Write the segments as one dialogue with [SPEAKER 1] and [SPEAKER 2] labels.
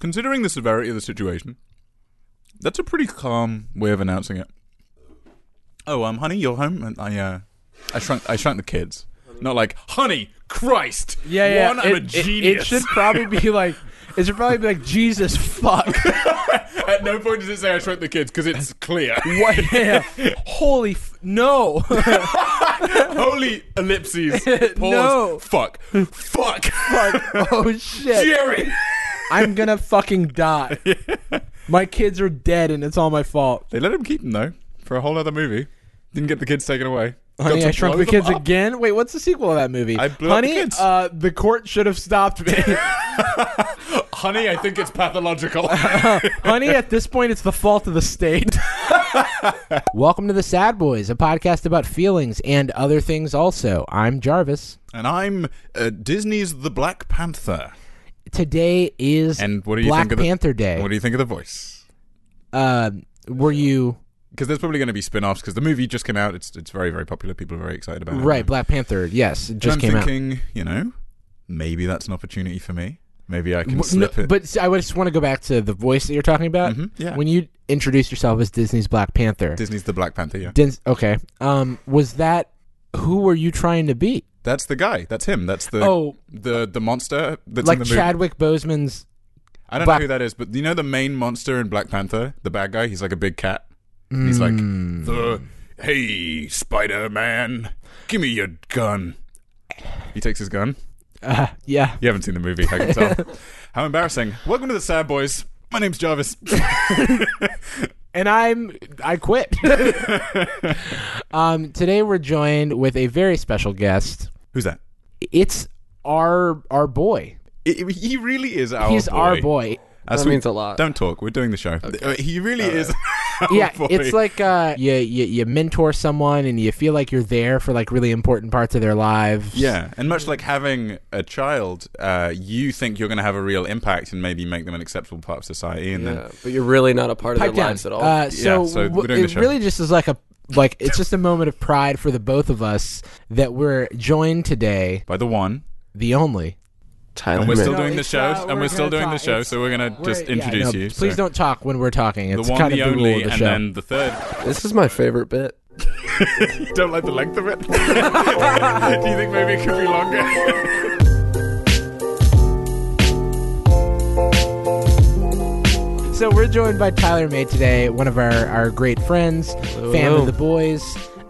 [SPEAKER 1] Considering the severity of the situation, that's a pretty calm way of announcing it. Oh, um, honey, you're home, and I, uh, I shrunk, I shrunk the kids. Not like, honey, Christ,
[SPEAKER 2] Yeah, yeah.
[SPEAKER 1] one, I'm a
[SPEAKER 2] it- it-
[SPEAKER 1] genius.
[SPEAKER 2] It, should probably be like. It should probably be like Jesus fuck.
[SPEAKER 1] At no point does it say I shrunk the kids because it's clear.
[SPEAKER 2] What? Yeah. Holy f- no.
[SPEAKER 1] Holy ellipses. Pause.
[SPEAKER 2] No.
[SPEAKER 1] Fuck. Fuck.
[SPEAKER 2] Like, oh shit.
[SPEAKER 1] Jerry.
[SPEAKER 2] I'm gonna fucking die. My kids are dead, and it's all my fault.
[SPEAKER 1] They let him keep him though for a whole other movie. Didn't get the kids taken away. Got
[SPEAKER 2] Honey,
[SPEAKER 1] to
[SPEAKER 2] I Shrunk
[SPEAKER 1] blow
[SPEAKER 2] the
[SPEAKER 1] them
[SPEAKER 2] Kids
[SPEAKER 1] up.
[SPEAKER 2] again. Wait, what's the sequel of that movie?
[SPEAKER 1] I Blew Up the
[SPEAKER 2] Honey,
[SPEAKER 1] Kids.
[SPEAKER 2] Uh, the court should have stopped me.
[SPEAKER 1] Honey, I think it's pathological.
[SPEAKER 2] Honey, at this point, it's the fault of the state. Welcome to the Sad Boys, a podcast about feelings and other things. Also, I'm Jarvis.
[SPEAKER 1] and I'm uh, Disney's The Black Panther.
[SPEAKER 2] Today is
[SPEAKER 1] And what do you
[SPEAKER 2] Black
[SPEAKER 1] think of the-
[SPEAKER 2] Panther Day.
[SPEAKER 1] What do you think of the voice?
[SPEAKER 2] uh, were you
[SPEAKER 1] Because there's probably going to be spin-offs because the movie just came out. It's it's very very popular. People are very excited about it.
[SPEAKER 2] right? Black Panther. Yes, it just
[SPEAKER 1] I'm
[SPEAKER 2] came out.
[SPEAKER 1] thinking, you know, maybe that's an opportunity for me. Maybe I can
[SPEAKER 2] W-
[SPEAKER 1] slip
[SPEAKER 2] no,
[SPEAKER 1] it.
[SPEAKER 2] But I just want to go back to the voice that you're talking about.
[SPEAKER 1] Mhm, yeah.
[SPEAKER 2] When you introduced yourself as Disney's Black Panther,
[SPEAKER 1] Disney's The Black Panther. Yeah,
[SPEAKER 2] Dins- okay. Um, was that who were you trying to be?
[SPEAKER 1] that's the guy. That's him. That's the
[SPEAKER 2] Oh.
[SPEAKER 1] the the monster that's
[SPEAKER 2] like
[SPEAKER 1] in the movie.
[SPEAKER 2] Chadwick Boseman's.
[SPEAKER 1] I don't
[SPEAKER 2] Black-
[SPEAKER 1] know who that is, but you know the main monster in Black Panther, the bad guy. He's like a big cat. And He's like
[SPEAKER 2] mm,
[SPEAKER 1] the hey Spider Man, give me your gun. He takes his gun.
[SPEAKER 2] Uh, yeah.
[SPEAKER 1] You haven't seen the movie, I can tell. How embarrassing! Welcome to the Sad Boys. My name's Jarvis.
[SPEAKER 2] And I'm I quit. um, today we're joined with a very special guest.
[SPEAKER 1] Who's that?
[SPEAKER 2] It's our our boy.
[SPEAKER 1] I I- he really is our.
[SPEAKER 2] He's
[SPEAKER 1] boy.
[SPEAKER 2] our boy.
[SPEAKER 1] As
[SPEAKER 3] That
[SPEAKER 1] we-
[SPEAKER 3] means a lot.
[SPEAKER 1] Don't talk. We're doing the show. Uh, He really is. our
[SPEAKER 2] yeah,
[SPEAKER 1] boy.
[SPEAKER 2] it's like uh, you, you you mentor someone and you feel like you're there for like really important parts of their lives.
[SPEAKER 1] Yeah, and much like having a child, uh, you think you're going to have a real impact and maybe make them an acceptable part of society, and then
[SPEAKER 3] Yeah, but you're really not a part of
[SPEAKER 2] Pipe
[SPEAKER 3] their
[SPEAKER 2] down.
[SPEAKER 3] lives at all.
[SPEAKER 2] Uh, so
[SPEAKER 1] Yeah, so
[SPEAKER 2] w-
[SPEAKER 1] we're doing the
[SPEAKER 2] it
[SPEAKER 1] show.
[SPEAKER 2] really just is like a like it's just a moment of pride for the both of us that we're joined today,
[SPEAKER 1] by the one,
[SPEAKER 2] the only.
[SPEAKER 3] Tyler,
[SPEAKER 1] and we're still
[SPEAKER 2] No,
[SPEAKER 1] doing the
[SPEAKER 2] it's,
[SPEAKER 1] show,
[SPEAKER 2] uh,
[SPEAKER 1] and
[SPEAKER 2] we're
[SPEAKER 1] we're, still
[SPEAKER 2] gonna
[SPEAKER 1] doing the
[SPEAKER 2] talk-
[SPEAKER 1] show,
[SPEAKER 2] it's-
[SPEAKER 1] so we're going to just
[SPEAKER 2] We're- yeah,
[SPEAKER 1] introduce
[SPEAKER 2] no,
[SPEAKER 1] you.
[SPEAKER 2] Please
[SPEAKER 1] so.
[SPEAKER 2] don't talk when we're talking.
[SPEAKER 1] The
[SPEAKER 2] It's
[SPEAKER 1] one,
[SPEAKER 2] kind of
[SPEAKER 1] the
[SPEAKER 2] the rule
[SPEAKER 1] only,
[SPEAKER 2] of the
[SPEAKER 1] and
[SPEAKER 2] show.
[SPEAKER 1] then the third.
[SPEAKER 3] this is my favorite bit.
[SPEAKER 1] Don't like the length of it. Do you think maybe it could be longer?
[SPEAKER 2] So we're joined by Tyler May today, one of our, our great friends, fan
[SPEAKER 3] hello.
[SPEAKER 2] of the boys.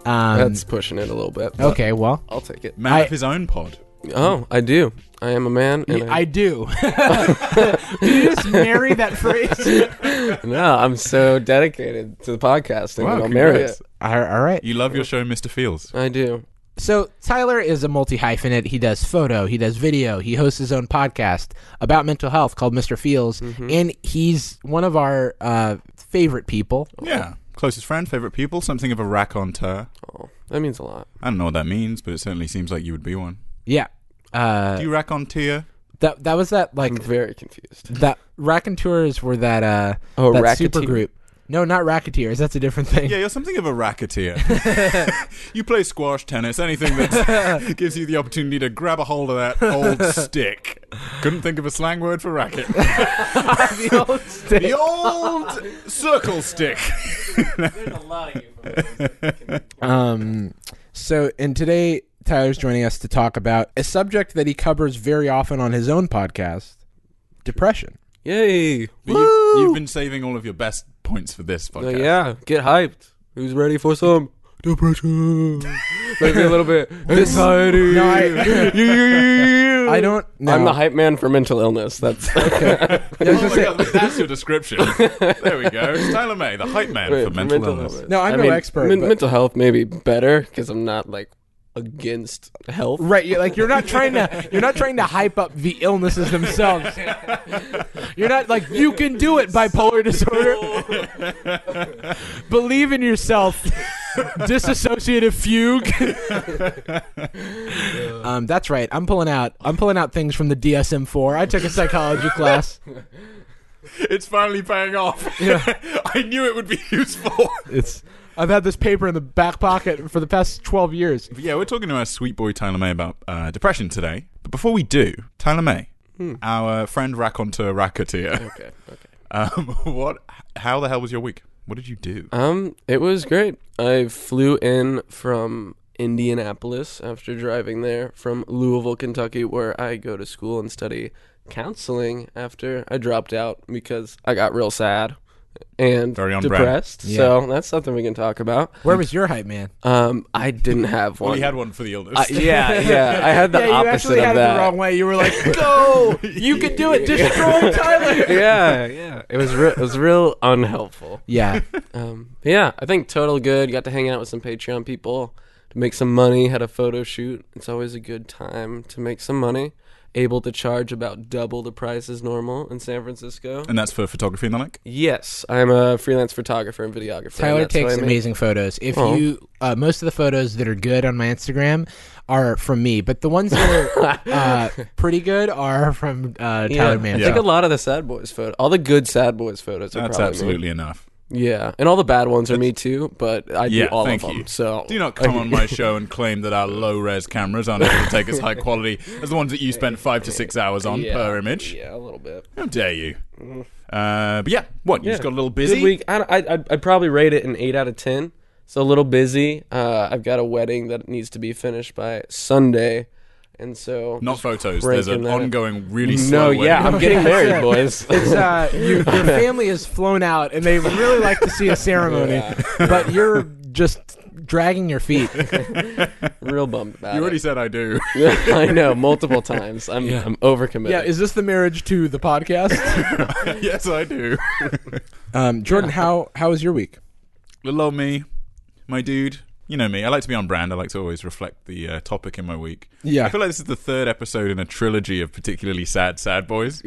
[SPEAKER 2] Um,
[SPEAKER 3] That's pushing it a little bit.
[SPEAKER 1] Oh.
[SPEAKER 3] but
[SPEAKER 2] okay. Well,
[SPEAKER 3] I'll take it.
[SPEAKER 1] Man
[SPEAKER 2] I-
[SPEAKER 1] of his own pod.
[SPEAKER 3] Oh, I do. I am a man. And
[SPEAKER 2] I do. Did you just marry that phrase?
[SPEAKER 3] I, no, I'm so dedicated to the podcast, and I'll marry it.
[SPEAKER 1] congrats.
[SPEAKER 2] All- all right.
[SPEAKER 1] You love your show, Mr. Fields.
[SPEAKER 3] I do.
[SPEAKER 2] So Tyler is a multi hyphenate. He does photo, he does video, he hosts his own podcast about mental health called Mr. Feels,
[SPEAKER 1] Mm-hmm.
[SPEAKER 2] and he's one of our uh, favorite people.
[SPEAKER 1] Yeah. Closest friend, favorite people, something of a raconteur.
[SPEAKER 3] Oh, that means a lot.
[SPEAKER 1] I don't know what that means, but it certainly seems like you would be one.
[SPEAKER 2] Yeah,
[SPEAKER 1] Do
[SPEAKER 2] uh,
[SPEAKER 1] you raconteur?
[SPEAKER 2] that that was that like
[SPEAKER 3] I'm very confused.
[SPEAKER 2] that raconteurs were that uh
[SPEAKER 3] Oh,
[SPEAKER 2] that
[SPEAKER 3] racketeer.
[SPEAKER 2] super group. No, not racketeers. That's a different thing.
[SPEAKER 1] Yeah, you're something of a racketeer. you play squash, tennis, anything that gives you the opportunity to grab a hold of that old stick. Couldn't think of a slang word for racket.
[SPEAKER 2] The old stick.
[SPEAKER 1] The old circle stick.
[SPEAKER 2] Um, so, and today Tyler's joining us to talk about a subject that he covers very often on his own podcast, depression.
[SPEAKER 3] Yay!
[SPEAKER 1] But you, you've been saving all of your best points for this
[SPEAKER 3] Oh,
[SPEAKER 1] podcast.
[SPEAKER 3] yeah, get hyped. Who's ready for some depression? Maybe a little bit anxiety.
[SPEAKER 2] No, I,
[SPEAKER 3] Yeah.
[SPEAKER 2] I don't. No.
[SPEAKER 3] I'm the hype man for mental illness. That's
[SPEAKER 1] Oh my God, that's your description. there we go. It's Tyler May, the hype man
[SPEAKER 3] Wait,
[SPEAKER 1] for mental, illness.
[SPEAKER 2] No, I'm
[SPEAKER 3] I
[SPEAKER 2] no
[SPEAKER 3] mean,
[SPEAKER 2] expert,
[SPEAKER 3] men-
[SPEAKER 2] but-
[SPEAKER 3] mental health may be better because I'm not like against health.
[SPEAKER 2] Right, you're like you're not trying to you're not trying to hype up the illnesses themselves. You're not like you can do it bipolar disorder. Believe in yourself. Disassociative fugue. um, that's right. I'm pulling out. I'm pulling out things from the DSM-4. I took a psychology class.
[SPEAKER 1] It's finally paying off. I knew it would be useful.
[SPEAKER 2] It's. I've had this paper in the back pocket for the past 12 years.
[SPEAKER 1] But yeah, we're talking to our sweet boy Tyler May about uh, depression today. But before we do, Tyler May, our friend raconteur racketeer.
[SPEAKER 3] Hmm. Okay. Okay.
[SPEAKER 1] Um, what? How the hell was your week? What did you do?
[SPEAKER 3] Um, it was great. I flew in from Indianapolis after driving there from Louisville, Kentucky, where I go to school and study counseling after I dropped out because I got real sad and
[SPEAKER 1] Very on brand.
[SPEAKER 3] depressed.
[SPEAKER 2] Yeah.
[SPEAKER 3] So that's something we can talk about.
[SPEAKER 2] Where was your hype man?
[SPEAKER 3] Um, I didn't have one.
[SPEAKER 1] Well, you had one for the illness.
[SPEAKER 3] I- yeah, yeah. I had the
[SPEAKER 2] yeah, you
[SPEAKER 3] opposite
[SPEAKER 2] actually
[SPEAKER 3] of
[SPEAKER 2] had
[SPEAKER 3] that.
[SPEAKER 2] it the wrong way. You were like, "Go, you can do it, destroy Tyler."
[SPEAKER 3] yeah, yeah. It was re- it was real unhelpful.
[SPEAKER 2] Yeah,
[SPEAKER 3] Um, but yeah, I think total good. Got to hang out with some Patreon people to make some money. Had a photo shoot. It's always a good time to make some money. Able to charge about double the price as normal in San Francisco.
[SPEAKER 1] and that's for photography and the like.
[SPEAKER 3] Yes, I'm a freelance photographer and videographer.
[SPEAKER 2] Tyler
[SPEAKER 3] and that's what
[SPEAKER 2] takes
[SPEAKER 3] I make.
[SPEAKER 2] amazing photos. If
[SPEAKER 3] Aw.
[SPEAKER 2] you, uh, most of the photos that are good on my Instagram are from me, but the ones that are uh, pretty good are from uh,
[SPEAKER 3] Yeah,
[SPEAKER 2] Tyler
[SPEAKER 3] I
[SPEAKER 2] Manson.
[SPEAKER 3] think a lot of the sad boys photo, all the good sad boys photos. Are
[SPEAKER 1] That's
[SPEAKER 3] probably me.
[SPEAKER 1] absolutely enough.
[SPEAKER 3] yeah, and all the bad ones are me too. But I
[SPEAKER 1] Yeah,
[SPEAKER 3] do all
[SPEAKER 1] thank
[SPEAKER 3] of them.
[SPEAKER 1] you.
[SPEAKER 3] So
[SPEAKER 1] Do not come on my show and claim that our low res cameras aren't able to take as high quality as the ones that you spent five to six hours on
[SPEAKER 3] Yeah,
[SPEAKER 1] per image.
[SPEAKER 3] Yeah, a little bit.
[SPEAKER 1] How dare you? Uh, but yeah, what? You
[SPEAKER 3] Yeah.
[SPEAKER 1] just got a little
[SPEAKER 3] Good
[SPEAKER 1] busy?
[SPEAKER 3] week. I, I, I'd- I'd probably rate it an 8 out of 10. It's a little busy. Uh, I've got a wedding that needs to be finished by Sunday. And so.
[SPEAKER 1] Not photos. There's
[SPEAKER 3] breaking
[SPEAKER 1] an
[SPEAKER 3] that up.
[SPEAKER 1] ongoing, really
[SPEAKER 3] no,
[SPEAKER 1] slow way.
[SPEAKER 3] yeah, I'm getting married, boys.
[SPEAKER 2] It's uh, you, your family is flown out, and they would really like to see a ceremony, but you're just dragging your feet.
[SPEAKER 3] Real bummed about
[SPEAKER 1] You
[SPEAKER 3] it.
[SPEAKER 1] already said I do.
[SPEAKER 3] I know, multiple times. I'm, I'm overcommitted.
[SPEAKER 2] Yeah, is this the marriage to the podcast?
[SPEAKER 1] yes, I do.
[SPEAKER 2] Um, Jordan, how how was your week?
[SPEAKER 1] Little old me, my dude. You know me. I like to be on brand. I like to always reflect the uh, topic in my week. I
[SPEAKER 2] Yeah,
[SPEAKER 1] feel like this is the third episode in a trilogy of particularly sad, sad boys,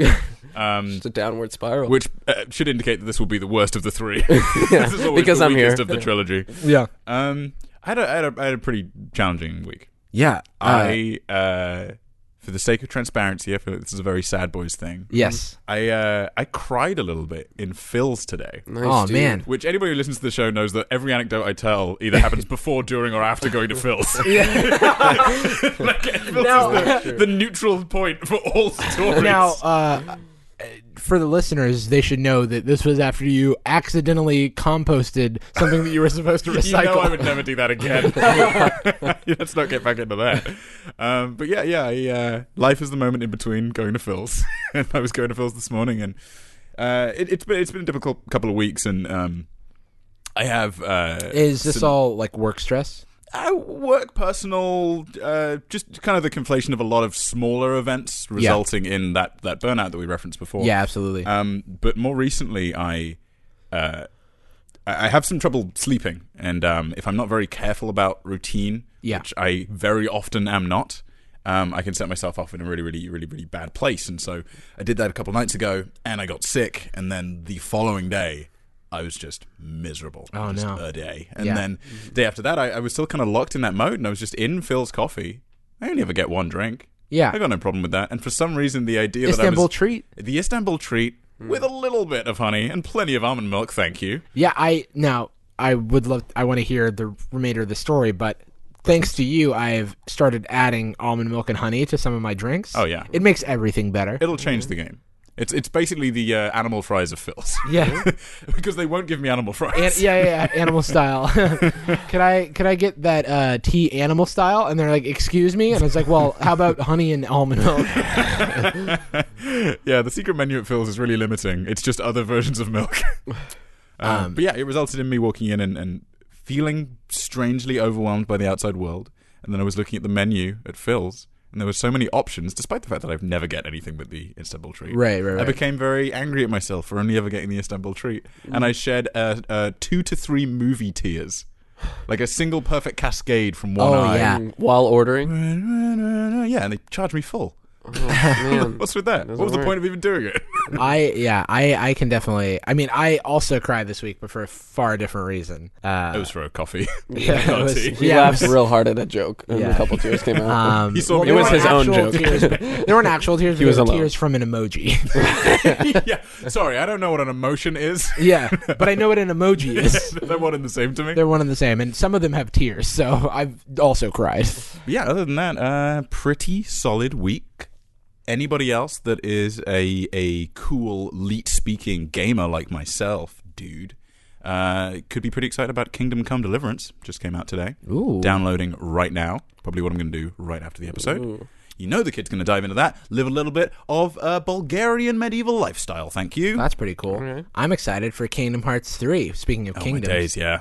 [SPEAKER 1] um,
[SPEAKER 3] it's a downward spiral.
[SPEAKER 1] which uh, should indicate that this will be the worst of the three.
[SPEAKER 3] Yeah,
[SPEAKER 1] this is always
[SPEAKER 3] because
[SPEAKER 1] the
[SPEAKER 3] I'm here.
[SPEAKER 1] weakest of the trilogy.
[SPEAKER 2] yeah,
[SPEAKER 1] Um, I, had a, I, had a, I had a pretty challenging week.
[SPEAKER 2] yeah.
[SPEAKER 1] I, uh, for the sake of transparency, I feel like this is a very sad boys thing.
[SPEAKER 2] yes.
[SPEAKER 1] I uh, I cried a little bit in Phil's today.
[SPEAKER 3] Nice,
[SPEAKER 2] oh
[SPEAKER 3] dude.
[SPEAKER 2] man.
[SPEAKER 1] Which anybody who listens to the show knows that every anecdote I tell either happens before, during, or after going to Phil's. like, Phil's is the, the neutral point for all stories.
[SPEAKER 2] Now, uh, for the listeners, they should know that this was after you accidentally composted something that you were supposed to recycle.
[SPEAKER 1] you know I would never do that again. Let's not get back into that. Um, but yeah, yeah. I, uh, life is the moment in between going to Phil's, and I was going to Phil's this morning, and uh, it, it's been it's been a difficult couple of weeks, and um, I have uh,
[SPEAKER 2] Is this
[SPEAKER 1] some-
[SPEAKER 2] all like work stress?
[SPEAKER 1] Uh, work, personal, uh, just kind of the conflation of a lot of smaller events resulting in that, that burnout that we referenced before.
[SPEAKER 2] Yeah, absolutely.
[SPEAKER 1] Um, but more recently, I, uh, I I have some trouble sleeping, and um, if I'm not very careful about routine,
[SPEAKER 2] Yeah.
[SPEAKER 1] which I very often am not, um, I can set myself off in a really, really, really, really bad place. And so I did that a couple nights ago, and I got sick, and then the following day. I was just miserable.
[SPEAKER 2] Oh,
[SPEAKER 1] just
[SPEAKER 2] no.
[SPEAKER 1] A day, and
[SPEAKER 2] Yeah.
[SPEAKER 1] then day after that, I, I was still kind of locked in that mode, and I was just in Phil's coffee. I only ever get one drink. I
[SPEAKER 2] yeah,
[SPEAKER 1] got no problem with that. And for some reason, the idea that I
[SPEAKER 2] Istanbul
[SPEAKER 1] was
[SPEAKER 2] treat.
[SPEAKER 1] the Istanbul treat with a little bit of honey and plenty of almond milk, thank you.
[SPEAKER 2] Yeah, I now I would love. I want to hear the remainder of the story, but thanks to you, I've started adding almond milk and honey to some of my drinks.
[SPEAKER 1] Oh yeah,
[SPEAKER 2] it makes everything better.
[SPEAKER 1] it'll change the game. It's it's basically the uh, animal fries of Phil's
[SPEAKER 2] yeah.
[SPEAKER 1] because they won't give me animal fries.
[SPEAKER 2] An- yeah, yeah, yeah, animal style. could I could I get that uh, tea animal style? And they're like, "Excuse me," and I was like, "Well, how about honey and almond milk?"
[SPEAKER 1] yeah, the secret menu at Phil's is really limiting. It's just other versions of milk. um,
[SPEAKER 2] Um,
[SPEAKER 1] but yeah, it resulted in me walking in and, and feeling strangely overwhelmed by the outside world. And then I was looking at the menu at Phil's, and there were so many options, despite the fact that I've never get anything but the Istanbul treat.
[SPEAKER 2] Right, right,
[SPEAKER 1] I became very angry at myself for only ever getting the Istanbul treat,
[SPEAKER 2] Mm.
[SPEAKER 1] and I shed uh, uh, two to three movie tears, like a single perfect cascade from one
[SPEAKER 2] Oh,
[SPEAKER 1] eye.
[SPEAKER 2] yeah.
[SPEAKER 3] Mm, While ordering.
[SPEAKER 1] Yeah, and they charged me full.
[SPEAKER 3] Oh, man.
[SPEAKER 1] What's with that?
[SPEAKER 3] Doesn't
[SPEAKER 1] what was
[SPEAKER 3] work.
[SPEAKER 1] the point of even doing it?
[SPEAKER 2] I yeah, I I can definitely. I mean, I also cried this week, but for a far different reason. Uh,
[SPEAKER 1] it was for a coffee.
[SPEAKER 2] yeah, it was-
[SPEAKER 3] He
[SPEAKER 2] yeah, it
[SPEAKER 3] laughed
[SPEAKER 2] was-
[SPEAKER 3] real hard at a joke, and
[SPEAKER 2] Yeah.
[SPEAKER 3] a couple tears came out.
[SPEAKER 2] Um,
[SPEAKER 1] He saw me-
[SPEAKER 2] there
[SPEAKER 1] It was
[SPEAKER 2] weren't
[SPEAKER 1] his
[SPEAKER 3] own
[SPEAKER 2] actual
[SPEAKER 3] joke.
[SPEAKER 2] Tears, but- there weren't actual tears.
[SPEAKER 3] He
[SPEAKER 2] but
[SPEAKER 3] was
[SPEAKER 2] there were
[SPEAKER 3] alone.
[SPEAKER 2] tears from an emoji.
[SPEAKER 1] yeah. Sorry, I don't know what an emotion is.
[SPEAKER 2] yeah, but I know what an emoji is.
[SPEAKER 1] They're one and the same to me.
[SPEAKER 2] They're one and the same, and some of them have tears. So I've also cried.
[SPEAKER 1] yeah. Other than that, uh, pretty solid week. anybody else that is a a cool leet speaking gamer like myself, dude, uh, could be pretty excited about Kingdom Come Deliverance. Just came out today.
[SPEAKER 2] Ooh.
[SPEAKER 1] Downloading right now. Probably what I'm going to do right after the
[SPEAKER 2] Um,
[SPEAKER 1] episode.
[SPEAKER 3] Ooh.
[SPEAKER 1] You know the kid's going to dive into that. Live a little bit of uh, Bulgarian medieval lifestyle. Thank you.
[SPEAKER 2] That's pretty cool.
[SPEAKER 3] Alright.
[SPEAKER 2] I'm excited for Kingdom Hearts 3. Speaking of
[SPEAKER 1] Oh, my
[SPEAKER 2] kingdoms.
[SPEAKER 1] days, yeah.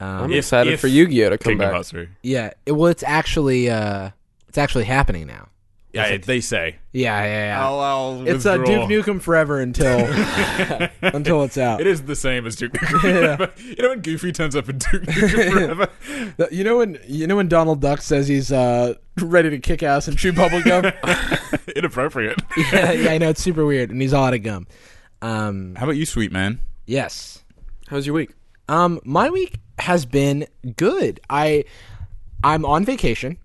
[SPEAKER 3] I'm
[SPEAKER 2] Um,
[SPEAKER 1] If-
[SPEAKER 3] excited
[SPEAKER 1] if
[SPEAKER 3] for Yu-Gi-Oh to come
[SPEAKER 1] Kingdom
[SPEAKER 3] back.
[SPEAKER 1] Hearts 3.
[SPEAKER 2] yeah, it- well it's actually uh it's actually happening now.
[SPEAKER 1] Yeah, they say.
[SPEAKER 2] Yeah, yeah, yeah.
[SPEAKER 1] I'll, I'll
[SPEAKER 2] it's uh,
[SPEAKER 1] withdraw.
[SPEAKER 2] Duke Nukem forever until until it's out.
[SPEAKER 1] It is the same as Duke Nukem Forever. You know when Goofy turns up in Duke Nukem Forever?
[SPEAKER 2] The- You know when you know when Donald Duck says he's uh, ready to kick ass and chew bubble gum.
[SPEAKER 1] Inappropriate.
[SPEAKER 2] yeah, yeah, I know it's super weird, and he's all out of gum. Um,
[SPEAKER 1] How about you, sweet man?
[SPEAKER 2] yes.
[SPEAKER 3] How's your week?
[SPEAKER 2] Um, my week has been good. I I'm on vacation.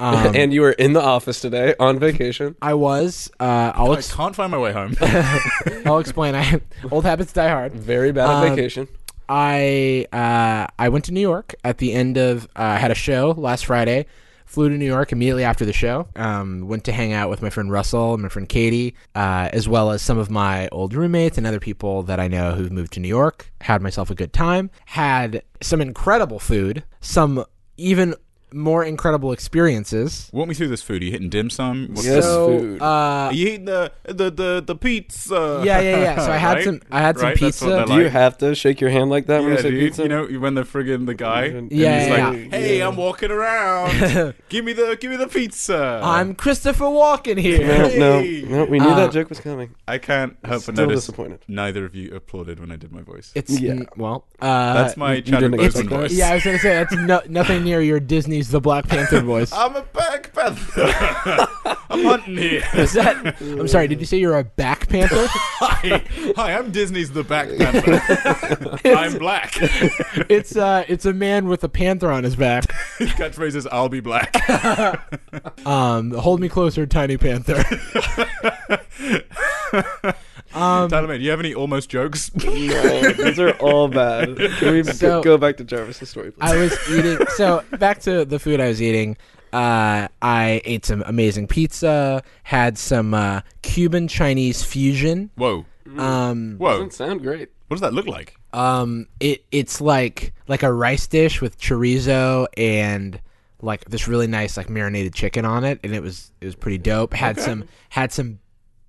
[SPEAKER 2] Um,
[SPEAKER 3] and you were in the office today on vacation.
[SPEAKER 2] I was. Uh, I'll
[SPEAKER 1] I
[SPEAKER 2] ex-
[SPEAKER 1] can't find my way home.
[SPEAKER 2] I'll explain. I old habits die hard.
[SPEAKER 3] Very bad at
[SPEAKER 2] Um,
[SPEAKER 3] vacation.
[SPEAKER 2] I uh, I went to New York at the end of uh, I had a show last Friday. Flew to New York immediately after the show. Um, went to hang out with my friend Russell and my friend Katie, uh, as well as some of my old roommates and other people that I know who've moved to New York. Had myself a good time. Had some incredible food. Some even more incredible experiences.
[SPEAKER 1] Walk me through this food. Are you hitting dim sum? What's
[SPEAKER 3] Yes.
[SPEAKER 1] the-
[SPEAKER 2] so,
[SPEAKER 3] food.
[SPEAKER 2] Uh,
[SPEAKER 1] Are you eating the the the, the pizza?
[SPEAKER 2] yeah, yeah, yeah. So I had
[SPEAKER 1] Right?
[SPEAKER 2] some. I had some
[SPEAKER 1] Right, that's what
[SPEAKER 2] pizza.
[SPEAKER 1] that
[SPEAKER 3] Do you have to shake your hand like that when
[SPEAKER 1] Yeah,
[SPEAKER 3] you say
[SPEAKER 1] dude.
[SPEAKER 3] pizza?
[SPEAKER 1] You know when the friggin' the guy, and
[SPEAKER 2] Yeah,
[SPEAKER 1] he's
[SPEAKER 2] yeah,
[SPEAKER 1] like,
[SPEAKER 3] yeah.
[SPEAKER 1] "Hey, I'm walking around. give me the give me the pizza."
[SPEAKER 2] I'm Christopher Walken here.
[SPEAKER 3] no, no,
[SPEAKER 1] Hey.
[SPEAKER 3] no. We knew
[SPEAKER 2] Uh,
[SPEAKER 3] that joke was coming.
[SPEAKER 1] I can't help but
[SPEAKER 3] Still
[SPEAKER 1] notice
[SPEAKER 3] disappointed.
[SPEAKER 1] neither of you applauded when I did my voice.
[SPEAKER 2] It's
[SPEAKER 3] Yeah.
[SPEAKER 2] mm, well. Uh,
[SPEAKER 1] That's my Chadwick
[SPEAKER 3] didn't expect
[SPEAKER 1] Boseman
[SPEAKER 3] that?
[SPEAKER 1] voice.
[SPEAKER 2] Yeah, I was gonna say that's no, nothing near your Disney's The Black Panther voice.
[SPEAKER 1] I'm a back panther. I'm hunting here.
[SPEAKER 2] Is that? I'm sorry. Did you say you're a back panther?
[SPEAKER 1] Hi, hi, I'm Disney's the back panther. I'm black.
[SPEAKER 2] it's uh, it's a man with a panther on his back.
[SPEAKER 1] His catchphrase is "I'll be black."
[SPEAKER 2] Um, hold me closer, tiny panther. um,
[SPEAKER 1] Tyler, mate, do you have any almost jokes?
[SPEAKER 3] No, these are all bad. Can we
[SPEAKER 2] So-
[SPEAKER 3] go back to Jarvis's story, please?
[SPEAKER 2] I was eating. So back to the food I was eating. Uh, I ate some amazing pizza. Had some uh, Cuban Chinese fusion.
[SPEAKER 1] Whoa,
[SPEAKER 2] Um,
[SPEAKER 1] whoa!
[SPEAKER 3] Doesn't sound great.
[SPEAKER 1] What does that look like?
[SPEAKER 2] Um, it it's like like a rice dish with chorizo and like this really nice like marinated chicken on it, and it was it was pretty dope. Had some had some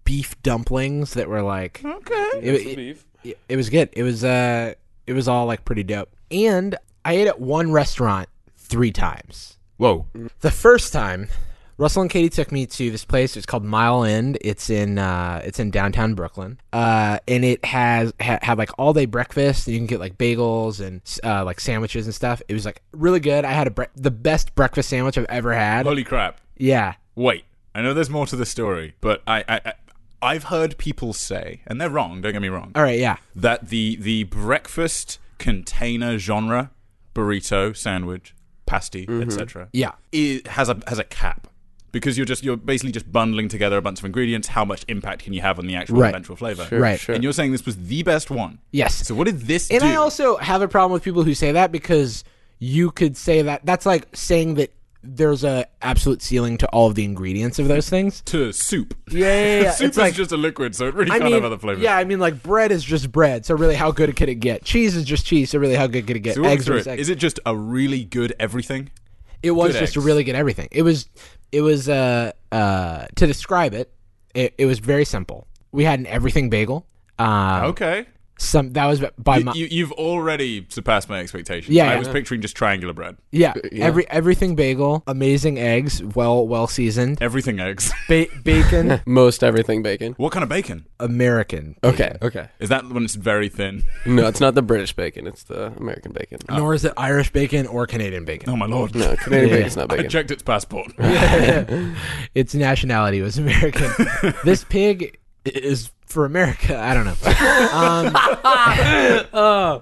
[SPEAKER 2] beef dumplings that were like
[SPEAKER 1] Okay.
[SPEAKER 2] it, it, it, was good. It was uh it was all like pretty dope. And I ate at one restaurant three times.
[SPEAKER 1] Whoa.
[SPEAKER 2] The first time, Russell and Katie took me to this place. It's called Mile End. It's in uh, it's in downtown Brooklyn, uh, and it has ha- had like all day breakfast. And you can get like bagels and uh, like sandwiches and stuff. It was like really good. I had a bre- the best breakfast sandwich I've ever had.
[SPEAKER 1] Holy crap.
[SPEAKER 2] Yeah,
[SPEAKER 1] Wait, I know there's more to the story, but I, I, I I've heard people say, and they're wrong. Don't get me wrong,
[SPEAKER 2] all right, yeah,
[SPEAKER 1] that the the breakfast container genre burrito, sandwich, pasty,
[SPEAKER 2] Mm-hmm.
[SPEAKER 1] etc.
[SPEAKER 2] yeah,
[SPEAKER 1] it has a has a cap because you're just you're basically just bundling together a bunch of ingredients. How much impact can you have on the actual
[SPEAKER 2] Right.
[SPEAKER 1] eventual flavor?
[SPEAKER 2] right,
[SPEAKER 3] sure.
[SPEAKER 1] And you're saying this was the best one.
[SPEAKER 2] yes.
[SPEAKER 1] So what did this
[SPEAKER 2] And
[SPEAKER 1] do?
[SPEAKER 2] I also have a problem with people who say that because you could say that that's like saying that there's a absolute ceiling to all of the ingredients of those things.
[SPEAKER 1] to soup.
[SPEAKER 2] Yeah, yeah, yeah.
[SPEAKER 1] soup
[SPEAKER 2] it's
[SPEAKER 1] is
[SPEAKER 2] like,
[SPEAKER 1] just a liquid, so it really
[SPEAKER 2] I
[SPEAKER 1] can't
[SPEAKER 2] mean,
[SPEAKER 1] have other flavors.
[SPEAKER 2] yeah, I mean, like bread is just bread. So really, how good could it get? Cheese is just cheese. So really, how good could it get?
[SPEAKER 1] So walk me
[SPEAKER 2] eggs
[SPEAKER 1] through
[SPEAKER 2] are
[SPEAKER 1] it.
[SPEAKER 2] just eggs.
[SPEAKER 1] Is it just a really good everything?
[SPEAKER 2] It was
[SPEAKER 1] good
[SPEAKER 2] just a
[SPEAKER 1] eggs?
[SPEAKER 2] really good everything. It was, it was uh uh to describe it, it, it was very simple. We had an everything bagel. Um,
[SPEAKER 1] Okay.
[SPEAKER 2] some that was by my
[SPEAKER 1] You, you've already surpassed my expectations.
[SPEAKER 2] Yeah,
[SPEAKER 1] I
[SPEAKER 2] yeah.
[SPEAKER 1] was picturing just triangular bread.
[SPEAKER 2] yeah,
[SPEAKER 3] yeah.
[SPEAKER 2] every everything bagel, amazing eggs, well well seasoned,
[SPEAKER 1] Everything eggs.
[SPEAKER 2] ba- bacon,
[SPEAKER 3] Most everything bacon.
[SPEAKER 1] what kind of bacon?
[SPEAKER 2] American.
[SPEAKER 1] Oh.
[SPEAKER 3] Okay, okay.
[SPEAKER 1] Is that when it's very thin?
[SPEAKER 3] No, it's not the British bacon. It's the American bacon.
[SPEAKER 2] Nor is it Irish bacon or Canadian bacon.
[SPEAKER 1] Oh my lord.
[SPEAKER 3] No, Canadian
[SPEAKER 2] Yeah.
[SPEAKER 3] bacon's not
[SPEAKER 1] I
[SPEAKER 3] bacon.
[SPEAKER 1] checked its passport.
[SPEAKER 2] its nationality was American. this pig is for America. I don't know. Um,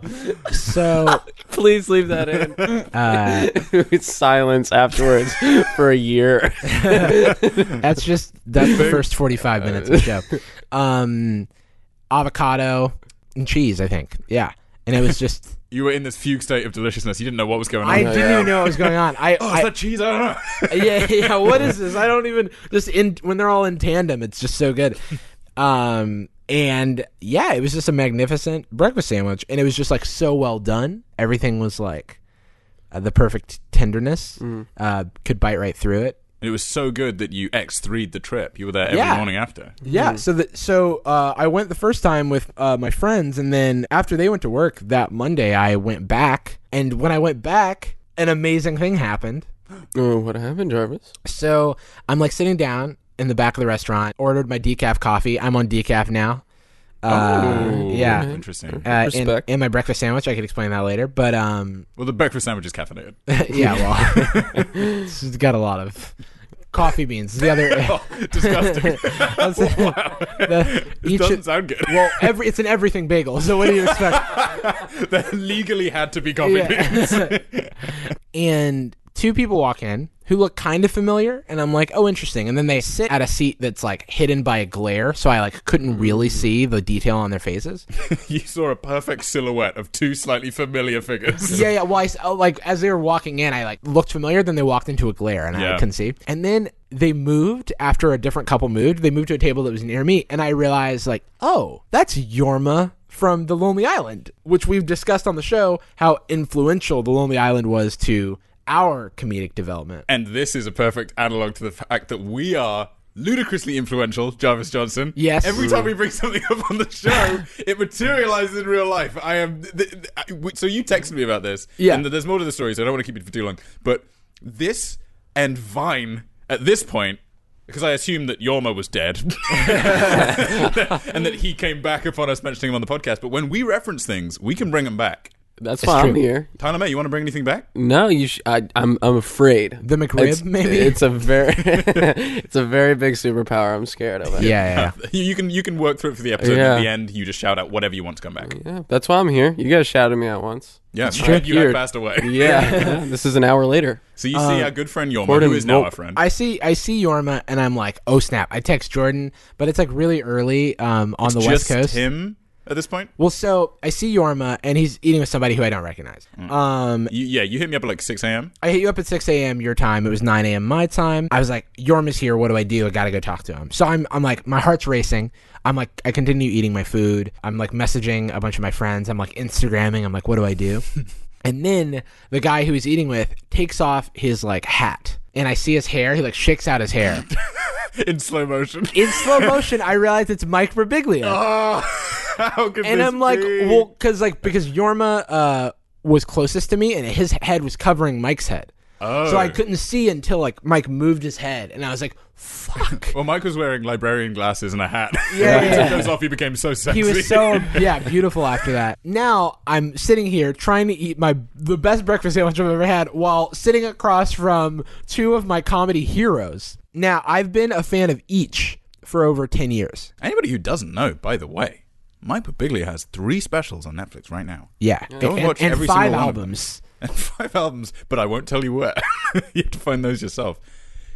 [SPEAKER 2] so
[SPEAKER 3] Oh, Please leave that in.
[SPEAKER 2] uh,
[SPEAKER 3] it's silence afterwards for a year.
[SPEAKER 2] that's just that's the first forty-five minutes of the show. Um, avocado and cheese, I think. Yeah, and it was just
[SPEAKER 1] you were in this fugue state of deliciousness. You didn't know what was going on.
[SPEAKER 2] I didn't
[SPEAKER 3] yeah.
[SPEAKER 2] even know what was going on. I,
[SPEAKER 1] oh, is
[SPEAKER 2] I-
[SPEAKER 1] that cheese? I don't know.
[SPEAKER 2] yeah, yeah. What is this? I don't even just in when they're all in tandem. It's just so good. Um, and yeah, it was just a magnificent breakfast sandwich, and it was just like so well done. Everything was like uh, the perfect tenderness. Uh, could bite right through it.
[SPEAKER 1] it was so good that you X three'd the trip. You were there every
[SPEAKER 2] Yeah.
[SPEAKER 1] morning after.
[SPEAKER 2] Yeah. So that so uh, I went the first time with uh, my friends, and then after they went to work that Monday, I went back, and when I went back, an amazing thing happened.
[SPEAKER 3] Oh, what happened, Jarvis?
[SPEAKER 2] So I'm like sitting down in the back of the restaurant, ordered my decaf coffee. I'm on decaf now. Uh,
[SPEAKER 1] Ooh,
[SPEAKER 2] yeah.
[SPEAKER 1] interesting.
[SPEAKER 2] Uh, in,
[SPEAKER 3] Respect.
[SPEAKER 2] in my breakfast sandwich, I could explain that later. But um,
[SPEAKER 1] Well, the breakfast sandwich is caffeinated.
[SPEAKER 2] yeah, well, it's got a lot of coffee beans. The other,
[SPEAKER 1] Oh, disgusting.
[SPEAKER 2] that's- the-
[SPEAKER 1] it
[SPEAKER 2] each-
[SPEAKER 1] doesn't sound good.
[SPEAKER 2] well, every it's an everything bagel. So what do you expect?
[SPEAKER 1] there legally had to be coffee
[SPEAKER 2] Yeah.
[SPEAKER 1] beans.
[SPEAKER 2] and two people walk in who look kind of familiar and i'm like oh interesting and then they sit at a seat that's like hidden by a glare so i like couldn't really see the detail on their faces
[SPEAKER 1] you saw a perfect silhouette of two slightly familiar figures.
[SPEAKER 2] yeah yeah well I, s- oh, like as they were walking in i like looked familiar then they walked into a glare and i
[SPEAKER 1] Yeah.
[SPEAKER 2] couldn't see and then they moved after a different couple moved they moved to a table that was near me and i realized like oh that's yorma from the lonely island which we've discussed on the show how influential the lonely island was to our comedic development
[SPEAKER 1] And this is a perfect analog to the fact that we are ludicrously influential, Jarvis Johnson.
[SPEAKER 2] Yes.
[SPEAKER 1] Every time we bring something up on the show, it materializes in real life. I am. Th- th- I- w- so you texted me about this.
[SPEAKER 2] Yeah.
[SPEAKER 1] And there's more to the story, so I don't want to keep it for too long. But this and Vine at this point. Because I assumed that Yorma was dead, and that he came back upon us mentioning him on the podcast. But when we reference things, we can bring them back.
[SPEAKER 3] That's why
[SPEAKER 2] true.
[SPEAKER 3] I'm here.
[SPEAKER 1] Tyler May, you want to bring anything back?
[SPEAKER 3] No, you. Sh- I, I'm. I'm afraid.
[SPEAKER 2] The McRib,
[SPEAKER 3] it's,
[SPEAKER 2] maybe?
[SPEAKER 3] It's a very. it's a very big superpower. I'm scared of it.
[SPEAKER 2] yeah, yeah, yeah.
[SPEAKER 1] You, you can you can work through it for the episode. and
[SPEAKER 3] Yeah.
[SPEAKER 1] At the end, you just shout out whatever you want to come back.
[SPEAKER 3] Yeah, that's why I'm here. You guys shouted me out once.
[SPEAKER 1] Yeah,
[SPEAKER 3] true.
[SPEAKER 1] you had
[SPEAKER 3] You're-
[SPEAKER 1] passed away.
[SPEAKER 3] Yeah, this is an hour later.
[SPEAKER 1] So you see our good friend Yorma,
[SPEAKER 3] Gordon
[SPEAKER 1] who is now our
[SPEAKER 3] Volpe.
[SPEAKER 1] friend.
[SPEAKER 2] Uh, I see I see Yorma and I'm like, oh snap. I text Jordan, but it's like really early um, on the
[SPEAKER 1] just
[SPEAKER 2] West Coast.
[SPEAKER 1] him at this point.
[SPEAKER 2] Well, so I see Yorma and he's eating with somebody who I don't recognize. Um,
[SPEAKER 1] You, yeah, you hit me up at like six a.m.
[SPEAKER 2] I hit you up at 6 a.m. your time. It was 9 a.m. my time. I was like, Yorma's here. What do I do? I gotta go talk to him. So I'm, I'm like, my heart's racing. I'm like, I continue eating my food. I'm like messaging a bunch of my friends. I'm like Instagramming. I'm like, what do I do? and then the guy who he's eating with takes off his like hat. And I see his hair. He like shakes out his hair.
[SPEAKER 1] in slow motion.
[SPEAKER 2] in slow motion, I realized it's Mike Birbiglia.
[SPEAKER 1] oh, how could
[SPEAKER 2] and
[SPEAKER 1] this
[SPEAKER 2] I'm like,
[SPEAKER 1] be?
[SPEAKER 2] well, because like because Yorma uh, was closest to me, and his head was covering Mike's head,
[SPEAKER 1] oh.
[SPEAKER 2] so I couldn't see until like Mike moved his head, and I was like, fuck.
[SPEAKER 1] Well, Mike was wearing librarian glasses and a hat.
[SPEAKER 2] Yeah,
[SPEAKER 1] when he
[SPEAKER 2] yeah.
[SPEAKER 1] took those off, he became so sexy.
[SPEAKER 2] He was so yeah beautiful after that. Now I'm sitting here trying to eat my the best breakfast sandwich I've ever had while sitting across from two of my comedy heroes. Now I've been a fan of each for over ten years.
[SPEAKER 1] Anybody who doesn't know, by the way, Mike Birbiglia has three specials on Netflix right now.
[SPEAKER 2] Yeah,
[SPEAKER 1] Go
[SPEAKER 2] and,
[SPEAKER 1] watch
[SPEAKER 2] and
[SPEAKER 1] every
[SPEAKER 2] five
[SPEAKER 1] single one of them.
[SPEAKER 2] albums.
[SPEAKER 1] and five albums, but I won't tell you where. you have to find those yourself.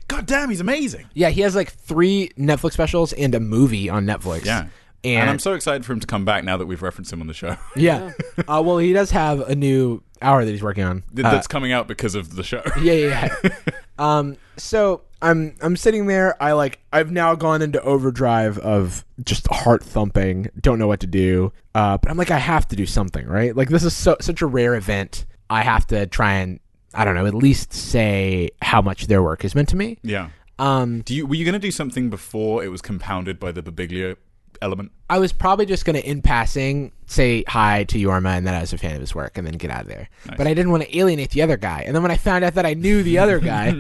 [SPEAKER 1] God damn, he's amazing.
[SPEAKER 2] Yeah, he has like three Netflix specials and a movie on Netflix.
[SPEAKER 1] Yeah.
[SPEAKER 2] And,
[SPEAKER 1] And, I'm so excited for him to come back now that we've referenced him on the show.
[SPEAKER 2] yeah. uh, well, he does have a new hour that he's working on.
[SPEAKER 1] Th-
[SPEAKER 2] Uh,
[SPEAKER 1] That's coming out because of the show.
[SPEAKER 2] yeah, yeah. yeah. um, so I'm I'm sitting there. I like I've now gone into overdrive of just heart thumping. Don't know what to do. Uh, but I'm like I have to do something, right? Like this is so such a rare event. I have to try and I don't know at least say how much their work has meant to me.
[SPEAKER 1] Yeah.
[SPEAKER 2] Um,
[SPEAKER 1] Do you were you going to do something before it was compounded by the Babiglia element?
[SPEAKER 2] I was probably just going to, in passing, say hi to Yorma and that I was a fan of his work and then get out of there. But I didn't want to alienate the other guy. And then when I found out that I knew the other guy,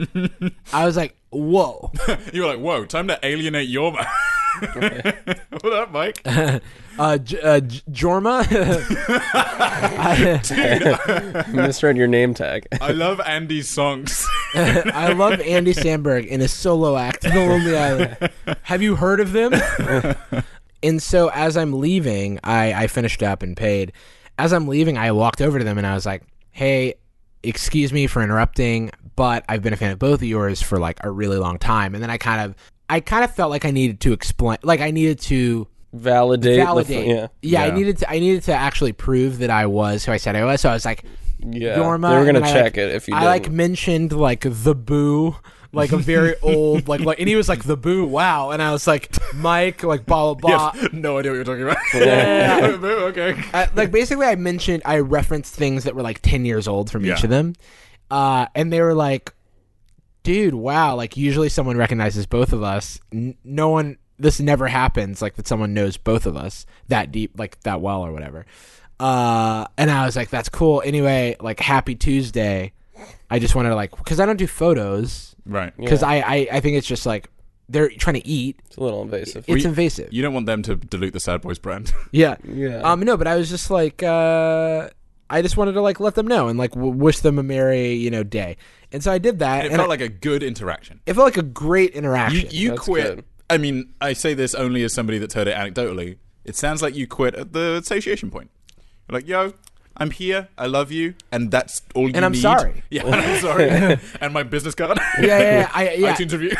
[SPEAKER 2] I was like, whoa.
[SPEAKER 1] you were like, "Whoa, time to alienate your man." what up, Mike?
[SPEAKER 2] Uh, J- uh, J- Jorma? I,
[SPEAKER 3] misread your name tag.
[SPEAKER 1] I love Andy's songs.
[SPEAKER 2] I love Andy Sandberg in his solo act, The Lonely Island. Have you heard of them? and so as I'm leaving, I, I finished up and paid. As I'm leaving, I walked over to them and I was like, hey, excuse me for interrupting, but I've been a fan of both of yours for like a really long time. And then I kind of, I kind of felt like I needed to explain, like I needed to
[SPEAKER 3] validate. the f-
[SPEAKER 2] validate.
[SPEAKER 3] yeah.
[SPEAKER 2] yeah,
[SPEAKER 1] Yeah.
[SPEAKER 2] I needed to. I needed to actually prove that I was who I said I was. So I was like,
[SPEAKER 3] Yeah.
[SPEAKER 2] Yorma,
[SPEAKER 3] they were
[SPEAKER 2] and
[SPEAKER 3] gonna
[SPEAKER 2] then I,
[SPEAKER 3] check
[SPEAKER 2] like-
[SPEAKER 3] it if you.
[SPEAKER 2] I
[SPEAKER 3] didn't.
[SPEAKER 2] like mentioned like the boo, like a very old like like, and he was like the boo, wow, and I was like Mike, like blah blah blah.
[SPEAKER 1] Yes. No idea what you're talking about.
[SPEAKER 3] Yeah.
[SPEAKER 1] okay.
[SPEAKER 2] Uh, like basically, I mentioned I referenced things that were like ten years old from
[SPEAKER 1] Yeah.
[SPEAKER 2] each of them, uh, and they were like, "Dude, wow!" Like usually someone recognizes both of us. N- no one. This never happens. Like that someone knows both of us that deep, like that well or whatever. Uh, and I was like, "That's cool." Anyway, like happy Tuesday. I just wanted to like because I don't do photos
[SPEAKER 1] Right.
[SPEAKER 2] because I, I I think it's just like they're trying to eat.
[SPEAKER 3] It's a little invasive.
[SPEAKER 2] It's
[SPEAKER 1] you-
[SPEAKER 2] invasive.
[SPEAKER 1] You don't want them to dilute the Sad Boys brand.
[SPEAKER 2] yeah.
[SPEAKER 3] yeah.
[SPEAKER 2] Um, no, but I was just like, uh, I just wanted to like let them know and like w- wish them a merry, you know, day. And so I did that,
[SPEAKER 1] It
[SPEAKER 2] and,
[SPEAKER 1] felt
[SPEAKER 2] I-
[SPEAKER 1] like a good interaction.
[SPEAKER 2] it felt like a great interaction.
[SPEAKER 1] You, you
[SPEAKER 3] That's
[SPEAKER 1] quit.
[SPEAKER 3] good.
[SPEAKER 1] I mean, I say this only as somebody that's heard it anecdotally. It sounds like you quit at the satiation point. You're like, yo, I'm here. I love you, and that's all you
[SPEAKER 2] And I'm
[SPEAKER 1] need.
[SPEAKER 2] sorry.
[SPEAKER 1] Yeah, and I'm sorry. and my business card.
[SPEAKER 2] yeah, yeah, yeah, I, yeah,
[SPEAKER 1] iTunes review.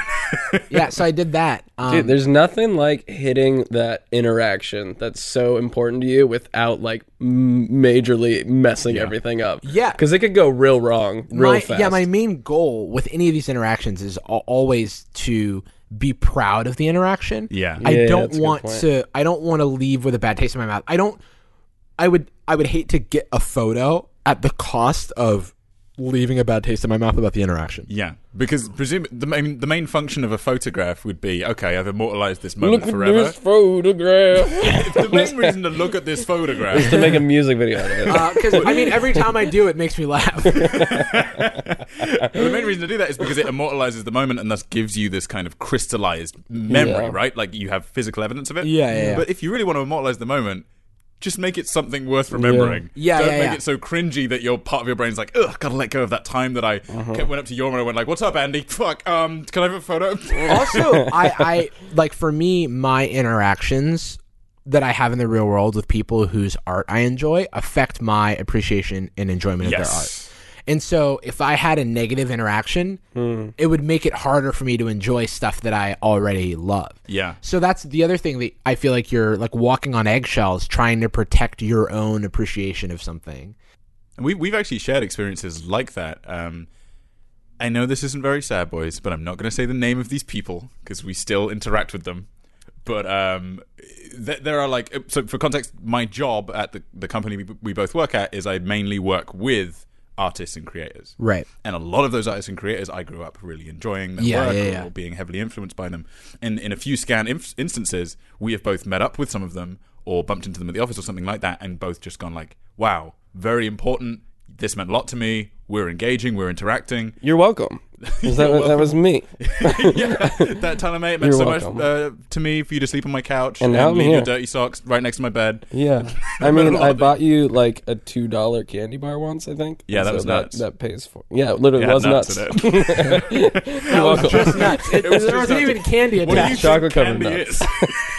[SPEAKER 2] yeah. So I did that. Um,
[SPEAKER 3] Dude, there's nothing like hitting that interaction that's so important to you without like m- majorly messing everything up.
[SPEAKER 2] Yeah.
[SPEAKER 3] because it could go real wrong, real
[SPEAKER 2] my,
[SPEAKER 3] fast.
[SPEAKER 2] Yeah, my main goal with any of these interactions is al- always to be proud of the interaction.
[SPEAKER 1] Yeah.
[SPEAKER 2] I
[SPEAKER 3] Yeah,
[SPEAKER 2] don't
[SPEAKER 3] that's a good
[SPEAKER 2] want
[SPEAKER 3] point.
[SPEAKER 2] to. I don't want to leave with a bad taste in my mouth. I don't. I would. I would hate to get a photo at the cost of leaving a bad taste in my mouth about the interaction.
[SPEAKER 1] yeah, because presume the main the main function of a photograph would be okay. I've immortalized this moment forever.
[SPEAKER 3] photograph.
[SPEAKER 1] the main reason to look at this photograph
[SPEAKER 3] to make a music video out of it.
[SPEAKER 2] Because Uh, I mean, every time I do it, makes me laugh.
[SPEAKER 1] the main reason to do that is because it immortalizes the moment and thus gives you this kind of crystallized memory,
[SPEAKER 3] Yeah.
[SPEAKER 1] right? Like you have physical evidence of it.
[SPEAKER 2] Yeah, yeah, yeah.
[SPEAKER 1] But if you really want to immortalize the moment, just make it something worth remembering.
[SPEAKER 2] Yeah,
[SPEAKER 1] Don't
[SPEAKER 2] yeah,
[SPEAKER 1] make
[SPEAKER 2] yeah.
[SPEAKER 1] it so cringy that your part of your brain's like, ugh, gotta let go of that time that I
[SPEAKER 2] Uh-huh.
[SPEAKER 1] kept, went up to Yorma and went like, "What's up, Andy? Fuck, um, can I have a photo?"
[SPEAKER 2] also, I, I like for me, my interactions that I have in the real world with people whose art I enjoy affect my appreciation and enjoyment of their art.
[SPEAKER 1] yes.
[SPEAKER 2] And so, if I had a negative interaction,
[SPEAKER 3] Hmm.
[SPEAKER 2] it would make it harder for me to enjoy stuff that I already love.
[SPEAKER 1] Yeah.
[SPEAKER 2] So that's the other thing that I feel like you're like walking on eggshells trying to protect your own appreciation of something.
[SPEAKER 1] And we, we've actually shared experiences like that. Um, I know this isn't very sad, boys, but I'm not going to say the name of these people because we still interact with them. But um, th- there are like, so for context, my job at the, the company we, we both work at is I mainly work with artists and creators.
[SPEAKER 2] Right.
[SPEAKER 1] And a lot of those artists and creators I grew up really enjoying their
[SPEAKER 2] Yeah,
[SPEAKER 1] work
[SPEAKER 2] yeah,
[SPEAKER 1] or-
[SPEAKER 2] yeah.
[SPEAKER 1] or being heavily influenced by them. And in a few scan inf- instances, we have both met up with some of them or bumped into them at the office or something like that and both just gone like, wow, very important. This meant a lot to me. We're engaging, we're interacting.
[SPEAKER 3] You're welcome. Is that, that was me.
[SPEAKER 1] yeah, that time mate meant
[SPEAKER 3] You're
[SPEAKER 1] so
[SPEAKER 3] welcome.
[SPEAKER 1] much uh, to me for you to sleep on my couch
[SPEAKER 3] And now I'm
[SPEAKER 1] leave your
[SPEAKER 3] here.
[SPEAKER 1] dirty socks right next to my bed.
[SPEAKER 3] Yeah. I
[SPEAKER 1] meant a
[SPEAKER 3] mean,
[SPEAKER 1] lot
[SPEAKER 3] I
[SPEAKER 1] of
[SPEAKER 3] bought you like a two dollar candy bar once. I think.
[SPEAKER 1] Yeah,
[SPEAKER 3] And
[SPEAKER 1] that was nuts.
[SPEAKER 3] That, pays for. Yeah, it literally
[SPEAKER 1] Yeah,
[SPEAKER 3] was nuts.
[SPEAKER 1] nuts in
[SPEAKER 3] You're welcome.
[SPEAKER 2] Just nuts. It,
[SPEAKER 1] It was
[SPEAKER 2] there
[SPEAKER 1] just
[SPEAKER 2] wasn't
[SPEAKER 1] nuts.
[SPEAKER 2] even candy
[SPEAKER 1] What do you
[SPEAKER 2] attached.
[SPEAKER 1] think
[SPEAKER 3] Chocolate covered
[SPEAKER 1] candy is?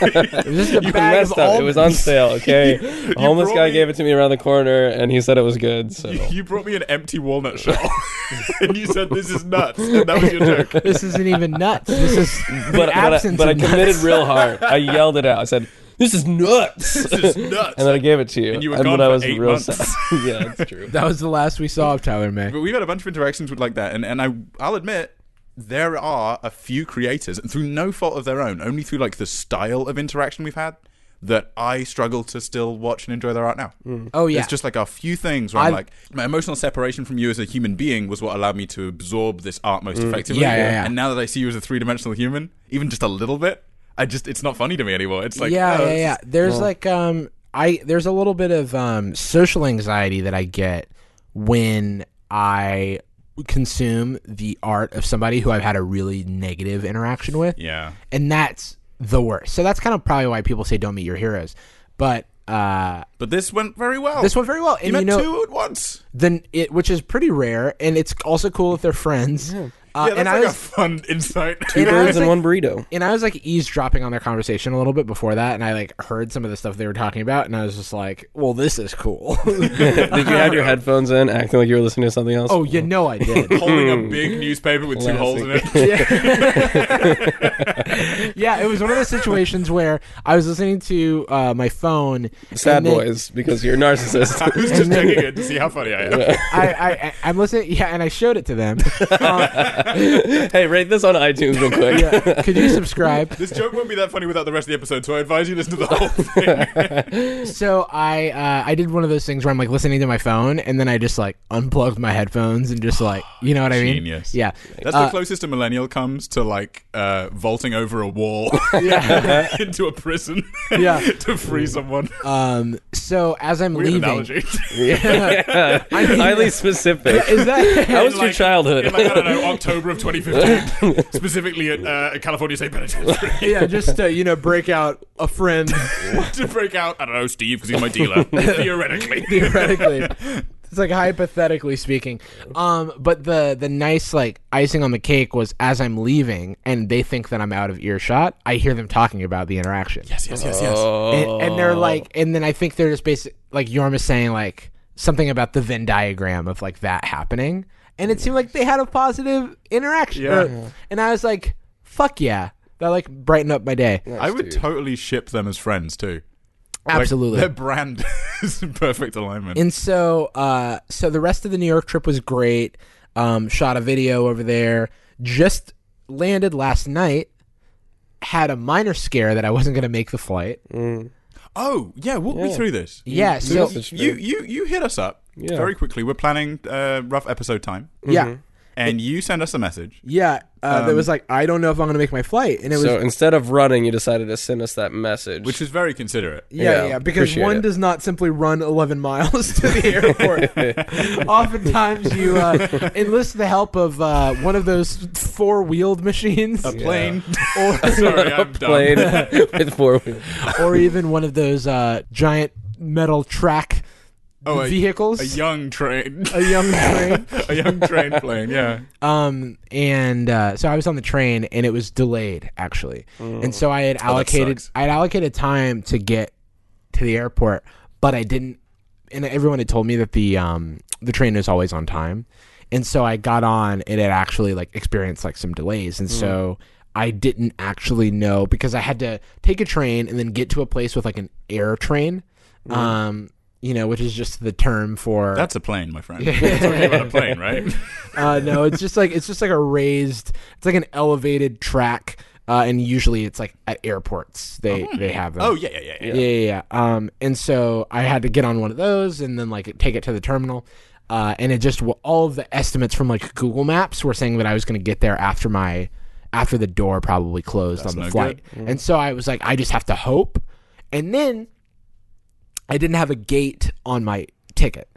[SPEAKER 2] It was just a
[SPEAKER 3] You
[SPEAKER 2] bag
[SPEAKER 3] messed
[SPEAKER 2] of
[SPEAKER 3] up. It
[SPEAKER 2] almonds.
[SPEAKER 3] was on sale. Okay, a homeless
[SPEAKER 1] brought
[SPEAKER 3] guy
[SPEAKER 1] me-
[SPEAKER 3] gave it to me around the corner, and he said it was good. So
[SPEAKER 1] You, you brought me an empty walnut shell, and you said this is nuts, and that was your joke.
[SPEAKER 2] This isn't even nuts. This is
[SPEAKER 3] but,
[SPEAKER 2] but,
[SPEAKER 3] but I,
[SPEAKER 2] absence
[SPEAKER 3] but I
[SPEAKER 2] of nuts.
[SPEAKER 3] committed real hard. I yelled it out. I said, "This is nuts," and
[SPEAKER 1] This is nuts.
[SPEAKER 3] then I gave it to you.
[SPEAKER 1] And you were
[SPEAKER 3] but
[SPEAKER 1] gone
[SPEAKER 3] I
[SPEAKER 1] for
[SPEAKER 3] was
[SPEAKER 1] eight
[SPEAKER 3] real
[SPEAKER 1] months.
[SPEAKER 3] sad. yeah, that's true.
[SPEAKER 2] That was the last we saw of Tyler May.
[SPEAKER 1] but we've had a bunch of interactions with like that, and, and I I'll admit there are a few creators, and through no fault of their own, only through like the style of interaction we've had, that I struggle to still watch and enjoy their art now.
[SPEAKER 2] Oh yeah.
[SPEAKER 1] It's just like a few things where i am
[SPEAKER 2] I've-
[SPEAKER 1] like, my emotional separation from you as a human being was what allowed me to absorb this art most effectively.
[SPEAKER 2] Mm. Yeah, yeah, yeah.
[SPEAKER 1] And now that I see you as a three dimensional human, even just a little bit, I just it's not funny to me anymore. It's like
[SPEAKER 2] yeah,
[SPEAKER 1] oh,
[SPEAKER 2] yeah,
[SPEAKER 1] it's
[SPEAKER 2] yeah.
[SPEAKER 1] just-
[SPEAKER 2] There's like um I there's a little bit of um social anxiety that I get when I consume the art of somebody who I've had a really negative interaction with.
[SPEAKER 1] yeah.
[SPEAKER 2] And that's the worst. So that's kind of probably why people say don't meet your heroes. But uh
[SPEAKER 1] But this went very well.
[SPEAKER 2] this went very well. And
[SPEAKER 1] Oh, you met
[SPEAKER 2] you, know
[SPEAKER 1] two at once.
[SPEAKER 2] then it which is pretty rare and it's also cool if they're friends. Uh,
[SPEAKER 1] yeah, that's
[SPEAKER 2] and
[SPEAKER 1] like
[SPEAKER 2] I
[SPEAKER 1] a
[SPEAKER 2] was
[SPEAKER 1] fun insight.
[SPEAKER 3] Two
[SPEAKER 2] And I
[SPEAKER 3] birds
[SPEAKER 2] was
[SPEAKER 3] and
[SPEAKER 2] like-
[SPEAKER 3] one burrito.
[SPEAKER 2] and I was like eavesdropping on their conversation a little bit before that, and I like heard some of the stuff they were talking about, and I was just like, "Well, this is cool."
[SPEAKER 3] Did you have your headphones in, acting like you were listening to something else?
[SPEAKER 2] oh, you know I did.
[SPEAKER 1] Holding a big newspaper with two holes in it.
[SPEAKER 2] yeah, it was one of those situations where I was listening to uh, my phone.
[SPEAKER 3] Sad
[SPEAKER 2] and then
[SPEAKER 3] boys, because you're a narcissist.
[SPEAKER 1] I was just checking it to see how funny I am.
[SPEAKER 2] I, I, I I'm listening. Yeah, and I showed it to them. Um,
[SPEAKER 3] hey, rate this on iTunes real quick.
[SPEAKER 2] Yeah, could you subscribe?
[SPEAKER 1] This joke won't be that funny without the rest of the episode, so I advise you listen to the whole thing.
[SPEAKER 2] So I uh, I did one of those things where I'm like listening to my phone, and then I just like unplugged my headphones and just like you know what I mean?
[SPEAKER 1] Genius.
[SPEAKER 2] Yeah.
[SPEAKER 1] That's the
[SPEAKER 2] Uh,
[SPEAKER 1] closest a millennial comes to like uh, vaulting over a wall into a prison
[SPEAKER 2] Yeah.
[SPEAKER 1] to free someone.
[SPEAKER 2] Um. So as I'm
[SPEAKER 1] Weird
[SPEAKER 2] leaving,
[SPEAKER 1] analogy.
[SPEAKER 3] Yeah.
[SPEAKER 2] mean-
[SPEAKER 3] Highly specific.
[SPEAKER 2] is that
[SPEAKER 3] How was
[SPEAKER 1] In,
[SPEAKER 3] your
[SPEAKER 1] like-
[SPEAKER 3] childhood?
[SPEAKER 1] in like, I don't know, October of 2015, specifically at uh, California State Penitentiary,
[SPEAKER 2] yeah? Just to you know break out a friend.
[SPEAKER 1] to break out, I don't know, Steve, because he's my dealer, theoretically.
[SPEAKER 2] theoretically. It's like hypothetically speaking. Um, but the the nice like icing on the cake was as I'm leaving and they think that I'm out of earshot, I hear them talking about the interaction.
[SPEAKER 1] Yes, yes, yes, yes.
[SPEAKER 2] And, and they're like and then I think they're just basic like Yorm is saying like something about the Venn diagram of like that happening. And it seemed like they had a positive interaction.
[SPEAKER 1] Yeah.
[SPEAKER 2] Or- and I was like, fuck yeah. That like brightened up my day.
[SPEAKER 1] I would totally ship them as friends, too. Like,
[SPEAKER 2] Absolutely.
[SPEAKER 1] their brand is in perfect alignment.
[SPEAKER 2] And so, uh, so the rest of the New York trip was great. Um, shot a video over there. Just landed last night. Had a minor scare that I wasn't going to make the flight.
[SPEAKER 1] oh, yeah, walk me through this.
[SPEAKER 2] Yeah. So
[SPEAKER 3] messaged me.
[SPEAKER 1] You, you, you hit us up
[SPEAKER 3] Yeah.
[SPEAKER 1] very quickly. We're planning uh, rough episode time.
[SPEAKER 2] yeah,
[SPEAKER 1] And you send us a message.
[SPEAKER 2] yeah. Uh, that was like I don't know if I'm going to make my flight, and it was
[SPEAKER 3] So instead of running, you decided to send us that message.
[SPEAKER 1] Which is very considerate.
[SPEAKER 2] yeah,
[SPEAKER 3] yeah,
[SPEAKER 2] yeah, Because
[SPEAKER 3] appreciate
[SPEAKER 2] one
[SPEAKER 3] it.
[SPEAKER 2] does not simply run 11 miles to the airport. Oftentimes, you uh, enlist the help of uh, one of those four-wheeled machines,
[SPEAKER 1] A plane.
[SPEAKER 2] or
[SPEAKER 1] Sorry, I'm done.
[SPEAKER 3] played with four wheels.
[SPEAKER 2] or even one of those uh, giant metal track
[SPEAKER 1] Oh, a,
[SPEAKER 2] vehicles.
[SPEAKER 1] a young train.
[SPEAKER 2] a young train.
[SPEAKER 1] a young train plane, yeah.
[SPEAKER 2] Um, and uh, so I was on the train, and it was delayed actually, and so I had allocated
[SPEAKER 1] Oh, sucks.
[SPEAKER 2] I had allocated time to get to the airport, but I didn't. And everyone had told me that the um the train is always on time, and so I got on, and it actually like experienced like some delays,
[SPEAKER 1] Hmm.
[SPEAKER 2] and so. I didn't actually know because I had to take a train and then get to a place with like an air train,
[SPEAKER 1] Hmm.
[SPEAKER 2] um, you know, which is just the term for
[SPEAKER 1] That's a plane, my friend. We're talking about a plane, right?
[SPEAKER 2] Uh, no, it's just like it's just like a raised, it's like an elevated track, uh, and usually it's like at airports they they have them.
[SPEAKER 1] Oh, yeah, yeah, yeah. yeah.
[SPEAKER 2] yeah, yeah, yeah. Um, and so I had to get on one of those and then like take it to the terminal, uh, and it just w- all of the estimates from like Google Maps were saying that I was going to get there after my after the door probably closed on the
[SPEAKER 1] no Mm.
[SPEAKER 2] flight, and so I was like, I just have to hope, and then I didn't have a gate on my ticket.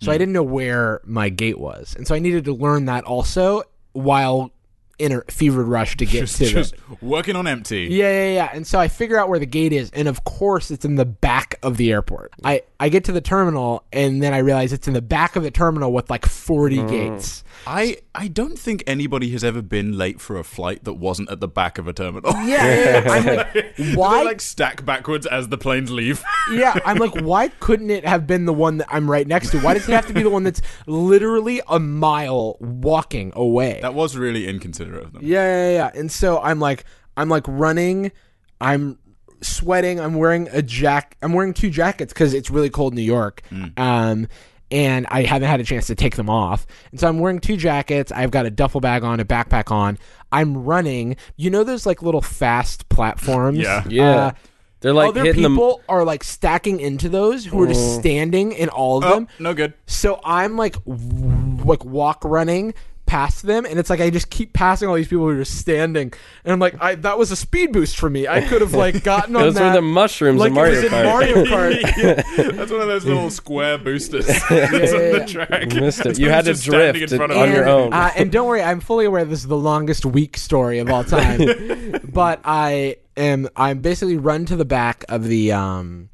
[SPEAKER 2] So
[SPEAKER 1] Mm.
[SPEAKER 2] I didn't know where my gate was. And so I needed to learn that also while in a fevered rush to get
[SPEAKER 1] Just,
[SPEAKER 2] to the-
[SPEAKER 1] just working on empty.
[SPEAKER 2] yeah, yeah, yeah. And so I figure out where the gate is, and of course it's in the back of the airport. I, I get to the terminal, and then I realize it's in the back of the terminal with like 40 gates.
[SPEAKER 1] I, I don't think anybody has ever been late for a flight that wasn't at the back of a terminal.
[SPEAKER 2] Yeah, yeah, yeah. I'm like,
[SPEAKER 1] They,
[SPEAKER 2] why?
[SPEAKER 1] like stack backwards as the planes leave.
[SPEAKER 2] yeah, I'm like, why couldn't it have been the one that I'm right next to? Why does it have to be the one that's literally a mile walking away?
[SPEAKER 1] that was really inconsiderate of them.
[SPEAKER 2] Yeah, yeah, yeah. And so I'm like, I'm like running, I'm sweating, I'm wearing a jack, I'm wearing two jackets because it's really cold in New York. Um, and I haven't had a chance to take them off. And so I'm wearing two jackets. I've got a duffel bag on, a backpack on. I'm running. You know those like little fast platforms?
[SPEAKER 1] Yeah.
[SPEAKER 3] Yeah.
[SPEAKER 2] Uh,
[SPEAKER 3] They're like
[SPEAKER 2] other
[SPEAKER 3] hitting them. Mm.
[SPEAKER 2] people are like stacking into those who are just standing in all of them.
[SPEAKER 1] Oh, No good.
[SPEAKER 2] So I'm like, w- like walk running past them, and it's like I just keep passing all these people who are just standing, and I'm like, I that was a speed boost for me. I could have like gotten on
[SPEAKER 3] Those
[SPEAKER 2] that.
[SPEAKER 3] were the mushrooms
[SPEAKER 2] like it
[SPEAKER 3] in Mario
[SPEAKER 2] was in
[SPEAKER 3] Kart.
[SPEAKER 2] Mario Kart.
[SPEAKER 1] Yeah, That's one of those little square boosters that's on the
[SPEAKER 2] yeah.
[SPEAKER 1] track.
[SPEAKER 3] Missed it.
[SPEAKER 1] Someone's
[SPEAKER 3] You had to
[SPEAKER 1] just standing
[SPEAKER 3] drift
[SPEAKER 1] in front of
[SPEAKER 3] on
[SPEAKER 1] it.
[SPEAKER 3] your
[SPEAKER 2] And,
[SPEAKER 3] own.
[SPEAKER 2] Uh, and don't worry, I'm fully aware this is the longest week story of all time. but I am I'm basically run to the back of the um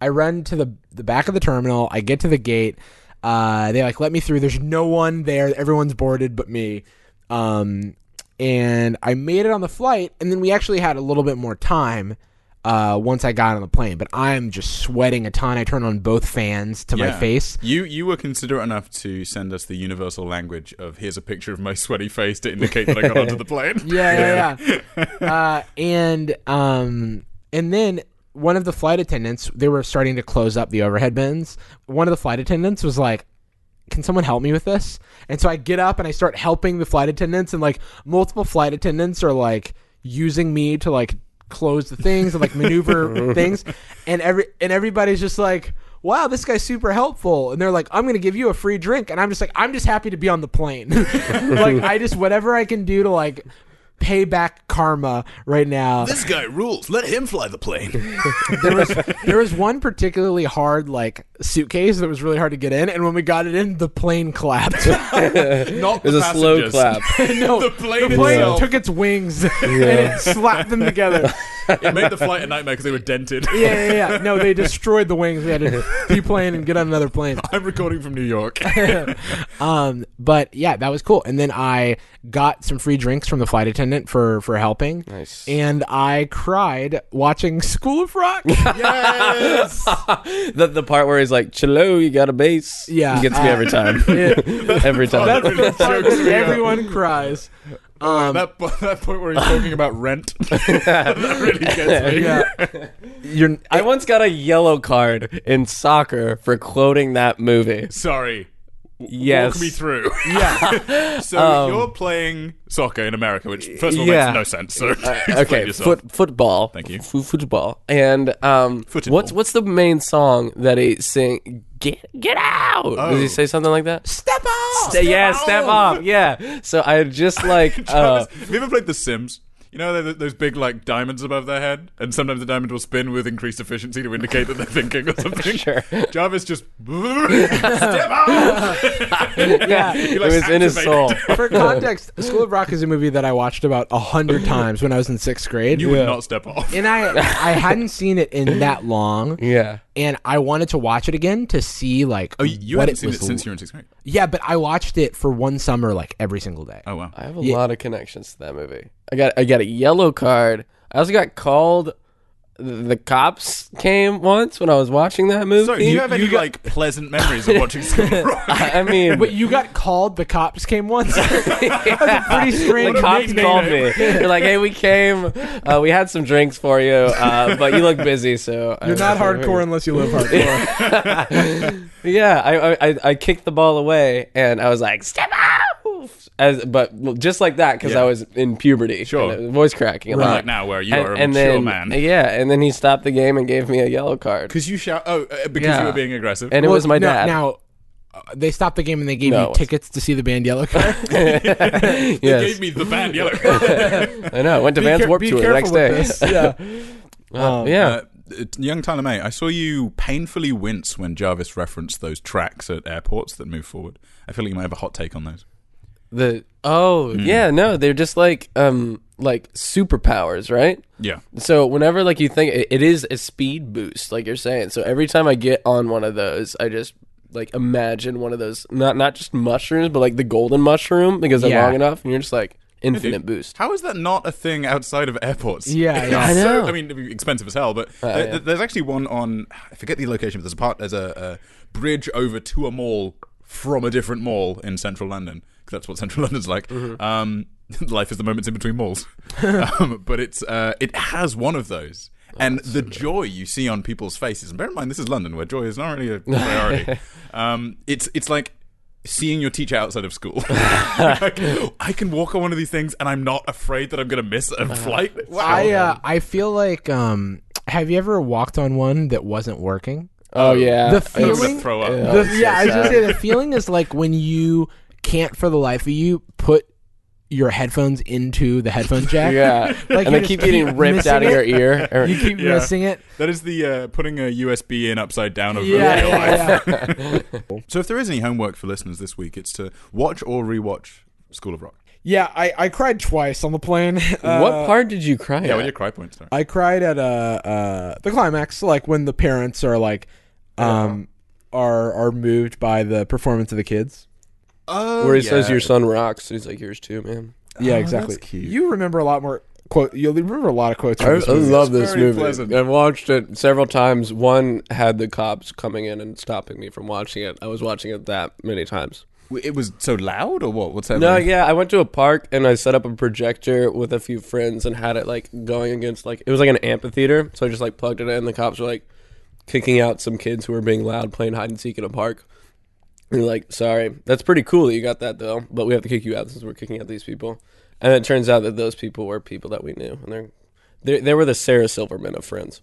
[SPEAKER 2] I run to the the back of the terminal, I get to the gate, uh they like let me through. There's no one there, everyone's boarded but me. Um, and I made it on the flight, and then we actually had a little bit more time uh, once I got on the plane. But I'm just sweating a ton. I turned on both fans to my
[SPEAKER 1] Yeah.
[SPEAKER 2] face.
[SPEAKER 1] You you were considerate enough to send us the universal language of here's a picture of my sweaty face to indicate that I got onto the plane.
[SPEAKER 2] Yeah, yeah, yeah. uh, and um, and then one of the flight attendants, they were starting to close up the overhead bins. One of the flight attendants was like, can someone help me with this? And so I get up and I start helping the flight attendants, and like multiple flight attendants are like using me to like close the things and like maneuver things, and every and everybody's just like, "Wow, this guy's super helpful," and they're like, "I'm gonna give you a free drink," and I'm just like, "I'm just happy to be on the plane, like I just whatever I can do to like." Pay back karma right now
[SPEAKER 1] This guy rules. Let him fly the plane.
[SPEAKER 2] there was there was one particularly hard like suitcase that was really hard to get in, and when we got it in, the plane clapped.
[SPEAKER 1] Not
[SPEAKER 3] There's
[SPEAKER 1] the
[SPEAKER 3] a slow
[SPEAKER 1] passengers.
[SPEAKER 3] clap.
[SPEAKER 2] no,
[SPEAKER 1] The plane
[SPEAKER 2] Oh, plane
[SPEAKER 1] itself.
[SPEAKER 2] took its wings and it slapped them together.
[SPEAKER 1] it made the flight a nightmare because they were dented.
[SPEAKER 2] Yeah, yeah, yeah. No, they destroyed the wings. We had to deplane and get on another plane.
[SPEAKER 1] I'm recording from New York.
[SPEAKER 2] Um, but yeah, that was cool. And then I got some free drinks from the flight attendant for for helping.
[SPEAKER 3] Nice.
[SPEAKER 2] And I cried watching School of Rock.
[SPEAKER 1] yes.
[SPEAKER 3] The, the part where he's like, "Chelo, you got a bass."
[SPEAKER 2] Yeah,
[SPEAKER 3] he gets me
[SPEAKER 2] uh,
[SPEAKER 3] every time.
[SPEAKER 2] yeah.
[SPEAKER 3] every time.
[SPEAKER 2] That's
[SPEAKER 1] That really
[SPEAKER 2] the part
[SPEAKER 1] chokes me
[SPEAKER 2] where
[SPEAKER 1] up.
[SPEAKER 2] everyone cries. Um,
[SPEAKER 1] that, po- that point where he's talking about rent. that really gets me.
[SPEAKER 2] yeah. You're,
[SPEAKER 3] I once got a yellow card in soccer for quoting that movie.
[SPEAKER 1] Sorry. W-
[SPEAKER 3] Yes.
[SPEAKER 1] Walk me through.
[SPEAKER 2] yeah.
[SPEAKER 1] So you're playing soccer in America, which first of all
[SPEAKER 3] yeah.
[SPEAKER 1] makes no sense. So explain
[SPEAKER 3] Okay,
[SPEAKER 1] yourself.
[SPEAKER 3] foot, football.
[SPEAKER 1] Thank you.
[SPEAKER 3] F- football. And um,
[SPEAKER 1] Football.
[SPEAKER 3] what's what's the main song that he sing? Get get out. Does
[SPEAKER 1] Oh.
[SPEAKER 3] he say something like that?
[SPEAKER 2] Step on.
[SPEAKER 3] Sta- yeah,
[SPEAKER 1] off.
[SPEAKER 3] step off. Yeah. So I just like uh,
[SPEAKER 1] Travis, have you ever played The Sims? You know th- those big like diamonds above their head, and sometimes the diamond will spin with increased efficiency to indicate that they're thinking or something.
[SPEAKER 3] Sure.
[SPEAKER 1] Jarvis just step out.
[SPEAKER 3] yeah, it
[SPEAKER 1] like,
[SPEAKER 3] was in his soul.
[SPEAKER 1] activated.
[SPEAKER 2] For context, School of Rock is a movie that I watched about a hundred times when I was in sixth grade.
[SPEAKER 1] You would not step off.
[SPEAKER 2] and I, I hadn't seen it in that long,
[SPEAKER 3] yeah.
[SPEAKER 2] and I wanted to watch it again to see like
[SPEAKER 1] Oh, you
[SPEAKER 2] what
[SPEAKER 1] haven't
[SPEAKER 2] it
[SPEAKER 1] seen
[SPEAKER 2] was.
[SPEAKER 1] it since you were in sixth grade.
[SPEAKER 2] yeah, but I watched it for one summer like every single day.
[SPEAKER 1] Oh wow.
[SPEAKER 3] I have a
[SPEAKER 2] Yeah.
[SPEAKER 3] lot of connections to that movie. I got I got a yellow card. I also got called. The cops came once when I was watching that movie.
[SPEAKER 1] So do you have any like pleasant memories of watching School of Rock?
[SPEAKER 3] I mean,
[SPEAKER 2] But you got called. The cops came once. That's a pretty strange.
[SPEAKER 3] the cops
[SPEAKER 2] nickname.
[SPEAKER 3] called
[SPEAKER 1] eh?
[SPEAKER 3] me. They're like, "Hey, we came. Uh, we had some drinks for you, uh, but you look busy, so uh,
[SPEAKER 2] You're not hardcore unless you live hardcore.
[SPEAKER 3] Yeah, I, I- I I kicked the ball away, and I was like, "Step off!" As but well, just like that because
[SPEAKER 1] Yeah.
[SPEAKER 3] I was in puberty,
[SPEAKER 1] Sure.
[SPEAKER 3] and it was voice cracking a lot.
[SPEAKER 1] Like now, where you
[SPEAKER 3] and,
[SPEAKER 1] are a
[SPEAKER 3] and
[SPEAKER 1] mature
[SPEAKER 3] then,
[SPEAKER 1] man.
[SPEAKER 3] Yeah, and then he stopped the game and gave me a yellow card,
[SPEAKER 1] Because you shout. Oh, uh, because
[SPEAKER 3] Yeah.
[SPEAKER 1] you were being aggressive.
[SPEAKER 3] and it
[SPEAKER 2] Well,
[SPEAKER 3] was my
[SPEAKER 2] no,
[SPEAKER 3] dad.
[SPEAKER 2] Now, uh, they stopped the game and they gave
[SPEAKER 3] No, it
[SPEAKER 2] you
[SPEAKER 3] wasn't.
[SPEAKER 2] tickets to see the band Yellow Card.
[SPEAKER 1] They
[SPEAKER 3] yes,
[SPEAKER 1] gave me the band yellow.
[SPEAKER 3] I know. Went to Vans
[SPEAKER 2] care-
[SPEAKER 3] Warp
[SPEAKER 2] be
[SPEAKER 3] Tour the next
[SPEAKER 2] careful
[SPEAKER 3] day.
[SPEAKER 2] with this. Um, Yeah.
[SPEAKER 3] Uh, yeah,
[SPEAKER 1] Uh, t- young Tyler May, I saw you painfully wince when Jarvis referenced those tracks at airports that move forward. I feel like you might have a hot take on those.
[SPEAKER 3] the oh
[SPEAKER 1] hmm.
[SPEAKER 3] yeah, no, they're just like um like superpowers, right?
[SPEAKER 1] Yeah.
[SPEAKER 3] So whenever like you think it- it is a speed boost, like you're saying. So every time I get on one of those, I just like imagine one of those not not just mushrooms, but like the golden mushroom because they're
[SPEAKER 2] Yeah.
[SPEAKER 3] long enough, and you're just like infinite boost.
[SPEAKER 1] How is that not a thing outside of airports?
[SPEAKER 2] Yeah, yeah.
[SPEAKER 1] It's
[SPEAKER 3] I
[SPEAKER 1] so-
[SPEAKER 3] know. Uh,
[SPEAKER 1] I mean, it'd be expensive as hell, but there-
[SPEAKER 3] yeah.
[SPEAKER 1] there's actually one on I forget the location, but there's a part there's a, a bridge over to a mall from a different mall in central London because that's what central London's like.
[SPEAKER 3] Mm-hmm.
[SPEAKER 1] Um, life is the moments in between malls, um, but it's uh, it has one of those.
[SPEAKER 3] Oh,
[SPEAKER 1] And the joy you see on people's faces, and bear in mind this is London, where joy is not really a priority. um, it's it's like seeing your teacher outside of school. Like, I can walk on one of these things and I'm not afraid that I'm going to miss
[SPEAKER 3] Uh-huh.
[SPEAKER 1] a flight. Wow.
[SPEAKER 2] I uh, I feel like um, have you ever walked on one that wasn't working?
[SPEAKER 3] Oh yeah,
[SPEAKER 2] The
[SPEAKER 3] It's-
[SPEAKER 1] I'm
[SPEAKER 2] feeling-
[SPEAKER 1] going to throw up.
[SPEAKER 3] Yeah.
[SPEAKER 2] The-
[SPEAKER 3] it's so
[SPEAKER 2] yeah, I was gonna
[SPEAKER 3] sad.
[SPEAKER 2] say the feeling is like when you can't for the life of you put your headphones into the headphone jack.
[SPEAKER 3] yeah,
[SPEAKER 2] Like
[SPEAKER 3] and
[SPEAKER 2] you
[SPEAKER 3] they
[SPEAKER 2] just
[SPEAKER 3] keep getting
[SPEAKER 2] keep
[SPEAKER 3] ripped out of
[SPEAKER 2] missing
[SPEAKER 3] your ear. Or-
[SPEAKER 2] You keep
[SPEAKER 1] Yeah.
[SPEAKER 2] missing it.
[SPEAKER 1] That is the uh, putting a USB in upside down of
[SPEAKER 2] Yeah,
[SPEAKER 1] real life.
[SPEAKER 2] yeah, yeah.
[SPEAKER 1] So if there is any homework for listeners this week, it's to watch or rewatch School of Rock.
[SPEAKER 2] Yeah, I, I cried twice on the plane. Uh,
[SPEAKER 3] what part did you cry?
[SPEAKER 1] Yeah,
[SPEAKER 3] at?
[SPEAKER 1] when your cry points start.
[SPEAKER 2] I cried at uh, uh the climax, like when the parents are like um are are moved by the performance of the kids.
[SPEAKER 1] Oh,
[SPEAKER 3] where he says
[SPEAKER 1] yeah.
[SPEAKER 3] your son rocks. He's like yours too, man.
[SPEAKER 1] Oh,
[SPEAKER 2] Yeah,
[SPEAKER 1] that's
[SPEAKER 2] exactly.
[SPEAKER 1] cute.
[SPEAKER 2] You remember a lot more quote. You remember a lot of quotes.
[SPEAKER 3] I,
[SPEAKER 2] From
[SPEAKER 3] I
[SPEAKER 2] this movie.
[SPEAKER 3] love
[SPEAKER 1] It's
[SPEAKER 3] this
[SPEAKER 1] very
[SPEAKER 3] movie.
[SPEAKER 1] pleasant.
[SPEAKER 3] I've watched it several times. One had the cops coming in and stopping me from watching it. I was watching it that many times.
[SPEAKER 1] W- It was so loud, or what? What's that?
[SPEAKER 3] No,
[SPEAKER 1] mean?
[SPEAKER 3] yeah, I went to a park and I set up a projector with a few friends and had it like going against like it was like an amphitheater. So I just like plugged it in. The cops were like kicking out some kids who were being loud playing hide and seek in a park. And they're like, sorry, that's pretty cool that you got that though, but we have to kick you out since we're kicking out these people. And it turns out that those people were people that we knew, and they're they they were the Sarah Silverman of Friends.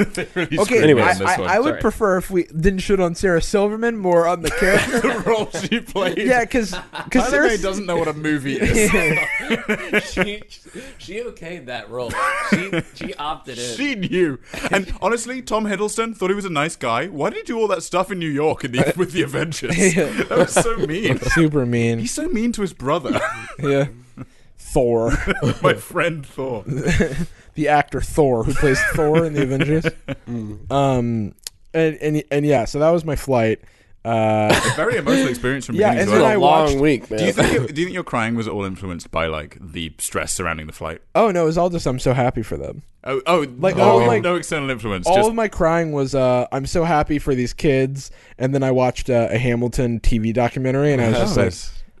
[SPEAKER 1] They really
[SPEAKER 2] Okay,
[SPEAKER 1] screwed me
[SPEAKER 3] Anyway,
[SPEAKER 2] I,
[SPEAKER 1] on this
[SPEAKER 2] I,
[SPEAKER 1] one.
[SPEAKER 2] I would
[SPEAKER 1] Sorry.
[SPEAKER 2] prefer if we didn't shoot on Sarah Silverman, more on the character.
[SPEAKER 1] the role she played.
[SPEAKER 2] yeah, because
[SPEAKER 1] Tyler
[SPEAKER 2] Sarah.
[SPEAKER 1] May doesn't know what a movie is.
[SPEAKER 4] she she okayed that role. She she opted in.
[SPEAKER 1] she knew. And honestly, Tom Hiddleston thought he was a nice guy. Why did he do all that stuff in New York in the, with the Avengers? that was so mean.
[SPEAKER 2] Super mean.
[SPEAKER 1] He's so mean to his brother,
[SPEAKER 2] Yeah. Thor,
[SPEAKER 1] my friend Thor.
[SPEAKER 2] the actor Thor who plays Thor in the Avengers.
[SPEAKER 3] Mm.
[SPEAKER 2] Um, and and and yeah, so that was my flight. Uh,
[SPEAKER 1] Very emotional experience from
[SPEAKER 2] Yeah,
[SPEAKER 1] beginning
[SPEAKER 2] and
[SPEAKER 1] to
[SPEAKER 3] It was
[SPEAKER 1] end.
[SPEAKER 2] then I
[SPEAKER 3] a long
[SPEAKER 2] watched-
[SPEAKER 3] week, man.
[SPEAKER 1] Do you think it, do you think your crying was all influenced by like the stress surrounding the flight?
[SPEAKER 2] oh no, it was all just I'm so happy for them.
[SPEAKER 1] Oh, oh,
[SPEAKER 2] Like,
[SPEAKER 1] no,
[SPEAKER 2] oh, like-
[SPEAKER 1] no external influence.
[SPEAKER 2] all
[SPEAKER 1] Just
[SPEAKER 2] of my crying was uh, I'm so happy for these kids, and then I watched uh, a Hamilton TV documentary, and I was just like,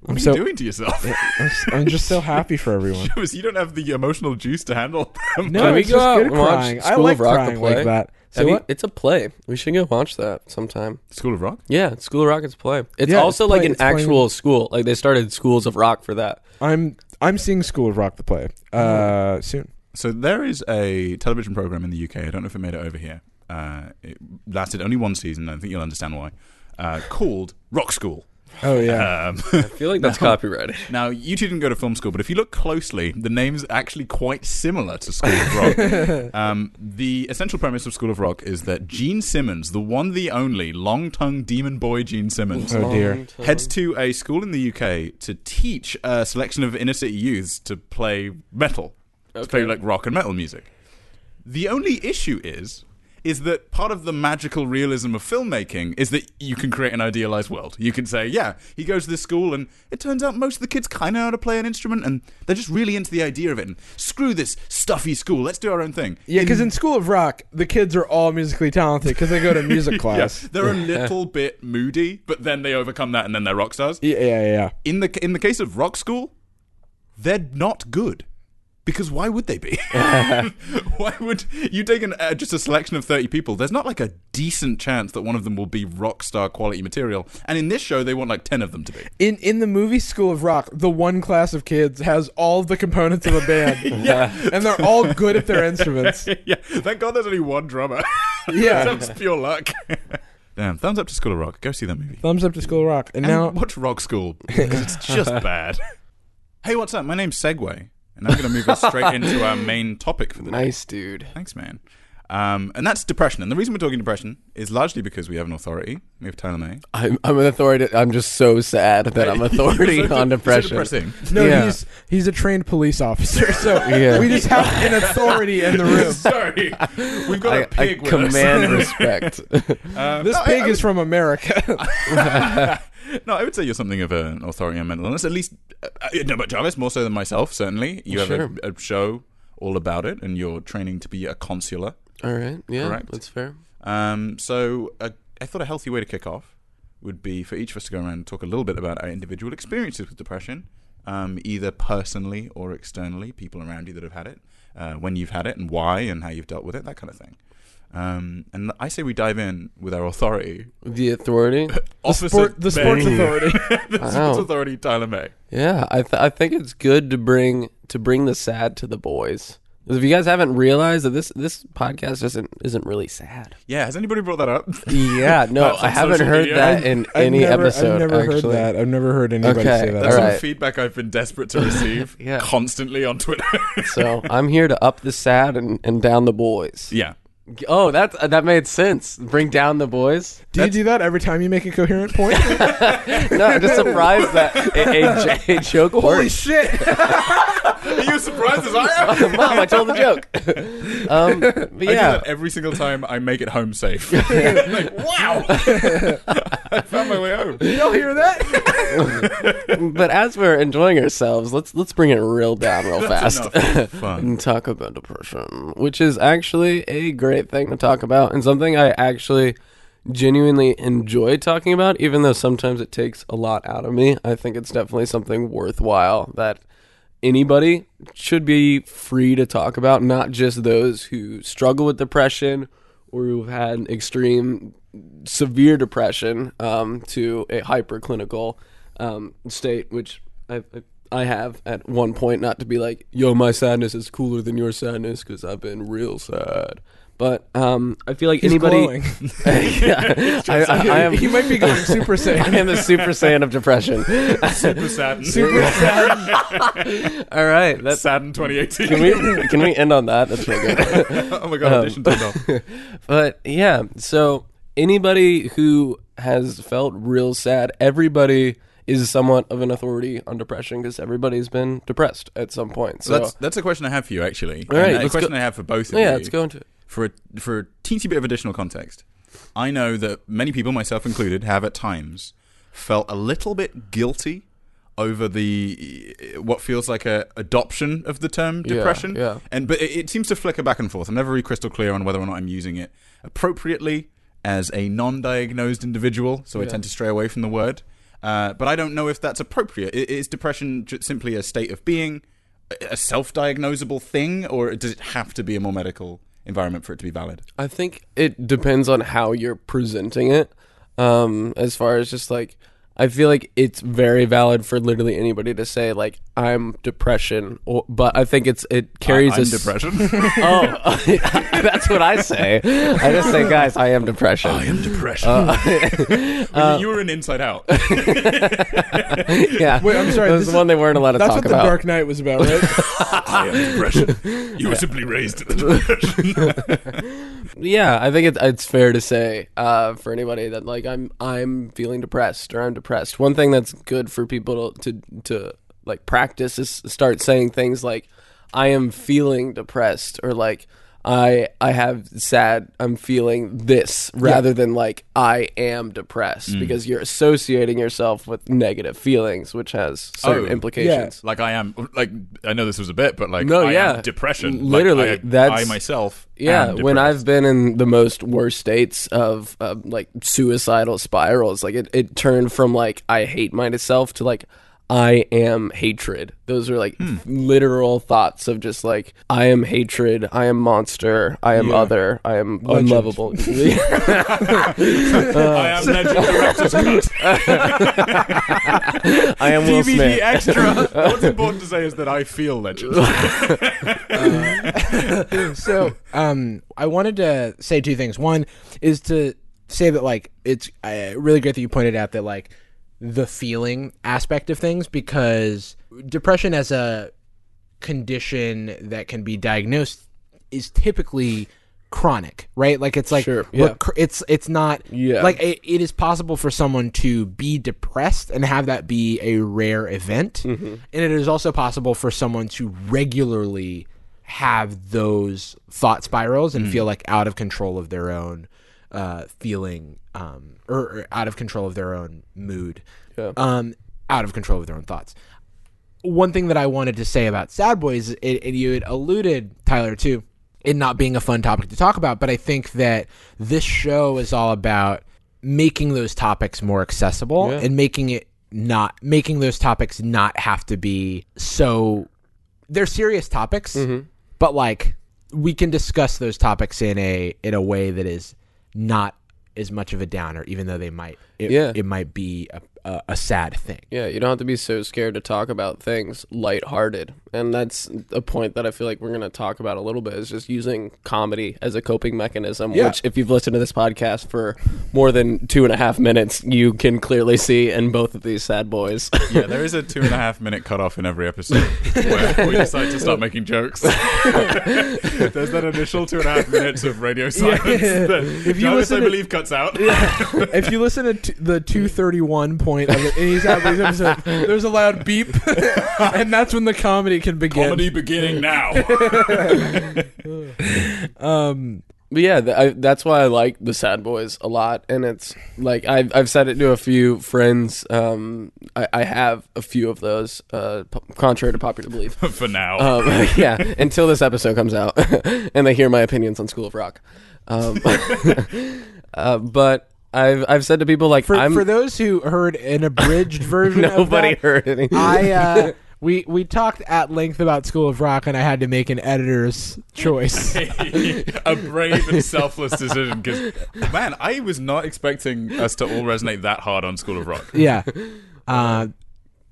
[SPEAKER 1] what
[SPEAKER 2] I'm
[SPEAKER 1] are
[SPEAKER 2] so-
[SPEAKER 1] you doing to yourself?
[SPEAKER 2] I'm s- I'm just so happy for everyone.
[SPEAKER 1] Because you don't have the emotional juice to handle them.
[SPEAKER 2] No,
[SPEAKER 3] Can we
[SPEAKER 2] it's
[SPEAKER 3] go
[SPEAKER 2] just
[SPEAKER 3] out
[SPEAKER 2] good
[SPEAKER 3] and watch
[SPEAKER 2] crying. I
[SPEAKER 3] School
[SPEAKER 2] like
[SPEAKER 3] of Rock, the
[SPEAKER 2] crying like
[SPEAKER 3] play?
[SPEAKER 2] that. So
[SPEAKER 3] Have you-
[SPEAKER 2] what?
[SPEAKER 3] it's a play. We should go watch that sometime.
[SPEAKER 1] School of Rock.
[SPEAKER 3] Yeah, School of Rock is play. It's
[SPEAKER 2] Yeah, it's
[SPEAKER 3] also
[SPEAKER 2] play-
[SPEAKER 3] like an
[SPEAKER 2] it's playing-
[SPEAKER 3] actual school. Like they started schools of rock for that.
[SPEAKER 2] I'm I'm seeing School of Rock the play
[SPEAKER 3] Oh.
[SPEAKER 2] uh, soon.
[SPEAKER 1] So there is a television program in the UK. I don't know if it made it over here. Uh, it lasted only one season. and I think you'll understand why. Uh, called Rock School.
[SPEAKER 2] Oh yeah,
[SPEAKER 1] Um,
[SPEAKER 3] I feel like that's copyrighted.
[SPEAKER 1] now you two didn't go to film school, but if you look closely, the name's actually quite similar to School of Rock. um, the essential premise of School of Rock is that Gene Simmons, the one, the only long-tongued demon boy, Gene Simmons.
[SPEAKER 2] Oh, dear.
[SPEAKER 1] Heads to a school in the UK to teach a selection of inner city youths to play metal. to play like rock and metal music. The only issue is is that part of the magical realism of filmmaking is that you can create an idealized world. You can say, yeah, he goes to this school and it turns out most of the kids kind of know how to play an instrument and they're just really into the idea of it and screw this stuffy school, let's do our own thing.
[SPEAKER 2] yeah. Because in School of Rock, the kids are all musically talented because they go to music class.
[SPEAKER 1] Yeah, they're a little bit moody, but then they overcome that and then they're rock stars.
[SPEAKER 2] yeah. yeah, yeah, yeah.
[SPEAKER 1] In the in the case of rock school, they're not good. Because why would they be? why would you take an, uh, just a selection of 30 people? There's not like a decent chance that one of them will be rock star quality material. And in this show, they want like 10 of them to be.
[SPEAKER 2] In in the movie School of Rock, the one class of kids has all the components of a band,
[SPEAKER 1] Yeah.
[SPEAKER 2] and they're all good at their instruments.
[SPEAKER 1] yeah. Thank God there's only one drummer.
[SPEAKER 2] Yeah.
[SPEAKER 1] That's pure luck. Damn. Thumbs up to School of Rock. Go see that movie.
[SPEAKER 2] Thumbs up to School of Rock. And,
[SPEAKER 1] And
[SPEAKER 2] now
[SPEAKER 1] watch Rock School because it's just bad. Hey, what's up? My name's Segway. And I'm going to move us straight into our main topic for the day.
[SPEAKER 3] Nice dude.
[SPEAKER 1] Thanks, man. Um, and that's depression. And the reason we're talking depression is largely because we have an authority. We have Tyler May.
[SPEAKER 3] I'm, I'm an authority. I'm just so sad that I'm authority
[SPEAKER 1] You're so-
[SPEAKER 3] on
[SPEAKER 1] you're so
[SPEAKER 3] depression.
[SPEAKER 1] depressing.
[SPEAKER 2] no,
[SPEAKER 3] Yeah.
[SPEAKER 2] he's he's a trained police officer, so
[SPEAKER 3] Yeah.
[SPEAKER 2] we just have an authority in the room.
[SPEAKER 1] Sorry, we've got
[SPEAKER 3] I,
[SPEAKER 1] a
[SPEAKER 3] I
[SPEAKER 1] pig. with us.
[SPEAKER 3] command respect.
[SPEAKER 1] Um,
[SPEAKER 2] This
[SPEAKER 1] no, I-
[SPEAKER 2] pig
[SPEAKER 1] I
[SPEAKER 2] is from America.
[SPEAKER 1] would- no, I would say you're something of an authority on mental illness. At least, uh, uh, no, but Jarvis more so than myself. Certainly, you have
[SPEAKER 3] Sure.
[SPEAKER 1] a, a show all about it, and you're training to be a consular.
[SPEAKER 3] All right. Yeah,
[SPEAKER 1] Correct.
[SPEAKER 3] that's fair.
[SPEAKER 1] Um, so uh, I thought a healthy way to kick off would be for each of us to go around and talk a little bit about our individual experiences with depression, um, either personally or externally, people around you that have had it, uh, when you've had it, and why, and how you've dealt with it, that kind of thing. Um, and I say we dive in with our authority,
[SPEAKER 3] The authority.
[SPEAKER 2] The,
[SPEAKER 1] Officer
[SPEAKER 2] sport, the
[SPEAKER 1] May.
[SPEAKER 2] sports authority.
[SPEAKER 1] the
[SPEAKER 3] Wow.
[SPEAKER 1] sports authority, Tyler May.
[SPEAKER 3] Yeah, I th- I think it's good to bring to bring the sad to the boys. 'Cause If you guys haven't realized that this this podcast isn't isn't really sad.
[SPEAKER 1] Yeah, has anybody brought that up?
[SPEAKER 3] Yeah, no,
[SPEAKER 1] That's on
[SPEAKER 3] I haven't
[SPEAKER 1] social
[SPEAKER 3] heard
[SPEAKER 1] media.
[SPEAKER 3] that in
[SPEAKER 2] I've
[SPEAKER 3] any
[SPEAKER 2] never,
[SPEAKER 3] episode.
[SPEAKER 2] I've never
[SPEAKER 3] actually.
[SPEAKER 2] heard that. I've never heard anybody
[SPEAKER 3] Okay,
[SPEAKER 2] say that.
[SPEAKER 1] That's
[SPEAKER 3] all
[SPEAKER 1] some
[SPEAKER 3] right.
[SPEAKER 1] feedback I've been desperate to receive
[SPEAKER 3] Yeah.
[SPEAKER 1] constantly on Twitter.
[SPEAKER 3] So I'm here to up the sad and, and down the boys.
[SPEAKER 1] yeah.
[SPEAKER 3] Oh, that uh, that made sense. Bring down the boys.
[SPEAKER 2] Do you do that every time you make a coherent point?
[SPEAKER 3] No, I'm just surprised that a, a, a joke
[SPEAKER 2] Holy
[SPEAKER 3] worked.
[SPEAKER 2] shit!
[SPEAKER 1] Are you as surprised as I am?
[SPEAKER 3] Mom, I told the joke. Um, but
[SPEAKER 1] I do
[SPEAKER 3] yeah,
[SPEAKER 1] that every single time I make it home safe. like, wow. I found my way home.
[SPEAKER 2] Y'all hear that? uh,
[SPEAKER 3] but as we're enjoying ourselves, let's let's bring it real down real fast
[SPEAKER 1] Fun.
[SPEAKER 3] and talk about depression, which is actually a great thing to talk about and something I actually genuinely enjoy talking about even though sometimes it takes a lot out of me. I think it's definitely something worthwhile that anybody should be free to talk about, not just those who struggle with depression or who've had extreme severe depression um, to a hyperclinical um, state, which I, I have at one point, not to be like, yo, my sadness is cooler than your sadness because I've been real sad. But um, I feel like anybody.
[SPEAKER 2] glowing.
[SPEAKER 3] yeah, I, I, I
[SPEAKER 2] he
[SPEAKER 3] am,
[SPEAKER 2] might be going super
[SPEAKER 3] I
[SPEAKER 2] saiyan.
[SPEAKER 3] am the super saiyan of depression.
[SPEAKER 1] Super sad.
[SPEAKER 2] Super sad.
[SPEAKER 3] All right, that's,
[SPEAKER 1] sad in 2018.
[SPEAKER 3] can we can we end on that? That's real good.
[SPEAKER 1] oh my
[SPEAKER 3] Um,
[SPEAKER 1] god, audition turned off.
[SPEAKER 3] But yeah, so anybody who has felt real sad, everybody is somewhat of an authority on depression because everybody's been depressed at some point. So
[SPEAKER 1] that's that's a question I have for you actually.
[SPEAKER 3] All right,
[SPEAKER 1] And a
[SPEAKER 3] let's go- Oh,
[SPEAKER 1] question I have for both of you.
[SPEAKER 3] yeah, let's go into it.
[SPEAKER 1] for a, for a teensy bit of additional context, I know that many people, myself included, have at times felt a little bit guilty over the eh, what feels like a adoption of the term
[SPEAKER 3] Yeah,
[SPEAKER 1] depression.
[SPEAKER 3] yeah.
[SPEAKER 1] And but it, it seems to flicker back and forth. I'm never really crystal clear on whether or not I'm using it appropriately as a non-diagnosed individual, so I tend to stray away from the word. Uh, but I don't know if that's appropriate. I- Is depression ju- simply a state of being, a- a self-diagnosable thing, or does it have to be a more medical environment for it to be valid?
[SPEAKER 3] I think it depends on how you're presenting it. Um, as far as just like, I feel like it's very valid for literally anybody to say like I'm depression, or, but I think it's it carries
[SPEAKER 1] I'm
[SPEAKER 3] a s-
[SPEAKER 1] depression.
[SPEAKER 3] Oh, that's what I say. I just say, guys, I am depression.
[SPEAKER 1] I am depression.
[SPEAKER 3] Uh,
[SPEAKER 1] you were an inside out.
[SPEAKER 3] yeah.
[SPEAKER 2] Wait, I'm sorry,
[SPEAKER 3] That was
[SPEAKER 2] this
[SPEAKER 3] the one they weren't allowed to
[SPEAKER 2] That's
[SPEAKER 3] talk
[SPEAKER 2] what the
[SPEAKER 3] about.
[SPEAKER 2] Dark Knight was about, right?
[SPEAKER 1] I am depression. You were simply raised in the depression.
[SPEAKER 3] yeah, I think it, it's fair to say uh, for anybody that like I'm I'm feeling depressed or I'm depressed. One thing that's good for people to to, to like practice is start saying things like I am feeling depressed or like I I have sad I'm feeling this rather than like I am depressed
[SPEAKER 2] Mm.
[SPEAKER 3] because you're associating yourself with negative feelings which has certain
[SPEAKER 1] Oh, yeah.
[SPEAKER 3] implications.
[SPEAKER 1] like I am. Like I know this was a bit, but like
[SPEAKER 3] No,
[SPEAKER 1] I
[SPEAKER 3] yeah.
[SPEAKER 1] am depression.
[SPEAKER 3] Literally,
[SPEAKER 1] like, I,
[SPEAKER 3] that's-
[SPEAKER 1] I myself.
[SPEAKER 3] Yeah,
[SPEAKER 1] am
[SPEAKER 3] when
[SPEAKER 1] depressed.
[SPEAKER 3] I've been in the most worst states of uh, like suicidal spirals, like it, it turned from like I hate myself to like I am hatred. Those are like
[SPEAKER 1] Hmm.
[SPEAKER 3] literal thoughts of just like I am hatred, I am monster, I am other, I am unlovable. uh,
[SPEAKER 1] I am legend director's cut.
[SPEAKER 3] I am Will
[SPEAKER 1] DVD
[SPEAKER 3] Smith.
[SPEAKER 1] extra. What's important to say is that I feel legend.
[SPEAKER 2] so um, I wanted to say two things. One is to say that like it's uh, really great that you pointed out that like the feeling aspect of things because depression as a condition that can be diagnosed is typically chronic, right? Like it's like
[SPEAKER 3] Sure,
[SPEAKER 2] rec-
[SPEAKER 3] yeah.
[SPEAKER 2] it's it's not
[SPEAKER 3] Yeah.
[SPEAKER 2] like it, it is possible for someone to be depressed and have that be a rare event
[SPEAKER 3] Mm-hmm.
[SPEAKER 2] and it is also possible for someone to regularly have those thought spirals
[SPEAKER 3] Mm.
[SPEAKER 2] and feel like out of control of their own uh, feeling um, or, or out of control of their own mood
[SPEAKER 3] Yeah.
[SPEAKER 2] um, out of control of their own thoughts one thing that I wanted to say about Sad Boys, it, and you had alluded, Tyler, too, it not being a fun topic to talk about, but I think that this show is all about making those topics more accessible and making it not making those topics not have to be so they're serious topics, but like we can discuss those topics in a in a way that is not as much of a downer, even though they might it,
[SPEAKER 3] Yeah.
[SPEAKER 2] it might be a, a, a sad thing.
[SPEAKER 3] Yeah, you don't have to be so scared to talk about things lighthearted. And that's a point that I feel like we're going to talk about a little bit is just using comedy as a coping mechanism,
[SPEAKER 2] Yeah.
[SPEAKER 3] which if you've listened to this podcast for more than two and a half minutes, you can clearly see in both of these sad boys.
[SPEAKER 1] Yeah, there is a two and a half minute cutoff in every episode where we decide to start making jokes. There's that initial two and a half minutes of radio silence that
[SPEAKER 2] If you
[SPEAKER 1] Jarvis,
[SPEAKER 2] listen
[SPEAKER 1] I
[SPEAKER 2] to-
[SPEAKER 1] believe, cuts out.
[SPEAKER 2] if you listen to t- the 231 point of the Innies Appleys episode, there's a loud beep, and that's when the comedy can begin.
[SPEAKER 1] Comedy beginning now.
[SPEAKER 2] Um,
[SPEAKER 3] But yeah, th- I, that's why I like the Sad Boys a lot, and it's like I've I've said it to a few friends. Um, I, I have a few of those, uh, p- contrary to popular belief.
[SPEAKER 1] for now.
[SPEAKER 3] Um,
[SPEAKER 2] Oh.
[SPEAKER 3] yeah, until this episode comes out, and they hear my opinions on School of Rock. Um, uh, but I've I've said to people like
[SPEAKER 2] For,
[SPEAKER 3] I'm
[SPEAKER 2] for those who heard an abridged version, of
[SPEAKER 3] nobody
[SPEAKER 2] that,
[SPEAKER 3] heard anything.
[SPEAKER 2] I uh, we we talked at length about School of Rock, and I had to make an editor's choice.
[SPEAKER 1] a brave and selfless decision because man i was not expecting us to all resonate that hard on school of rock
[SPEAKER 2] yeah. Uh,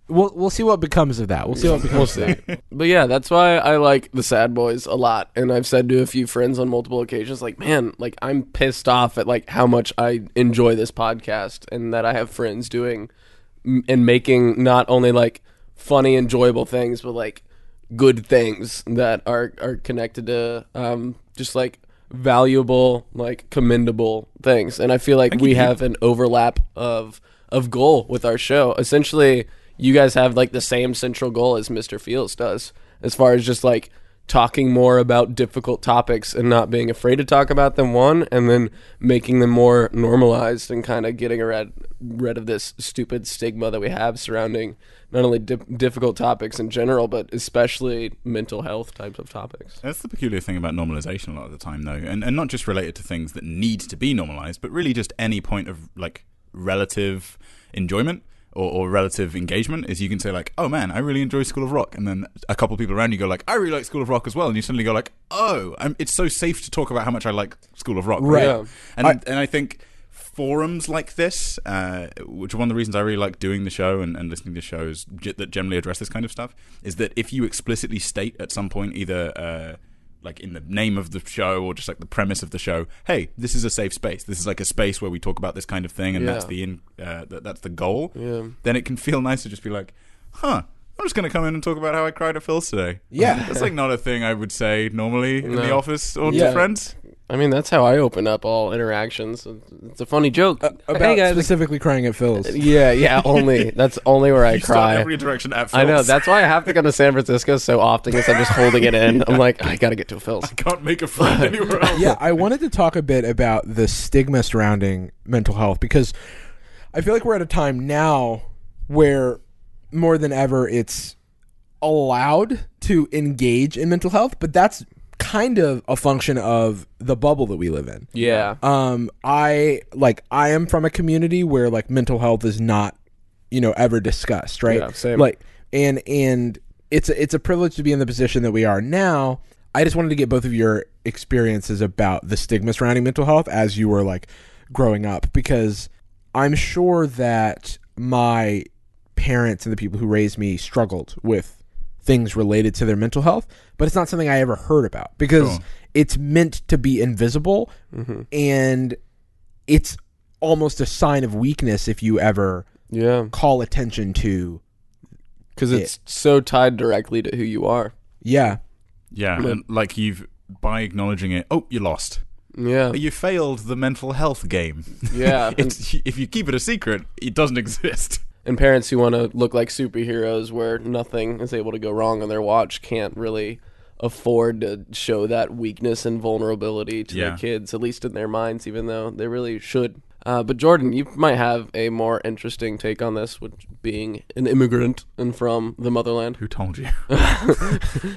[SPEAKER 2] we'll we'll see what becomes of that. We'll see what becomes of that.
[SPEAKER 3] But yeah, that's why I like the Sad Boys a lot, and I've said to a few friends on multiple occasions, like, man, like I'm pissed off at like how much I enjoy this podcast, and that I have friends doing m- and making not only like funny, enjoyable things, but like good things that are are connected to um just like valuable, like commendable things, and I feel like we have an overlap of of goal with our show. Essentially, you guys have like the same central goal as Mr. Fields does, as far as just like talking more about difficult topics and not being afraid to talk about them one and then making them more normalized and kind of getting rid, rid of this stupid stigma that we have surrounding not only di- difficult topics in general but especially mental health types of topics
[SPEAKER 1] that's the peculiar thing about normalization a lot of the time though and, and not just related to things that need to be normalized but really just any point of like relative enjoyment or, or relative engagement is you can say like oh man i really enjoy school of rock and then a couple people around you go like i really like school of rock as well and you suddenly go like oh i it's so safe to talk about how much i like school of rock
[SPEAKER 2] Right.
[SPEAKER 3] Yeah.
[SPEAKER 1] And and I think forums like this, uh, which are one of the reasons I really like doing the show and, and listening to shows ge- that generally address this kind of stuff, is that if you explicitly state at some point either. Uh, like in the name of the show or just like the premise of the show hey this is a safe space this is like a space where we talk about this kind of thing and that's
[SPEAKER 3] Yeah.
[SPEAKER 1] the in uh, th- that's the goal
[SPEAKER 3] Yeah.
[SPEAKER 1] then it can feel nice to just be like huh i'm just gonna come in and talk about how i cried at phil's today
[SPEAKER 2] Yeah.
[SPEAKER 1] that's like not a thing i would say normally in the
[SPEAKER 3] No.
[SPEAKER 1] office or
[SPEAKER 3] Yeah.
[SPEAKER 1] to friends
[SPEAKER 3] i mean that's how i open up all interactions it's a funny joke
[SPEAKER 1] Uh,
[SPEAKER 2] About specifically crying at Phil's.
[SPEAKER 3] yeah yeah only that's only where i
[SPEAKER 1] you
[SPEAKER 3] cry
[SPEAKER 1] start every interaction at
[SPEAKER 3] I know
[SPEAKER 1] Phil's.
[SPEAKER 3] that's why I have to go to San Francisco so often because I'm just holding it in. I'm like, I gotta get to a Phil's.
[SPEAKER 1] can't make a friend anywhere else.
[SPEAKER 2] yeah, I wanted to talk a bit about the stigma surrounding mental health because I feel like we're at a time now where more than ever it's allowed to engage in mental health, but that's kind of a function of the bubble that we live in.
[SPEAKER 3] Yeah,
[SPEAKER 1] Uh,
[SPEAKER 2] Um I like I am from a community where like mental health is not you know ever discussed, right?
[SPEAKER 3] Yeah, same.
[SPEAKER 2] Like and and it's a, it's a privilege to be in the position that we are now. I just wanted to get both of your experiences about the stigma surrounding mental health as you were like growing up because I'm sure that my parents and the people who raised me struggled with things related to their mental health, but it's not something I ever heard about because
[SPEAKER 1] Sure.
[SPEAKER 2] it's meant to be invisible
[SPEAKER 3] Mm-hmm.
[SPEAKER 2] and it's almost a sign of weakness if you ever
[SPEAKER 3] yeah,
[SPEAKER 2] call attention to
[SPEAKER 3] because it's so tied directly to who you are.
[SPEAKER 2] yeah
[SPEAKER 1] Yeah, and like you've by acknowledging it. Oh, you lost.
[SPEAKER 3] Yeah,
[SPEAKER 1] You failed the mental health game.
[SPEAKER 3] yeah. and,
[SPEAKER 1] It's, if you keep it a secret, it doesn't exist.
[SPEAKER 3] and parents who want to look like superheroes, where nothing is able to go wrong on their watch, can't really afford to show that weakness and vulnerability to
[SPEAKER 1] Yeah.
[SPEAKER 3] their kids, at least in their minds, even though they really should. Uh, but Jordan, you might have a more interesting take on this, with being an immigrant and from the motherland.
[SPEAKER 1] Who told you?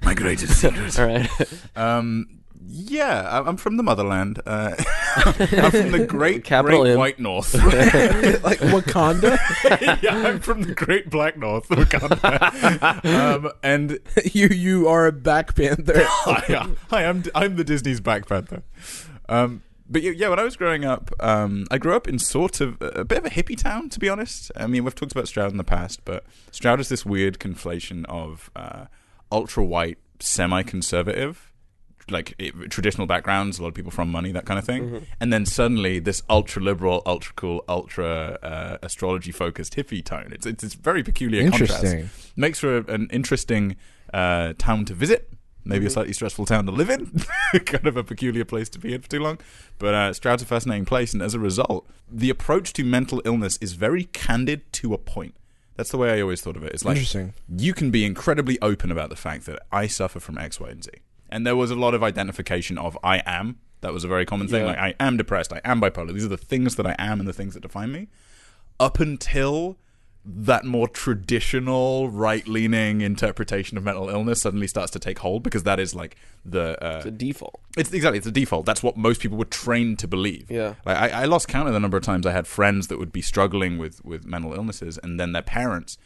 [SPEAKER 1] My greatest secret.
[SPEAKER 3] All right.
[SPEAKER 1] Um, yeah, I- I'm from the motherland. Uh, I'm from the great,
[SPEAKER 3] Capital
[SPEAKER 1] great
[SPEAKER 3] M.
[SPEAKER 1] white north.
[SPEAKER 2] like wakanda
[SPEAKER 1] yeah, I'm from the great black north. Wakanda. um, and
[SPEAKER 2] you you are a black panther
[SPEAKER 1] hi, hi, I'm I'm the Disney's Black Panther. Um, but yeah, yeah, when I was growing up, um, I grew up in sort of a, a bit of a hippie town, to be honest. I mean, we've talked about Stroud in the past, but Stroud is this weird conflation of uh, ultra white, semi conservative, like it, traditional backgrounds, a lot of people from money, that kind of thing. And then suddenly this ultra liberal, ultra cool, ultra uh, astrology focused hippie tone. It's, it's, it's very peculiar contrast
[SPEAKER 2] interesting
[SPEAKER 1] makes for a- an interesting uh, town to visit. Maybe a slightly stressful town to live in, kind of a peculiar place to be in for too long. But uh, Stroud's a fascinating place, and as a result, the approach to mental illness is very candid to a point. That's the way I always thought of it. It's like
[SPEAKER 2] Interesting.
[SPEAKER 1] you can be incredibly open about the fact that I suffer from X, Y, and Z, and there was a lot of identification of I am That was a very common thing.
[SPEAKER 3] Yeah.
[SPEAKER 1] Like I am depressed. I am bipolar. These are the things that I am and the things that define me. Up until that more traditional right-leaning interpretation of mental illness suddenly starts to take hold because that is like the uh,
[SPEAKER 3] It's a default.
[SPEAKER 1] it's exactly it's a default. That's what most people were trained to believe.
[SPEAKER 3] Yeah.
[SPEAKER 1] Like I, I lost count of the number of times I had friends that would be struggling with with mental illnesses, and then their parents,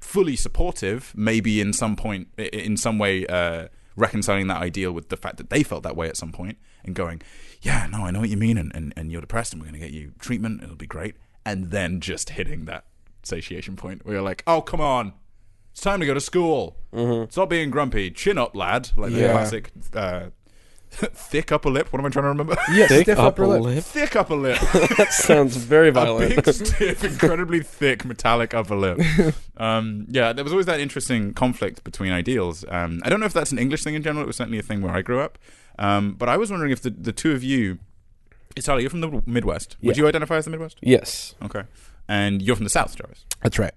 [SPEAKER 1] fully supportive, maybe in some point i- in some way uh, reconciling that ideal with the fact that they felt that way at some point, and going, yeah, no, I know what you mean, and and, and you're depressed, and we're going to get you treatment, it'll be great, and then just hitting that satiation point where you're like, oh come on. It's time to go to school. Stop being grumpy. Chin up, lad. Like the
[SPEAKER 2] Yeah.
[SPEAKER 1] classic uh, thick upper lip. What am I trying to remember?
[SPEAKER 2] Yeah, stiff upper lip.
[SPEAKER 1] thick upper lip.
[SPEAKER 3] that sounds very
[SPEAKER 1] A
[SPEAKER 3] violent.
[SPEAKER 1] big, stiff, incredibly thick, metallic upper lip. Um, yeah, there was always that interesting conflict between ideals. Um, I don't know if that's an English thing in general. It was certainly a thing where I grew up. Um, but I was wondering if the, the two of you, Italy, you're from the Midwest. Would
[SPEAKER 3] Yeah.
[SPEAKER 1] you identify as the Midwest?
[SPEAKER 3] Yes.
[SPEAKER 1] Okay. And you're from the South, Travis.
[SPEAKER 2] That's right.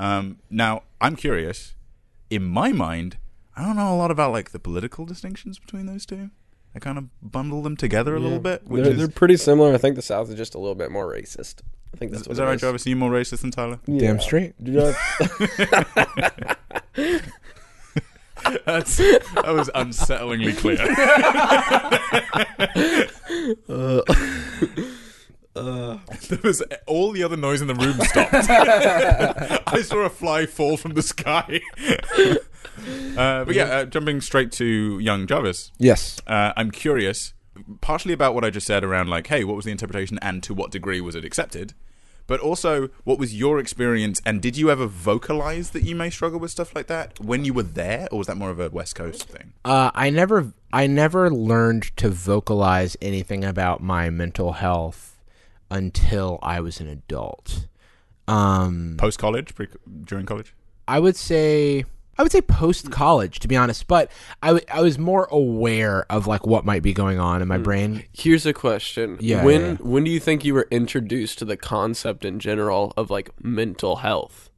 [SPEAKER 1] Um, now, I'm curious. In my mind, I don't know a lot about like the political distinctions between those two. I kind of bundle them together a little bit, which
[SPEAKER 3] They're,
[SPEAKER 1] is
[SPEAKER 3] they're pretty similar. I think the South is just a little bit more racist. I think that's
[SPEAKER 1] Is,
[SPEAKER 3] what
[SPEAKER 1] is
[SPEAKER 3] it
[SPEAKER 1] that right, Travis? Are you more racist than Tyler?
[SPEAKER 3] Yeah.
[SPEAKER 2] Damn straight.
[SPEAKER 3] Do you know-
[SPEAKER 1] That's, that was unsettlingly clear. there was all the other noise in the room stopped. I saw a fly fall from the sky. uh, but yeah, uh, jumping straight to young Jarvis,
[SPEAKER 2] Yes.
[SPEAKER 1] uh, I'm curious, partially about what I just said around like, hey, what was the interpretation and to what degree was it accepted? But also, what was your experience, and did you ever vocalize that you may struggle with stuff like that when you were there, or was that more of a West Coast thing?
[SPEAKER 2] Uh, I never I never learned to vocalize anything about my mental health until I was an adult. Um,
[SPEAKER 1] Post college, pre- during college?
[SPEAKER 2] I would say I would say post college to be honest, but I w- I was more aware of like what might be going on in my brain.
[SPEAKER 3] Here's a question.
[SPEAKER 2] Yeah,
[SPEAKER 3] when
[SPEAKER 2] yeah, yeah.
[SPEAKER 3] when do you think you were introduced to the concept in general of like mental health?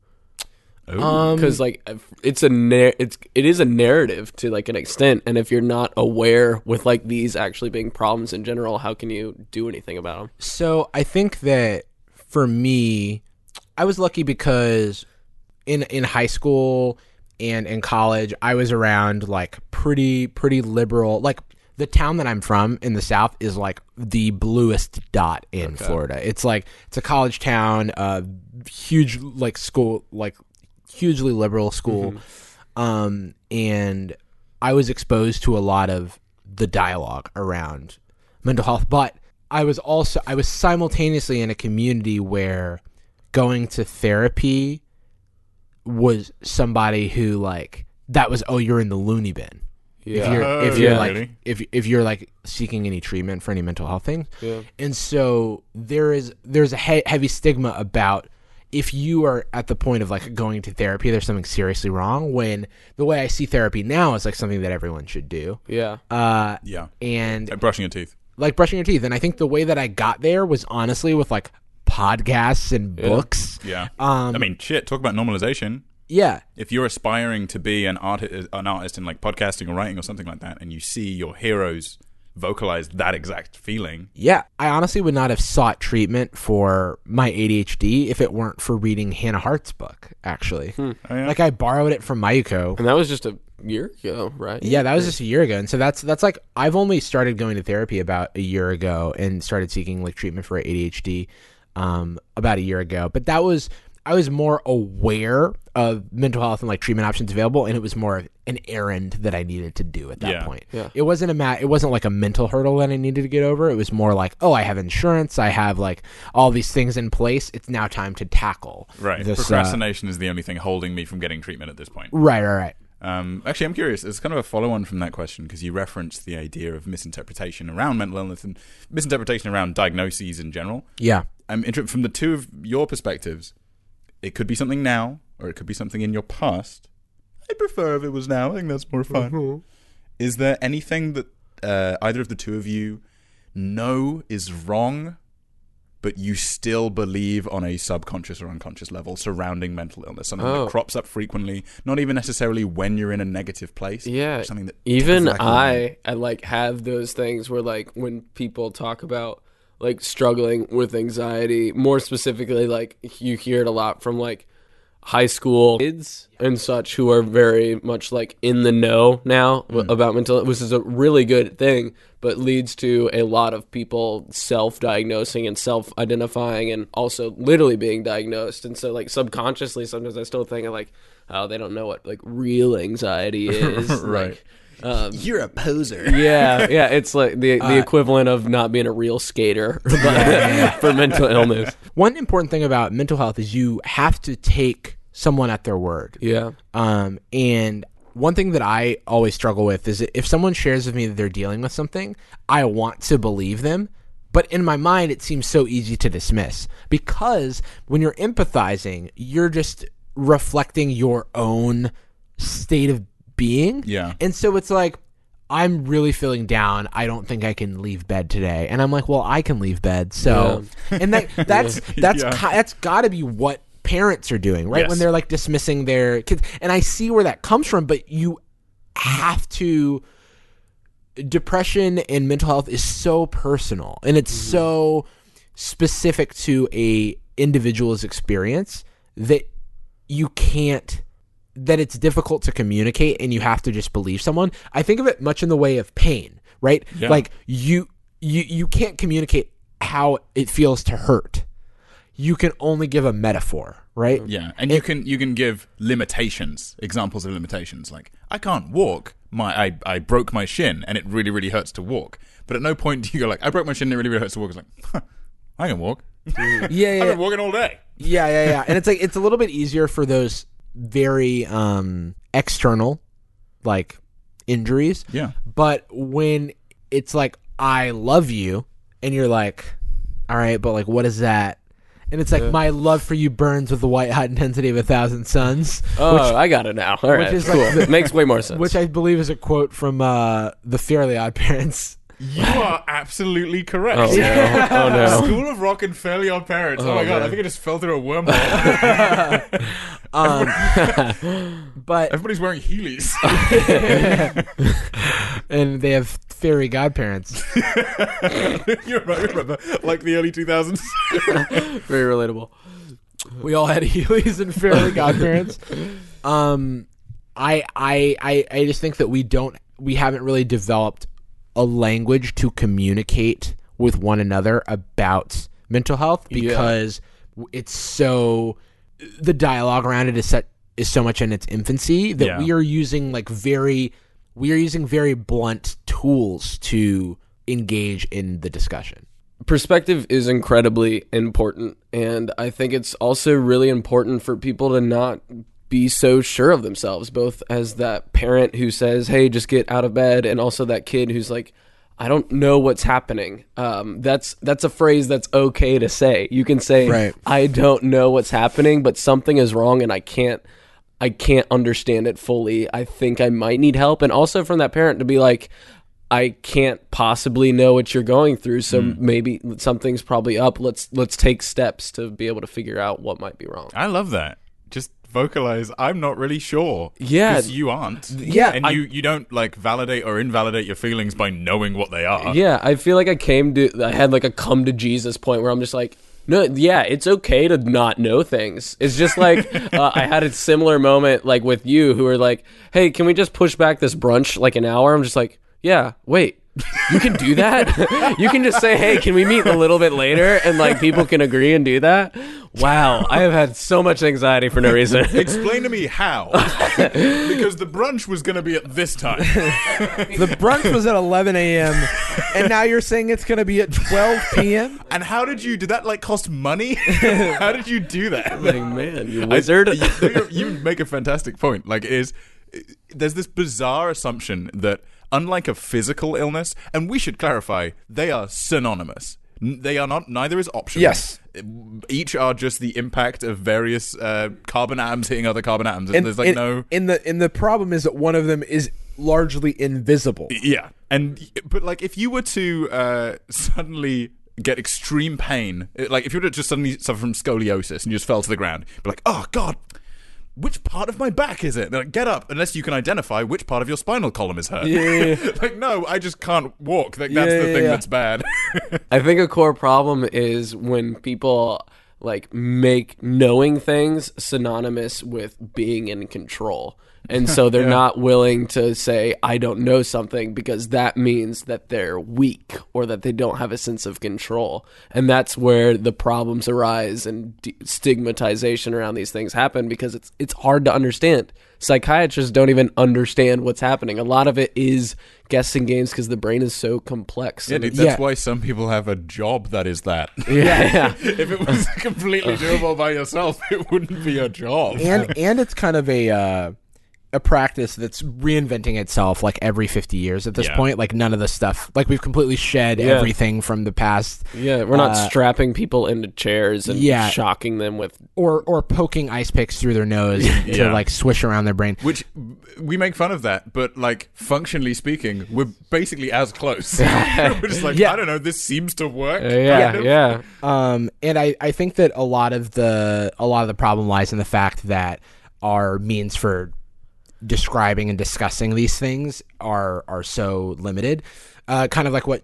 [SPEAKER 1] Oh,
[SPEAKER 2] Um,
[SPEAKER 3] Because like if- it's a nar- it's it is a narrative to like an extent, and if you're not aware with like these actually being problems in general, how can you do anything about them?
[SPEAKER 2] So I think that for me, I was lucky because in in high school and in college, I was around like pretty pretty liberal. Like the town that I'm from in the South is like the bluest dot in Florida. It's like it's a college town, uh, huge like school, like hugely liberal school, um, and I was exposed to a lot of the dialogue around mental health, but I was also I was simultaneously in a community where going to therapy was somebody who like that was oh you're in the loony bin. If you're if
[SPEAKER 1] Oh,
[SPEAKER 2] you're
[SPEAKER 3] yeah.
[SPEAKER 2] like
[SPEAKER 1] Really?
[SPEAKER 2] if if you're like seeking any treatment for any mental health thing. And so there is there's a he- heavy stigma about if you are at the point of like going to therapy there's something seriously wrong when the way I see therapy now is like something that everyone should do.
[SPEAKER 3] Yeah.
[SPEAKER 2] Uh
[SPEAKER 1] Yeah.
[SPEAKER 2] and
[SPEAKER 1] Like brushing your teeth.
[SPEAKER 2] like brushing your teeth. And I think the way that I got there was honestly with like podcasts and books.
[SPEAKER 1] Yeah.
[SPEAKER 2] Um,
[SPEAKER 1] I mean, shit, talk about normalization.
[SPEAKER 2] yeah.
[SPEAKER 1] if you're aspiring to be an artist, an artist in like podcasting or writing or something like that, and you see your heroes vocalize that exact feeling,
[SPEAKER 2] Yeah. I honestly would not have sought treatment for my ADHD if it weren't for reading Hannah Hart's book, actually.
[SPEAKER 1] Oh, yeah?
[SPEAKER 2] Like I borrowed it from Mayuko.
[SPEAKER 3] And that was just a year ago, right?
[SPEAKER 2] Yeah, that was just a year ago. And so that's that's like I've only started going to therapy about a year ago and started seeking like treatment for ADHD um about a year ago. But that was I was more aware of mental health and like treatment options available and it was more of an errand that I needed to do at that
[SPEAKER 1] Yeah.
[SPEAKER 2] point.
[SPEAKER 3] Yeah.
[SPEAKER 2] It wasn't a ma- it wasn't like a mental hurdle that I needed to get over. It was more like, oh, I have insurance, I have like all these things in place. It's now time to tackle
[SPEAKER 1] right?
[SPEAKER 2] this, uh,
[SPEAKER 1] Procrastination is the only thing holding me from getting treatment at this point.
[SPEAKER 2] right, right, right.
[SPEAKER 1] Um, actually, I'm curious. It's kind of a follow-on from that question because you referenced the idea of misinterpretation around mental illness and misinterpretation around diagnoses in general.
[SPEAKER 2] Yeah.
[SPEAKER 1] I'm interested from the two of your perspectives. It could be something now, or it could be something in your past. I prefer if it was now. I think that's more fun. Is there anything that uh, either of the two of you know is wrong but you still believe on a subconscious or unconscious level surrounding mental illness, something
[SPEAKER 3] Oh.
[SPEAKER 1] that crops up frequently, not even necessarily when you're in a negative place.
[SPEAKER 3] Yeah.
[SPEAKER 1] something that
[SPEAKER 3] Even
[SPEAKER 1] tickles back in your mind.
[SPEAKER 3] I, I like have those things where like when people talk about like struggling with anxiety, more specifically, like you hear it a lot from like high school kids and such who are very much like in the know now w about mental, which is a really good thing, but leads to a lot of people self-diagnosing and self-identifying and also literally being diagnosed. And so like subconsciously, sometimes I still think of like, oh, they don't know what like real anxiety is.
[SPEAKER 1] Right.
[SPEAKER 3] Like, um,
[SPEAKER 1] You're a poser.
[SPEAKER 3] yeah, yeah, it's like the the
[SPEAKER 2] Uh,
[SPEAKER 3] equivalent of not being a real skater but for mental illness.
[SPEAKER 2] One important thing about mental health is you have to take someone at their word.
[SPEAKER 3] Yeah.
[SPEAKER 2] Um, and one thing that I always struggle with is that if someone shares with me that they're dealing with something, I want to believe them. But in my mind, it seems so easy to dismiss because when you're empathizing, you're just reflecting your own state of being.
[SPEAKER 1] Yeah.
[SPEAKER 2] And so it's like, I'm really feeling down. I don't think I can leave bed today. And I'm like, well, I can leave bed. So, and that, that's, that's,
[SPEAKER 1] Yeah.
[SPEAKER 2] ki- that's got to be what parents are doing, right? When
[SPEAKER 1] Yes.
[SPEAKER 2] they're like dismissing their kids. And I see where that comes from, but you have to depression and mental health is so personal and it's
[SPEAKER 1] Mm-hmm.
[SPEAKER 2] so specific to a individual's experience that you can't that it's difficult to communicate and you have to just believe someone. I think of it much in the way of pain, right?
[SPEAKER 1] Yeah.
[SPEAKER 2] Like you you you can't communicate how it feels to hurt. You can only give a metaphor, right?
[SPEAKER 1] Yeah, and you can you can give limitations, examples of limitations. Like I can't walk. My I, I broke my shin, and it really really hurts to walk. But at no point do you go like I broke my shin, and it really really hurts to walk. It's like huh, I can walk. I've
[SPEAKER 2] Yeah, yeah, yeah.
[SPEAKER 1] been walking all day.
[SPEAKER 2] Yeah, yeah, yeah. And it's like it's a little bit easier for those very um external like injuries.
[SPEAKER 1] Yeah.
[SPEAKER 2] But when it's like I love you and you're like all right, but like what is that? And it's like my love for you burns with the white hot intensity of a thousand suns,
[SPEAKER 3] Oh, I got it now. All right,
[SPEAKER 2] is
[SPEAKER 3] cool.
[SPEAKER 2] like the-
[SPEAKER 3] Makes way more sense.
[SPEAKER 2] which I believe is a quote from uh the Fairly Odd Parents.
[SPEAKER 1] You are absolutely correct.
[SPEAKER 3] oh, no. oh no.
[SPEAKER 1] School of Rock and Fairly Odd Parents. Oh, my god, I think I just fell through a wormhole.
[SPEAKER 2] But
[SPEAKER 1] Everybody's wearing Heelys.
[SPEAKER 2] and they have fairy godparents.
[SPEAKER 1] you remember, like the early 2000s.
[SPEAKER 3] Very relatable.
[SPEAKER 2] We all had Heelys and Fairly Godparents. um, I, I, I, I just think that we don't, we haven't really developed a language to communicate with one another about mental health because w it's so, the dialogue around it is set is so much in its infancy that
[SPEAKER 1] Yeah.
[SPEAKER 2] we are using like very, we are using very blunt tools to engage in the discussion.
[SPEAKER 3] perspective is incredibly important and i think it's also really important for people to not be so sure of themselves both as that parent who says hey just get out of bed and also that kid who's like i don't know what's happening um, that's that's a phrase that's okay to say you can say
[SPEAKER 2] Right.
[SPEAKER 3] i don't know what's happening but something is wrong and i can't I can't understand it fully. I think I might need help. And also from that parent to be like, I can't possibly know what you're going through, so maybe something's probably up. Let's let's take steps to be able to figure out what might be wrong.
[SPEAKER 1] I love that. Just vocalize. I'm not really sure.
[SPEAKER 3] Yeah.
[SPEAKER 1] 'Cause you aren't.
[SPEAKER 3] yeah,
[SPEAKER 1] and you you don't like validate or invalidate your feelings by knowing what they are.
[SPEAKER 3] Yeah, I feel like I came to I had like a come to Jesus point where I'm just like, no, yeah, it's okay to not know things. It's just like uh, I had a similar moment like with you who were like, "Hey, can we just push back this brunch like an hour?" I'm just like, "Yeah, wait. You can do that? you can just say, "Hey, can we meet a little bit later?" and like people can agree and do that." Wow, I have had so much anxiety for no reason.
[SPEAKER 1] Explain to me how, because the brunch was going to be at this time.
[SPEAKER 2] The brunch was at 11 a.m. and now you're saying it's going to be at 12 p.m.
[SPEAKER 1] And how did you? Did that like cost money? how did you do that?
[SPEAKER 3] like, man, you
[SPEAKER 1] I-
[SPEAKER 3] wizard.
[SPEAKER 1] you, you make a fantastic point. Like it is, there's this bizarre assumption that unlike a physical illness, and we should clarify, they are synonymous. N- They are not. Neither is optional.
[SPEAKER 2] Yes.
[SPEAKER 1] Each are just the impact of various uh, carbon atoms hitting other carbon atoms. there's like
[SPEAKER 2] and,
[SPEAKER 1] no.
[SPEAKER 2] And the and the problem is that one of them is largely invisible.
[SPEAKER 1] Yeah, and but like if you were to uh, suddenly get extreme pain. It- like if you were to just suddenly suffer from scoliosis and you just fell to the ground, you'd be like, oh god, which part of my back is it? They're like, get up unless you can identify which part of your spinal column is hurt.
[SPEAKER 3] Yeah.
[SPEAKER 1] like no, I just can't walk. Like, that's
[SPEAKER 3] Yeah,
[SPEAKER 1] the
[SPEAKER 3] yeah,
[SPEAKER 1] thing
[SPEAKER 3] yeah.
[SPEAKER 1] that's bad.
[SPEAKER 3] I think a core problem is when people like make knowing things synonymous with being in control. And so they're not willing to say I don't know something because that means that they're weak or that they don't have a sense of control. And that's where the problems arise and de- stigmatization around these things happen because it's it's hard to understand. Psychiatrists don't even understand what's happening. A lot of it is guessing games because the brain is so complex.
[SPEAKER 1] yeah,
[SPEAKER 3] and
[SPEAKER 1] dude,
[SPEAKER 3] it's-
[SPEAKER 1] that's why some people have a job that is that.
[SPEAKER 3] yeah.
[SPEAKER 1] if it was completely doable by yourself, it wouldn't be a job.
[SPEAKER 2] and and it's kind of a uh, a practice that's reinventing itself like every 50 years at this
[SPEAKER 1] Yeah.
[SPEAKER 2] point like none of the stuff like we've completely shed
[SPEAKER 3] Yeah.
[SPEAKER 2] everything from the past
[SPEAKER 3] Yeah, we're not
[SPEAKER 2] Uh,
[SPEAKER 3] strapping people into chairs and
[SPEAKER 2] Yeah.
[SPEAKER 3] shocking them with.
[SPEAKER 2] or or poking ice picks through their nose to
[SPEAKER 1] Yeah.
[SPEAKER 2] like swish around their brain
[SPEAKER 1] Which we make fun of that, but like functionally speaking, we're basically as close. we're just like,
[SPEAKER 2] Yeah. Uh,
[SPEAKER 1] I don't know, this seems to work.
[SPEAKER 3] yeah,
[SPEAKER 1] kind of.
[SPEAKER 3] yeah.
[SPEAKER 2] um and i i think that a lot of the a lot of the problem lies in the fact that our means for describing and discussing these things are are so limited uh kind of like what